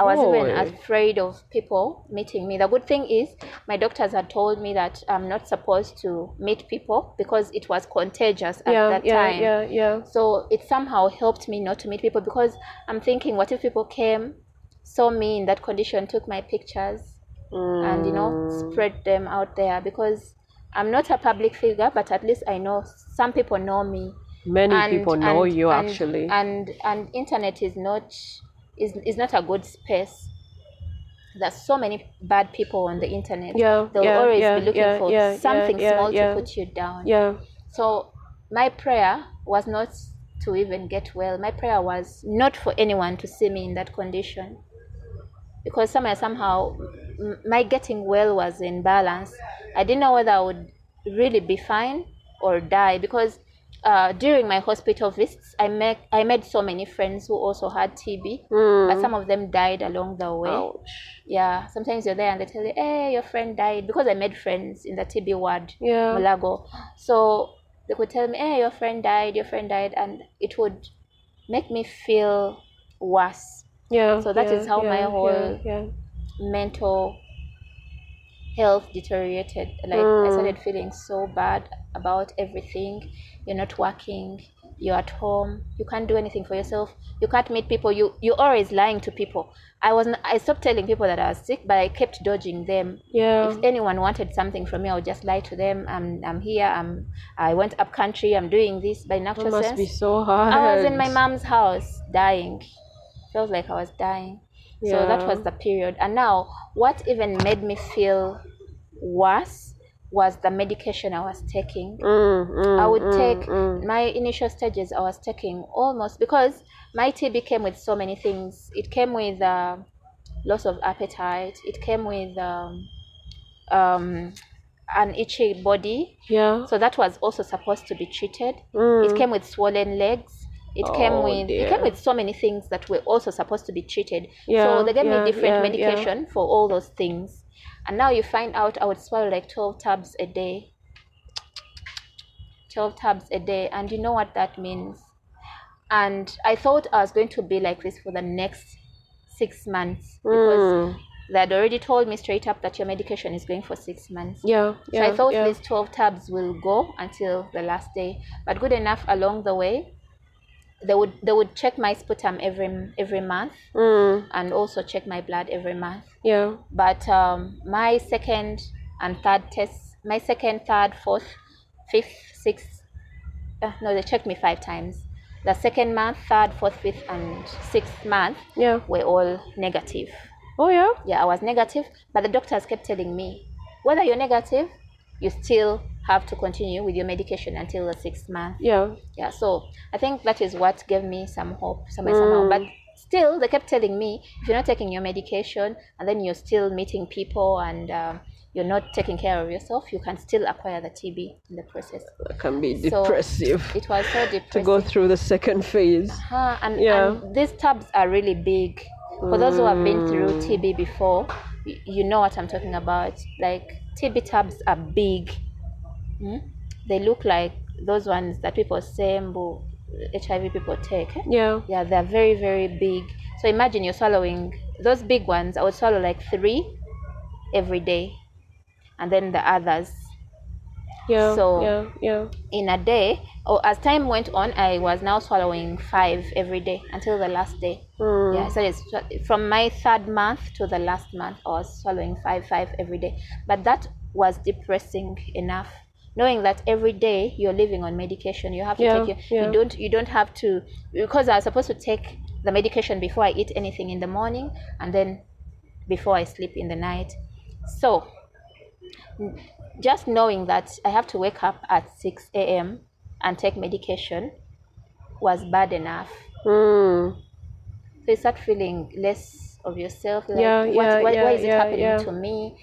[SPEAKER 2] I was even
[SPEAKER 1] Oy.
[SPEAKER 2] afraid of people meeting me. The good thing is, my doctors had told me that I'm not supposed to meet people because it was contagious at
[SPEAKER 1] Yeah.
[SPEAKER 2] that
[SPEAKER 1] Yeah.
[SPEAKER 2] time.
[SPEAKER 1] Yeah. Yeah.
[SPEAKER 2] So it somehow helped me not to meet people because I'm thinking, what if people came, saw me in that condition, took my pictures, and you know
[SPEAKER 1] Mm.
[SPEAKER 2] spread them out there because I'm not a public figure, but at least I know some people know me.
[SPEAKER 1] Many
[SPEAKER 2] And-
[SPEAKER 1] people know
[SPEAKER 2] and-
[SPEAKER 1] you
[SPEAKER 2] and-
[SPEAKER 1] actually.
[SPEAKER 2] And and internet is not is is not a good space. There's so many bad people on the internet.
[SPEAKER 1] Yeah,
[SPEAKER 2] They'll
[SPEAKER 1] yeah,
[SPEAKER 2] always
[SPEAKER 1] yeah,
[SPEAKER 2] be looking
[SPEAKER 1] yeah,
[SPEAKER 2] for
[SPEAKER 1] yeah, yeah,
[SPEAKER 2] something
[SPEAKER 1] yeah,
[SPEAKER 2] small
[SPEAKER 1] yeah.
[SPEAKER 2] to put you down.
[SPEAKER 1] yeah.
[SPEAKER 2] So my prayer was not to even get well. My prayer was not for anyone to see me in that condition. Because somehow, somehow, m- my getting well was in balance. I didn't know whether I would really be fine or die because uh, during my hospital visits, I met I made so many friends who also had TB,
[SPEAKER 1] Mm-hmm.
[SPEAKER 2] but some of them died along the way.
[SPEAKER 1] Hmm. Ouch.
[SPEAKER 2] Yeah, sometimes you're there and they tell you, "Hey, your friend died," because I made friends in the TB ward.
[SPEAKER 1] Yeah.
[SPEAKER 2] Malago. So they could tell me, hey, your friend died, your friend died, and it would make me feel worse.
[SPEAKER 1] Yeah.
[SPEAKER 2] So that
[SPEAKER 1] yeah,
[SPEAKER 2] is how my
[SPEAKER 1] yeah,
[SPEAKER 2] whole-
[SPEAKER 1] Yeah. yeah.
[SPEAKER 2] Mental health deteriorated. Like I
[SPEAKER 1] Mm.
[SPEAKER 2] started feeling so bad about everything. You're not working, you're at home, you can't do anything for yourself, you can't meet people, you you're always lying to people. I was not, I stopped telling people that I was sick, but I kept dodging them
[SPEAKER 1] Yeah.
[SPEAKER 2] if anyone wanted something from me, I would just lie to them. I'm, I'm here. I'm, I went up country. I'm doing this. But in
[SPEAKER 1] That
[SPEAKER 2] actual
[SPEAKER 1] must be
[SPEAKER 2] sense,
[SPEAKER 1] so hard.
[SPEAKER 2] I was in my mom's house dying. Felt like I was dying. So that
[SPEAKER 1] Yeah.
[SPEAKER 2] was the period. And now, what even made me feel worse was the medication I was taking.
[SPEAKER 1] Mm, mm,
[SPEAKER 2] I would
[SPEAKER 1] mm,
[SPEAKER 2] take
[SPEAKER 1] mm.
[SPEAKER 2] my initial stages. I was taking almost because my TB came with so many things. It came with uh, loss of appetite. It came with um, um, an itchy body.
[SPEAKER 1] Yeah.
[SPEAKER 2] So that was also supposed to be treated.
[SPEAKER 1] Mm.
[SPEAKER 2] It came with swollen legs. It came
[SPEAKER 1] Oh,
[SPEAKER 2] with it
[SPEAKER 1] dear.
[SPEAKER 2] came with so many things that were also supposed to be treated.
[SPEAKER 1] Yeah,
[SPEAKER 2] so they gave
[SPEAKER 1] yeah,
[SPEAKER 2] me different
[SPEAKER 1] yeah,
[SPEAKER 2] medication for all those things. And now you find out I would swallow like twelve tabs a day. Twelve tabs a day. And you know what that means. And I thought I was going to be like this for the next six months because
[SPEAKER 1] Mm.
[SPEAKER 2] they had already told me straight up that your medication is going for six months.
[SPEAKER 1] Yeah. Yeah.
[SPEAKER 2] so I thought
[SPEAKER 1] yeah.
[SPEAKER 2] these 12 tabs will go until the last day. But good enough along the way, they would they would check my sputum every every month
[SPEAKER 1] Mm.
[SPEAKER 2] and also check my blood every month.
[SPEAKER 1] Yeah.
[SPEAKER 2] But um, my second and third tests, my second, third, fourth, fifth, sixth, uh, no, they checked me five times. The second month, third, fourth, fifth, and sixth month
[SPEAKER 1] Yeah.
[SPEAKER 2] were all negative
[SPEAKER 1] Oh yeah.
[SPEAKER 2] yeah, I was negative, but the doctors kept telling me, whether you're negative, you still have to continue with your medication until the sixth month.
[SPEAKER 1] Yeah.
[SPEAKER 2] Yeah, so I think that is what gave me some hope somehow, somehow. But still, they kept telling me if you're not taking your medication and then you're still meeting people and um, you're not taking care of yourself, you can still acquire the TB in the process.
[SPEAKER 1] That can be
[SPEAKER 2] So,
[SPEAKER 1] depressive
[SPEAKER 2] It was so depressing.
[SPEAKER 1] to go through the second phase.
[SPEAKER 2] Huh, and,
[SPEAKER 1] Yeah.
[SPEAKER 2] and these tabs are really big. For those who have been through TB before, y- you know what I'm talking about. Like TB tabs are big. Hmm? They look like those ones that people say mbu, HIV people take. eh?
[SPEAKER 1] Yeah.
[SPEAKER 2] Yeah, they're very very big. So imagine you're swallowing those big ones. I would swallow like three every day, and then the others
[SPEAKER 1] Yeah.
[SPEAKER 2] So-
[SPEAKER 1] yeah. Yeah.
[SPEAKER 2] in a day. Or as time went on, I was now swallowing five every day until the last day.
[SPEAKER 1] Mm.
[SPEAKER 2] Yeah, so it's swa- from my third month to the last month, I was swallowing five, five every day. But that was depressing enough, knowing that every day you're living on medication. You have to
[SPEAKER 1] Yeah,
[SPEAKER 2] take your,
[SPEAKER 1] yeah.
[SPEAKER 2] you don't, you don't have to, because I was supposed to take the medication before I eat anything in the morning, and then before I sleep in the night. So, n- just knowing that I have to wake up at six a.m. and take medication was bad enough.
[SPEAKER 1] Mm.
[SPEAKER 2] So you start feeling less of yourself. Like,
[SPEAKER 1] Yeah,
[SPEAKER 2] what,
[SPEAKER 1] yeah,
[SPEAKER 2] why, why
[SPEAKER 1] yeah,
[SPEAKER 2] is it
[SPEAKER 1] yeah,
[SPEAKER 2] happening
[SPEAKER 1] yeah.
[SPEAKER 2] to me?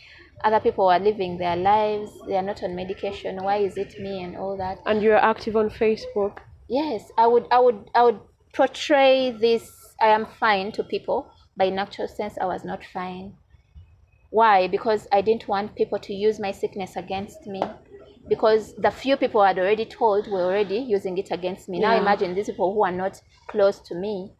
[SPEAKER 2] Other people are living their lives. They are not on medication. Why is it me and all that?
[SPEAKER 1] And you're active on Facebook.
[SPEAKER 2] Yes, I would, I would, I would portray this. I am fine to people, but in actual sense, I was not fine. Why? Because I didn't want people to use my sickness against me. Because the few people I'd already told were already using it against me. Now
[SPEAKER 1] Yeah.
[SPEAKER 2] imagine these people who are not close to me.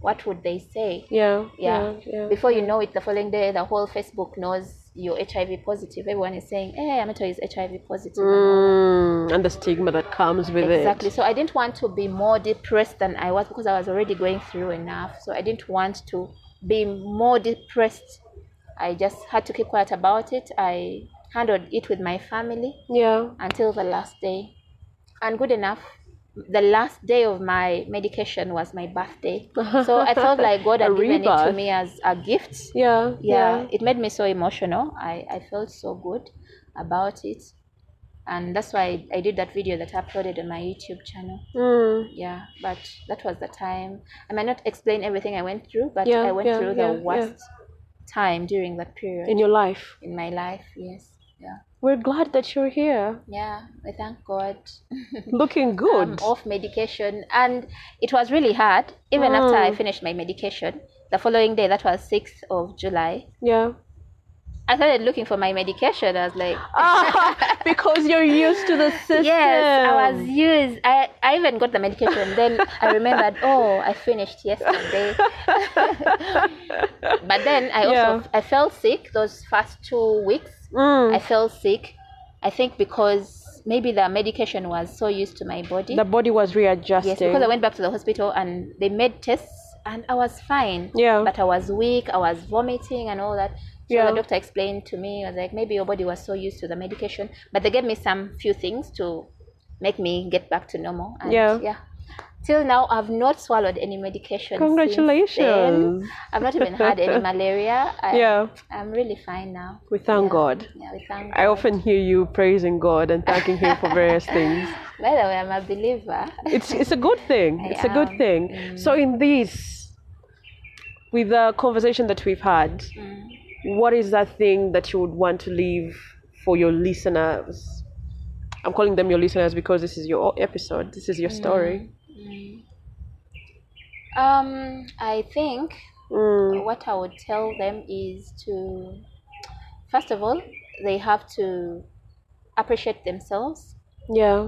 [SPEAKER 2] What would they say?
[SPEAKER 1] Yeah.
[SPEAKER 2] yeah.
[SPEAKER 1] Yeah.
[SPEAKER 2] Before you know it, the following day, the whole Facebook knows you're HIV positive. Everyone is saying, "Hey, Amato is HIV positive."
[SPEAKER 1] Mm. And the stigma that comes with
[SPEAKER 2] Exactly.
[SPEAKER 1] it.
[SPEAKER 2] So I didn't want to be more depressed than I was because I was already going through enough. So I didn't want to be more depressed. I just had to keep quiet about it. I handled it with my family
[SPEAKER 1] Yeah.
[SPEAKER 2] until the last day, and good enough. The last day of my medication was my birthday, so I felt like God
[SPEAKER 1] A
[SPEAKER 2] had given it to
[SPEAKER 1] rebirth.
[SPEAKER 2] me as a gift
[SPEAKER 1] Yeah.
[SPEAKER 2] yeah, it made me so emotional I, I felt so good about it and that's why I, did that video that I uploaded on my youtube channel
[SPEAKER 1] Mm.
[SPEAKER 2] yeah but that was the time i might not explain everything i went through but
[SPEAKER 1] Yeah,
[SPEAKER 2] i went
[SPEAKER 1] yeah,
[SPEAKER 2] through
[SPEAKER 1] yeah,
[SPEAKER 2] the
[SPEAKER 1] yeah.
[SPEAKER 2] worst time during that period
[SPEAKER 1] In your life.
[SPEAKER 2] in my life yes yeah
[SPEAKER 1] We're glad that you're here.
[SPEAKER 2] yeah i thank god
[SPEAKER 1] Looking good.
[SPEAKER 2] I'm off medication and it was really hard even after
[SPEAKER 1] Mm.
[SPEAKER 2] i finished my medication the following day that was 6th of july
[SPEAKER 1] Yeah.
[SPEAKER 2] i started looking for my medication i was like
[SPEAKER 1] Ah, because you're used to the system.
[SPEAKER 2] Yes, I was used. I, I even got the medication. Then I remembered, oh, I finished yesterday. but then I also
[SPEAKER 1] Yeah.
[SPEAKER 2] I felt sick those first two weeks.
[SPEAKER 1] Mm.
[SPEAKER 2] I felt sick. I think because maybe the medication was so used to my body.
[SPEAKER 1] The body was readjusting.
[SPEAKER 2] yes, because I went back to the hospital and they made tests and I was fine.
[SPEAKER 1] Yeah.
[SPEAKER 2] But I was weak. I was vomiting and all that. So
[SPEAKER 1] Yeah.
[SPEAKER 2] the doctor explained to me, I was like, maybe your body was so used to the medication, but they gave me some few things to make me get back to normal. And
[SPEAKER 1] Yeah.
[SPEAKER 2] Yeah. Till now, I've not swallowed any medication. since then.
[SPEAKER 1] Congratulations.
[SPEAKER 2] I've not even had any malaria. I,
[SPEAKER 1] Yeah.
[SPEAKER 2] I'm really fine now.
[SPEAKER 1] We thank
[SPEAKER 2] Yeah.
[SPEAKER 1] God.
[SPEAKER 2] Yeah, we thank
[SPEAKER 1] I
[SPEAKER 2] God.
[SPEAKER 1] often hear you praising God and thanking Him for various things.
[SPEAKER 2] By the way, I'm a believer.
[SPEAKER 1] It's it's a good thing.
[SPEAKER 2] I
[SPEAKER 1] It's a good
[SPEAKER 2] am.
[SPEAKER 1] thing.
[SPEAKER 2] Mm.
[SPEAKER 1] So in this, with the conversation that we've had,
[SPEAKER 2] Mm.
[SPEAKER 1] what is that thing that you would want to leave for your listeners? I'm calling them your listeners because this is your episode. This is your story.
[SPEAKER 2] Um, I think
[SPEAKER 1] Mm.
[SPEAKER 2] what I would tell them is to, first of all, they have to appreciate themselves
[SPEAKER 1] Yeah.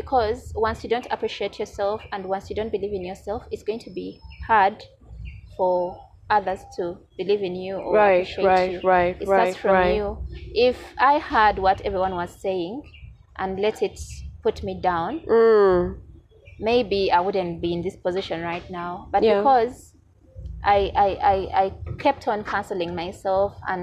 [SPEAKER 2] because once you don't appreciate yourself and once you don't believe in yourself, it's going to be hard for others to believe in you or
[SPEAKER 1] Right,
[SPEAKER 2] appreciate
[SPEAKER 1] right,
[SPEAKER 2] you.
[SPEAKER 1] right,
[SPEAKER 2] it
[SPEAKER 1] right,
[SPEAKER 2] starts from
[SPEAKER 1] right.
[SPEAKER 2] you. If I heard what everyone was saying and let it put me down,
[SPEAKER 1] Mm.
[SPEAKER 2] maybe I wouldn't be in this position right now. But
[SPEAKER 1] Yeah.
[SPEAKER 2] because I, I, I, I kept on canceling myself and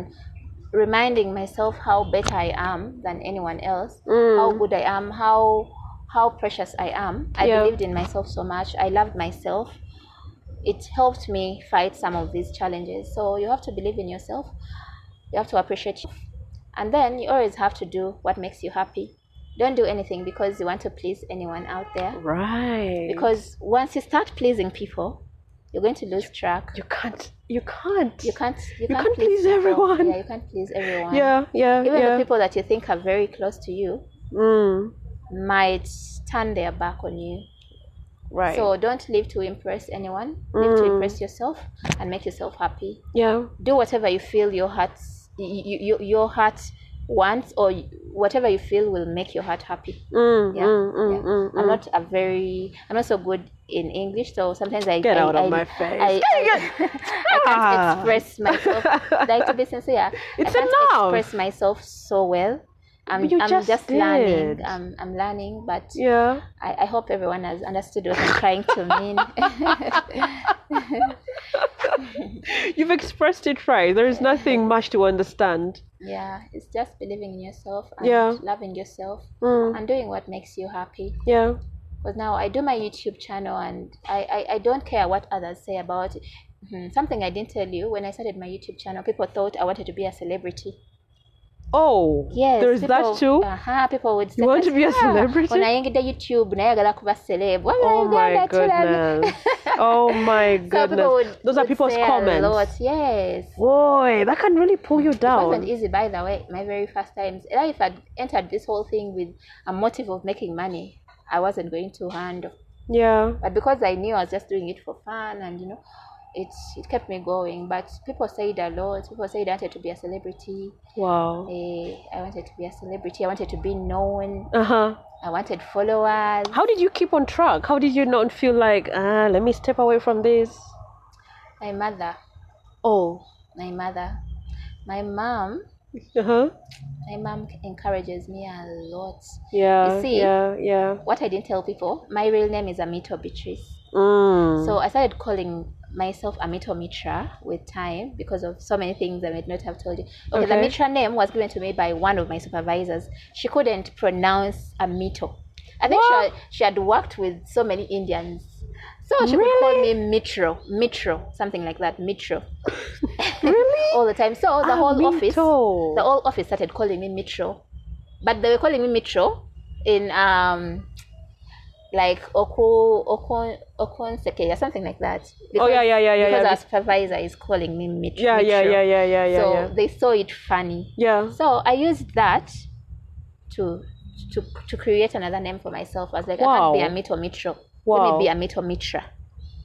[SPEAKER 2] reminding myself how better I am than anyone else,
[SPEAKER 1] Mm.
[SPEAKER 2] how good I am, how how precious I am. I
[SPEAKER 1] Yeah.
[SPEAKER 2] believed in myself so much. I loved myself. It helped me fight some of these challenges. So you have to believe in yourself. You have to appreciate yourself. And then you always have to do what makes you happy Don't do anything because you want to please anyone out there.
[SPEAKER 1] Right.
[SPEAKER 2] Because once you start pleasing people, you're going to lose track.
[SPEAKER 1] you can't. You can't.
[SPEAKER 2] You can't. You,
[SPEAKER 1] You can't please
[SPEAKER 2] people.
[SPEAKER 1] everyone.
[SPEAKER 2] Yeah, you can't please everyone.
[SPEAKER 1] Yeah. Yeah.
[SPEAKER 2] Even
[SPEAKER 1] yeah.
[SPEAKER 2] the people that you think are very close to you
[SPEAKER 1] Mm,
[SPEAKER 2] might turn their back on you.
[SPEAKER 1] right.
[SPEAKER 2] So don't live to impress anyone. Live to
[SPEAKER 1] Mm.
[SPEAKER 2] impress yourself and make yourself happy.
[SPEAKER 1] yeah.
[SPEAKER 2] Do whatever you feel your heart, you, you, your heart wants, or y- whatever you feel will make your heart happy.
[SPEAKER 1] Mm,
[SPEAKER 2] Yeah,
[SPEAKER 1] mm, mm,
[SPEAKER 2] yeah.
[SPEAKER 1] mm,
[SPEAKER 2] I'm
[SPEAKER 1] mm.
[SPEAKER 2] not a very, I'm not so good in English, so sometimes I
[SPEAKER 1] Get
[SPEAKER 2] I-
[SPEAKER 1] out of
[SPEAKER 2] I-
[SPEAKER 1] my face.
[SPEAKER 2] I, I, I
[SPEAKER 1] Ah.
[SPEAKER 2] can't express myself. like to be sincere, yeah,
[SPEAKER 1] It's
[SPEAKER 2] I can't
[SPEAKER 1] enough.
[SPEAKER 2] express myself so well. I'm,
[SPEAKER 1] But you
[SPEAKER 2] I'm
[SPEAKER 1] just
[SPEAKER 2] just, learning.
[SPEAKER 1] did.
[SPEAKER 2] I'm, I'm learning, but
[SPEAKER 1] yeah.
[SPEAKER 2] I, I hope everyone has understood what I'm trying to mean.
[SPEAKER 1] You've expressed it right. There is nothing much to understand.
[SPEAKER 2] yeah, it's just believing in yourself and
[SPEAKER 1] Yeah.
[SPEAKER 2] loving yourself
[SPEAKER 1] Mm,
[SPEAKER 2] and doing what makes you happy.
[SPEAKER 1] yeah.
[SPEAKER 2] Because now I do my YouTube channel and I, I, I don't care what others say about it. Mhm. Something I didn't tell you when I started my YouTube channel, people thought I wanted to be a celebrity.
[SPEAKER 1] Oh.
[SPEAKER 2] Yes,
[SPEAKER 1] There is
[SPEAKER 2] people-
[SPEAKER 1] that too.
[SPEAKER 2] Uh-huh, people would say, "Ah,
[SPEAKER 1] want to be a celebrity?
[SPEAKER 2] unaingia youtube nayagala kuba celeb Why
[SPEAKER 1] oh my
[SPEAKER 2] nayagala tulale?"
[SPEAKER 1] goodness. oh my
[SPEAKER 2] So
[SPEAKER 1] goodness.
[SPEAKER 2] people would,
[SPEAKER 1] Those are
[SPEAKER 2] would
[SPEAKER 1] people's
[SPEAKER 2] say a lot.
[SPEAKER 1] comments.
[SPEAKER 2] Yes.
[SPEAKER 1] Boy, that can really pull you
[SPEAKER 2] It wasn't
[SPEAKER 1] down.
[SPEAKER 2] easy, by the way. My very first times. And if I'd entered this whole thing with a motive of making money, I wasn't going to handle.
[SPEAKER 1] Yeah.
[SPEAKER 2] But because I knew I was just doing it for fun, and you know, it it kept me going. But people said a lot. People said I wanted to be a celebrity.
[SPEAKER 1] Wow.
[SPEAKER 2] Eh, I wanted to be a celebrity. I wanted to be known.
[SPEAKER 1] Uh huh.
[SPEAKER 2] I wanted followers.
[SPEAKER 1] How did you keep on track? How did you not feel like, ah, let me step away from this?
[SPEAKER 2] My mother,
[SPEAKER 1] Oh.
[SPEAKER 2] my mother, my mom.
[SPEAKER 1] Uh huh.
[SPEAKER 2] My mom encourages me a lot.
[SPEAKER 1] Yeah.
[SPEAKER 2] You see?
[SPEAKER 1] Yeah. Yeah.
[SPEAKER 2] What I didn't tell people, my real name is Amito Beatrice.
[SPEAKER 1] Mm.
[SPEAKER 2] So I started calling myself Amito Mitra with time because of so many things I might not have told you. Okay, the
[SPEAKER 1] Okay.
[SPEAKER 2] Mitra name was given to me by one of my supervisors. She couldn't pronounce Amito. I think she had, she had worked with so many Indians. So she could call me Mitro, Mitro, something like that, Mitro.
[SPEAKER 1] really?
[SPEAKER 2] All the time. So
[SPEAKER 1] Ah,
[SPEAKER 2] the whole office
[SPEAKER 1] Amito.
[SPEAKER 2] the whole office started calling me Mitro. But they were calling me Mitro in um like Oku Okun Okun Seke or something like that.
[SPEAKER 1] Oh yeah, yeah, yeah, yeah,
[SPEAKER 2] Because
[SPEAKER 1] yeah.
[SPEAKER 2] our supervisor is calling me Mitro.
[SPEAKER 1] yeah, yeah, yeah, yeah, yeah, yeah,
[SPEAKER 2] so
[SPEAKER 1] yeah.
[SPEAKER 2] they saw it funny.
[SPEAKER 1] Yeah.
[SPEAKER 2] So I used that to to to create another name for myself. I was like, I can't be a Mito Mitro. Let
[SPEAKER 1] Wow.
[SPEAKER 2] me be a Mito Mitra.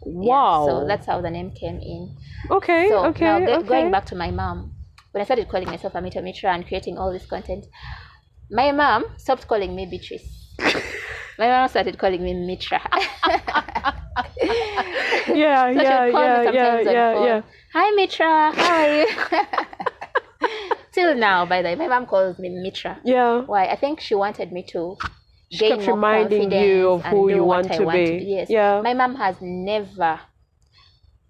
[SPEAKER 2] Yeah,
[SPEAKER 1] Wow.
[SPEAKER 2] so that's how the name came in.
[SPEAKER 1] okay.
[SPEAKER 2] So
[SPEAKER 1] okay.
[SPEAKER 2] now go-
[SPEAKER 1] okay.
[SPEAKER 2] going back to my mom, when I started calling myself Amita Mitra and creating all this content, my mom stopped calling me Beatrice. my mom started calling me Mitra.
[SPEAKER 1] Yeah,
[SPEAKER 2] so
[SPEAKER 1] yeah,
[SPEAKER 2] she would call
[SPEAKER 1] yeah, yeah,
[SPEAKER 2] me sometimes on
[SPEAKER 1] yeah,
[SPEAKER 2] the phone.
[SPEAKER 1] yeah.
[SPEAKER 2] Hi Mitra, how are you? Till now, by the way, my mom calls me Mitra.
[SPEAKER 1] Yeah.
[SPEAKER 2] Why? I think she wanted me to
[SPEAKER 1] She
[SPEAKER 2] gain
[SPEAKER 1] kept
[SPEAKER 2] more
[SPEAKER 1] reminding
[SPEAKER 2] confidence
[SPEAKER 1] you of
[SPEAKER 2] and
[SPEAKER 1] who
[SPEAKER 2] do
[SPEAKER 1] you
[SPEAKER 2] what
[SPEAKER 1] want
[SPEAKER 2] I
[SPEAKER 1] to
[SPEAKER 2] want
[SPEAKER 1] be.
[SPEAKER 2] to do. Yes.
[SPEAKER 1] Yeah.
[SPEAKER 2] My mom has never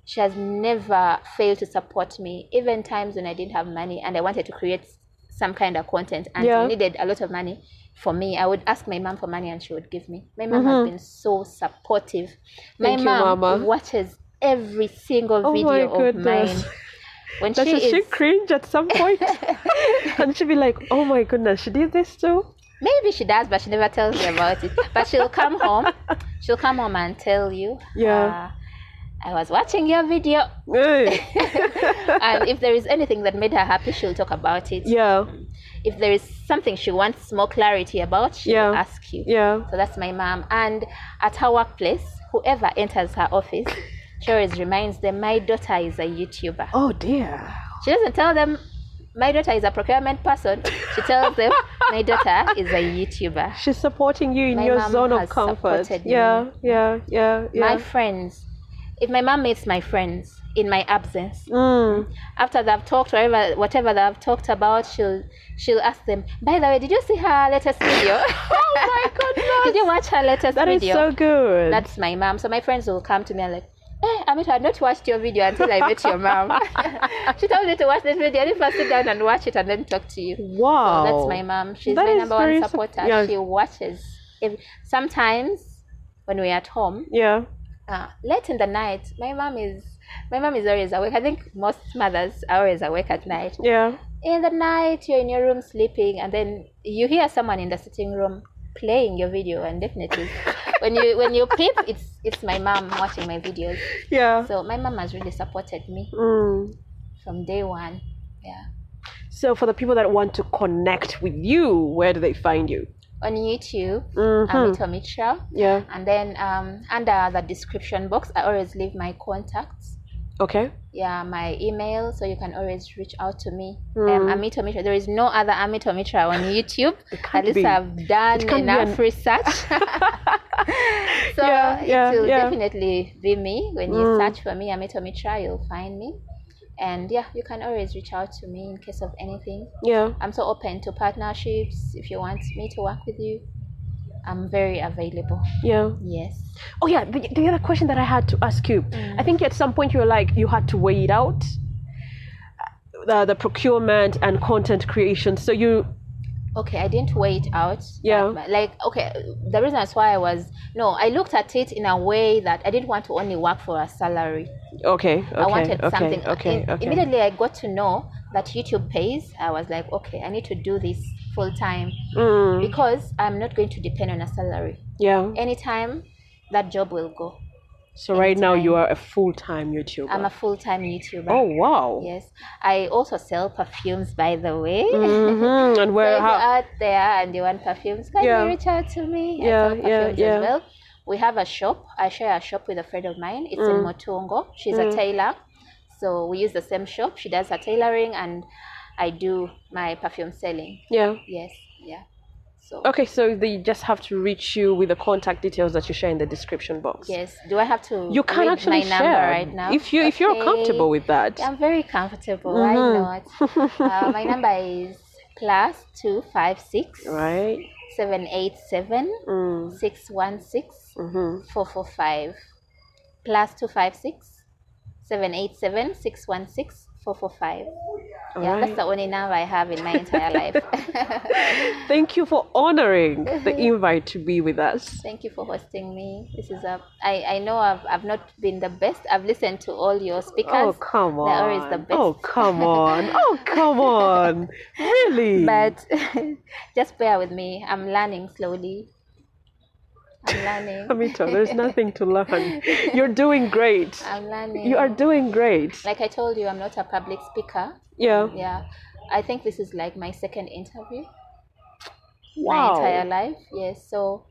[SPEAKER 2] she has never failed to support me, even times when I didn't have money and I wanted to create some kind of content and
[SPEAKER 1] Yeah.
[SPEAKER 2] needed a lot of money for me. I would ask my mom for money and she would give me. My mom has been so supportive.
[SPEAKER 1] Mm-hmm.
[SPEAKER 2] My
[SPEAKER 1] Thank you,
[SPEAKER 2] mom
[SPEAKER 1] Mama.
[SPEAKER 2] watches every single
[SPEAKER 1] Oh my
[SPEAKER 2] video of
[SPEAKER 1] goodness.
[SPEAKER 2] mine. When
[SPEAKER 1] That's
[SPEAKER 2] she
[SPEAKER 1] she, she
[SPEAKER 2] is
[SPEAKER 1] cringe at some point, and she'd be like, "Oh my goodness, she did this too."
[SPEAKER 2] Maybe she does, but she never tells you about it. But she'll come home. She'll come home and tell you.
[SPEAKER 1] Yeah.
[SPEAKER 2] "Uh, I was watching your video,
[SPEAKER 1] Hey.
[SPEAKER 2] and if there is anything that made her happy, she'll talk about it.
[SPEAKER 1] yeah,
[SPEAKER 2] If there is something she wants more clarity about, she'll
[SPEAKER 1] Yeah.
[SPEAKER 2] ask you.
[SPEAKER 1] yeah.
[SPEAKER 2] So that's my mom. And at her workplace, whoever enters her office, she always reminds them, "My daughter is a YouTuber."
[SPEAKER 1] Oh dear.
[SPEAKER 2] She doesn't tell them. My daughter is a procurement person. She tells them, "My daughter is a YouTuber."
[SPEAKER 1] She's supporting you in
[SPEAKER 2] My
[SPEAKER 1] your
[SPEAKER 2] mom
[SPEAKER 1] zone of
[SPEAKER 2] has
[SPEAKER 1] comfort.
[SPEAKER 2] supported
[SPEAKER 1] Yeah,
[SPEAKER 2] me.
[SPEAKER 1] yeah, yeah,
[SPEAKER 2] my
[SPEAKER 1] yeah.
[SPEAKER 2] friends if my mom meets my friends in my absence
[SPEAKER 1] Mm.
[SPEAKER 2] after they've talked whatever whatever they've talked about she'll she'll ask them by the way did you see her latest video oh my goodness did you watch her latest
[SPEAKER 1] That is
[SPEAKER 2] video
[SPEAKER 1] so good.
[SPEAKER 2] that's my mom so my friends will come to me and like Eh, Amit, I had not watched your video until I met your mom. she told me to watch this video. I didn't first sit down and watch it and then talk to you. So
[SPEAKER 1] wow.
[SPEAKER 2] that's my mom. She's
[SPEAKER 1] Oh. That
[SPEAKER 2] my
[SPEAKER 1] is
[SPEAKER 2] number one
[SPEAKER 1] very sup-
[SPEAKER 2] supporter.
[SPEAKER 1] yeah.
[SPEAKER 2] She watches. If, sometimes when we're at home,
[SPEAKER 1] Yeah.
[SPEAKER 2] uh, late in the night. My mom is my mom is always awake. I think most mothers are always awake at night.
[SPEAKER 1] Yeah.
[SPEAKER 2] In the night, you're in your room sleeping, and then you hear someone in the sitting room playing your video and definitely when you when you peep it's it's my mom watching my videos
[SPEAKER 1] Yeah.
[SPEAKER 2] so my mom has really supported me
[SPEAKER 1] Mm.
[SPEAKER 2] from day one yeah
[SPEAKER 1] So for the people that want to connect with you, where do they find you?
[SPEAKER 2] on youtube i'm
[SPEAKER 1] Mm-hmm.
[SPEAKER 2] Ito Mitra.
[SPEAKER 1] Yeah.
[SPEAKER 2] and then um, under the description box i always leave my contacts
[SPEAKER 1] Okay.
[SPEAKER 2] yeah my email so you can always reach out to me
[SPEAKER 1] Mm.
[SPEAKER 2] um, amito mitra there is no other amito mitra on youtube
[SPEAKER 1] It
[SPEAKER 2] at
[SPEAKER 1] can't
[SPEAKER 2] least
[SPEAKER 1] be.
[SPEAKER 2] i've done
[SPEAKER 1] can't be
[SPEAKER 2] enough
[SPEAKER 1] an-
[SPEAKER 2] research so
[SPEAKER 1] Yeah, yeah,
[SPEAKER 2] it will
[SPEAKER 1] yeah.
[SPEAKER 2] definitely be me when you
[SPEAKER 1] Mm.
[SPEAKER 2] search for me amito mitra you'll find me and yeah you can always reach out to me in case of anything
[SPEAKER 1] Yeah.
[SPEAKER 2] i'm so open to partnerships if you want me to work with you i'm very available
[SPEAKER 1] Yeah.
[SPEAKER 2] yes
[SPEAKER 1] Oh yeah. The, the other question that I had to ask you,
[SPEAKER 2] Mm.
[SPEAKER 1] I think at some point you were like you had to weigh it out, uh, the the procurement and content creation. So you
[SPEAKER 2] okay i didn't weigh it out
[SPEAKER 1] Yeah.
[SPEAKER 2] but, like okay the reason that's why i was no i looked at it in a way that i didn't want to only work for a salary
[SPEAKER 1] okay? Okay.
[SPEAKER 2] i wanted
[SPEAKER 1] okay,
[SPEAKER 2] something uh,
[SPEAKER 1] Okay.
[SPEAKER 2] In-
[SPEAKER 1] okay.
[SPEAKER 2] immediately i got to know that youtube pays i was like okay i need to do this full time
[SPEAKER 1] Mm,
[SPEAKER 2] because i'm not going to depend on a salary
[SPEAKER 1] yeah.
[SPEAKER 2] anytime that job will go
[SPEAKER 1] So right now you
[SPEAKER 2] anytime.
[SPEAKER 1] are a full time YouTuber.
[SPEAKER 2] i'm a full-time youtuber
[SPEAKER 1] oh wow.
[SPEAKER 2] yes i also sell perfumes by the way
[SPEAKER 1] hmm And
[SPEAKER 2] So uh,
[SPEAKER 1] where?
[SPEAKER 2] if you're
[SPEAKER 1] how,
[SPEAKER 2] out there and you want perfumes, can
[SPEAKER 1] Yeah.
[SPEAKER 2] you reach out to me? I
[SPEAKER 1] Yeah,
[SPEAKER 2] sell
[SPEAKER 1] yeah,
[SPEAKER 2] perfumes
[SPEAKER 1] yeah.
[SPEAKER 2] as well. We have a shop. I share a shop with a friend of mine. It's
[SPEAKER 1] Mm.
[SPEAKER 2] in Motuongo. She's a tailor. So we use the same shop. She does her tailoring and I do my perfume selling.
[SPEAKER 1] yeah.
[SPEAKER 2] Yes. Yeah. So
[SPEAKER 1] Okay, so they just have to reach you with the contact details that you share in the description box.
[SPEAKER 2] yes. Do I have to
[SPEAKER 1] You can
[SPEAKER 2] read
[SPEAKER 1] actually
[SPEAKER 2] my
[SPEAKER 1] share
[SPEAKER 2] number right now?
[SPEAKER 1] if you if you're
[SPEAKER 2] Okay.
[SPEAKER 1] comfortable with Mm-hmm. that.
[SPEAKER 2] I'm very comfortable. Why not? uh, my number is plus two five six
[SPEAKER 1] Right.
[SPEAKER 2] seven eight seven
[SPEAKER 1] Mm.
[SPEAKER 2] six one six
[SPEAKER 1] hmm
[SPEAKER 2] 445 plus 256 787 616 445. Yeah, that's
[SPEAKER 1] Alright.
[SPEAKER 2] the only number I have in my entire life.
[SPEAKER 1] Thank you for honoring the invite to be with us.
[SPEAKER 2] Thank you for hosting me. This is a I I know I've I've not been the best. I've listened to all your
[SPEAKER 1] Oh
[SPEAKER 2] speakers.
[SPEAKER 1] come on!
[SPEAKER 2] they're always the best.
[SPEAKER 1] Oh come on! Oh come on! really?
[SPEAKER 2] But just bear with me. I'm learning slowly. I'm learning.
[SPEAKER 1] Amito, there's nothing to learn. You're doing great.
[SPEAKER 2] I'm learning.
[SPEAKER 1] You are doing great.
[SPEAKER 2] like I told you, I'm not a public speaker.
[SPEAKER 1] Yeah.
[SPEAKER 2] Yeah. I think this is like my second interview. my
[SPEAKER 1] Wow.
[SPEAKER 2] entire life. Yes, so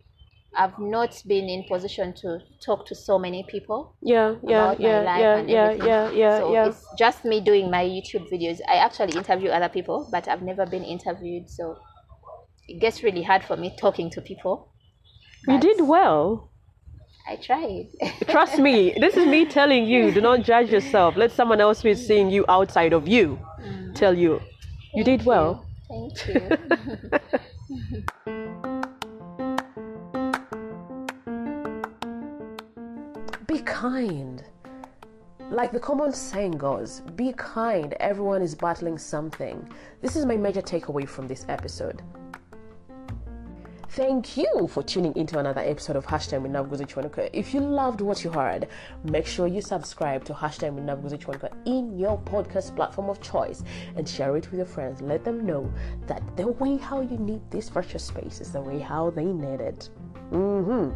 [SPEAKER 2] I've not been in position to talk to so many people
[SPEAKER 1] Yeah. Yeah.
[SPEAKER 2] about my
[SPEAKER 1] Yeah.
[SPEAKER 2] life
[SPEAKER 1] Yeah.
[SPEAKER 2] and
[SPEAKER 1] Yeah.
[SPEAKER 2] everything.
[SPEAKER 1] Yeah. Yeah.
[SPEAKER 2] so
[SPEAKER 1] Yeah.
[SPEAKER 2] it's just me doing my YouTube videos. I actually interview other people, but I've never been interviewed, so it gets really hard for me talking to people.
[SPEAKER 1] You did well.
[SPEAKER 2] I tried.
[SPEAKER 1] Trust me, this is me telling you, do not judge yourself. Let someone else who is seeing you outside of you tell you. You did well.
[SPEAKER 2] Thank you.
[SPEAKER 3] Be kind. Like the common saying goes, be kind. Everyone is battling something. This is my major takeaway from this episode. Thank you for tuning into another episode of Hashtag with Nabguzi Chwanuka. If you loved what you heard, make sure you subscribe to Hashtag with Nabguzi Chwanuka in your podcast platform of choice and share it with your friends. Let them know that the way how you need this virtual space is the way how they need it. hmm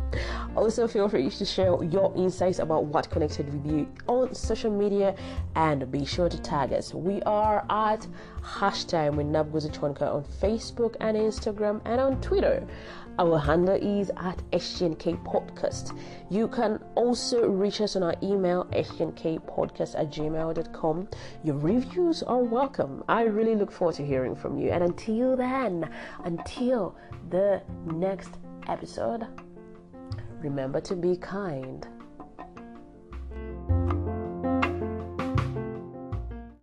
[SPEAKER 3] Also, feel free to share your insights about what connected with you on social media and be sure to tag us. We are at hashtag with Nabguzi Chwanka on Facebook and Instagram and on Twitter. Our handle is at SGNK Podcast. You can also reach us on our email, sgnkpodcast at gmail.com. Your reviews are welcome. I really look forward to hearing from you. And until then, until the next episode, remember to be kind.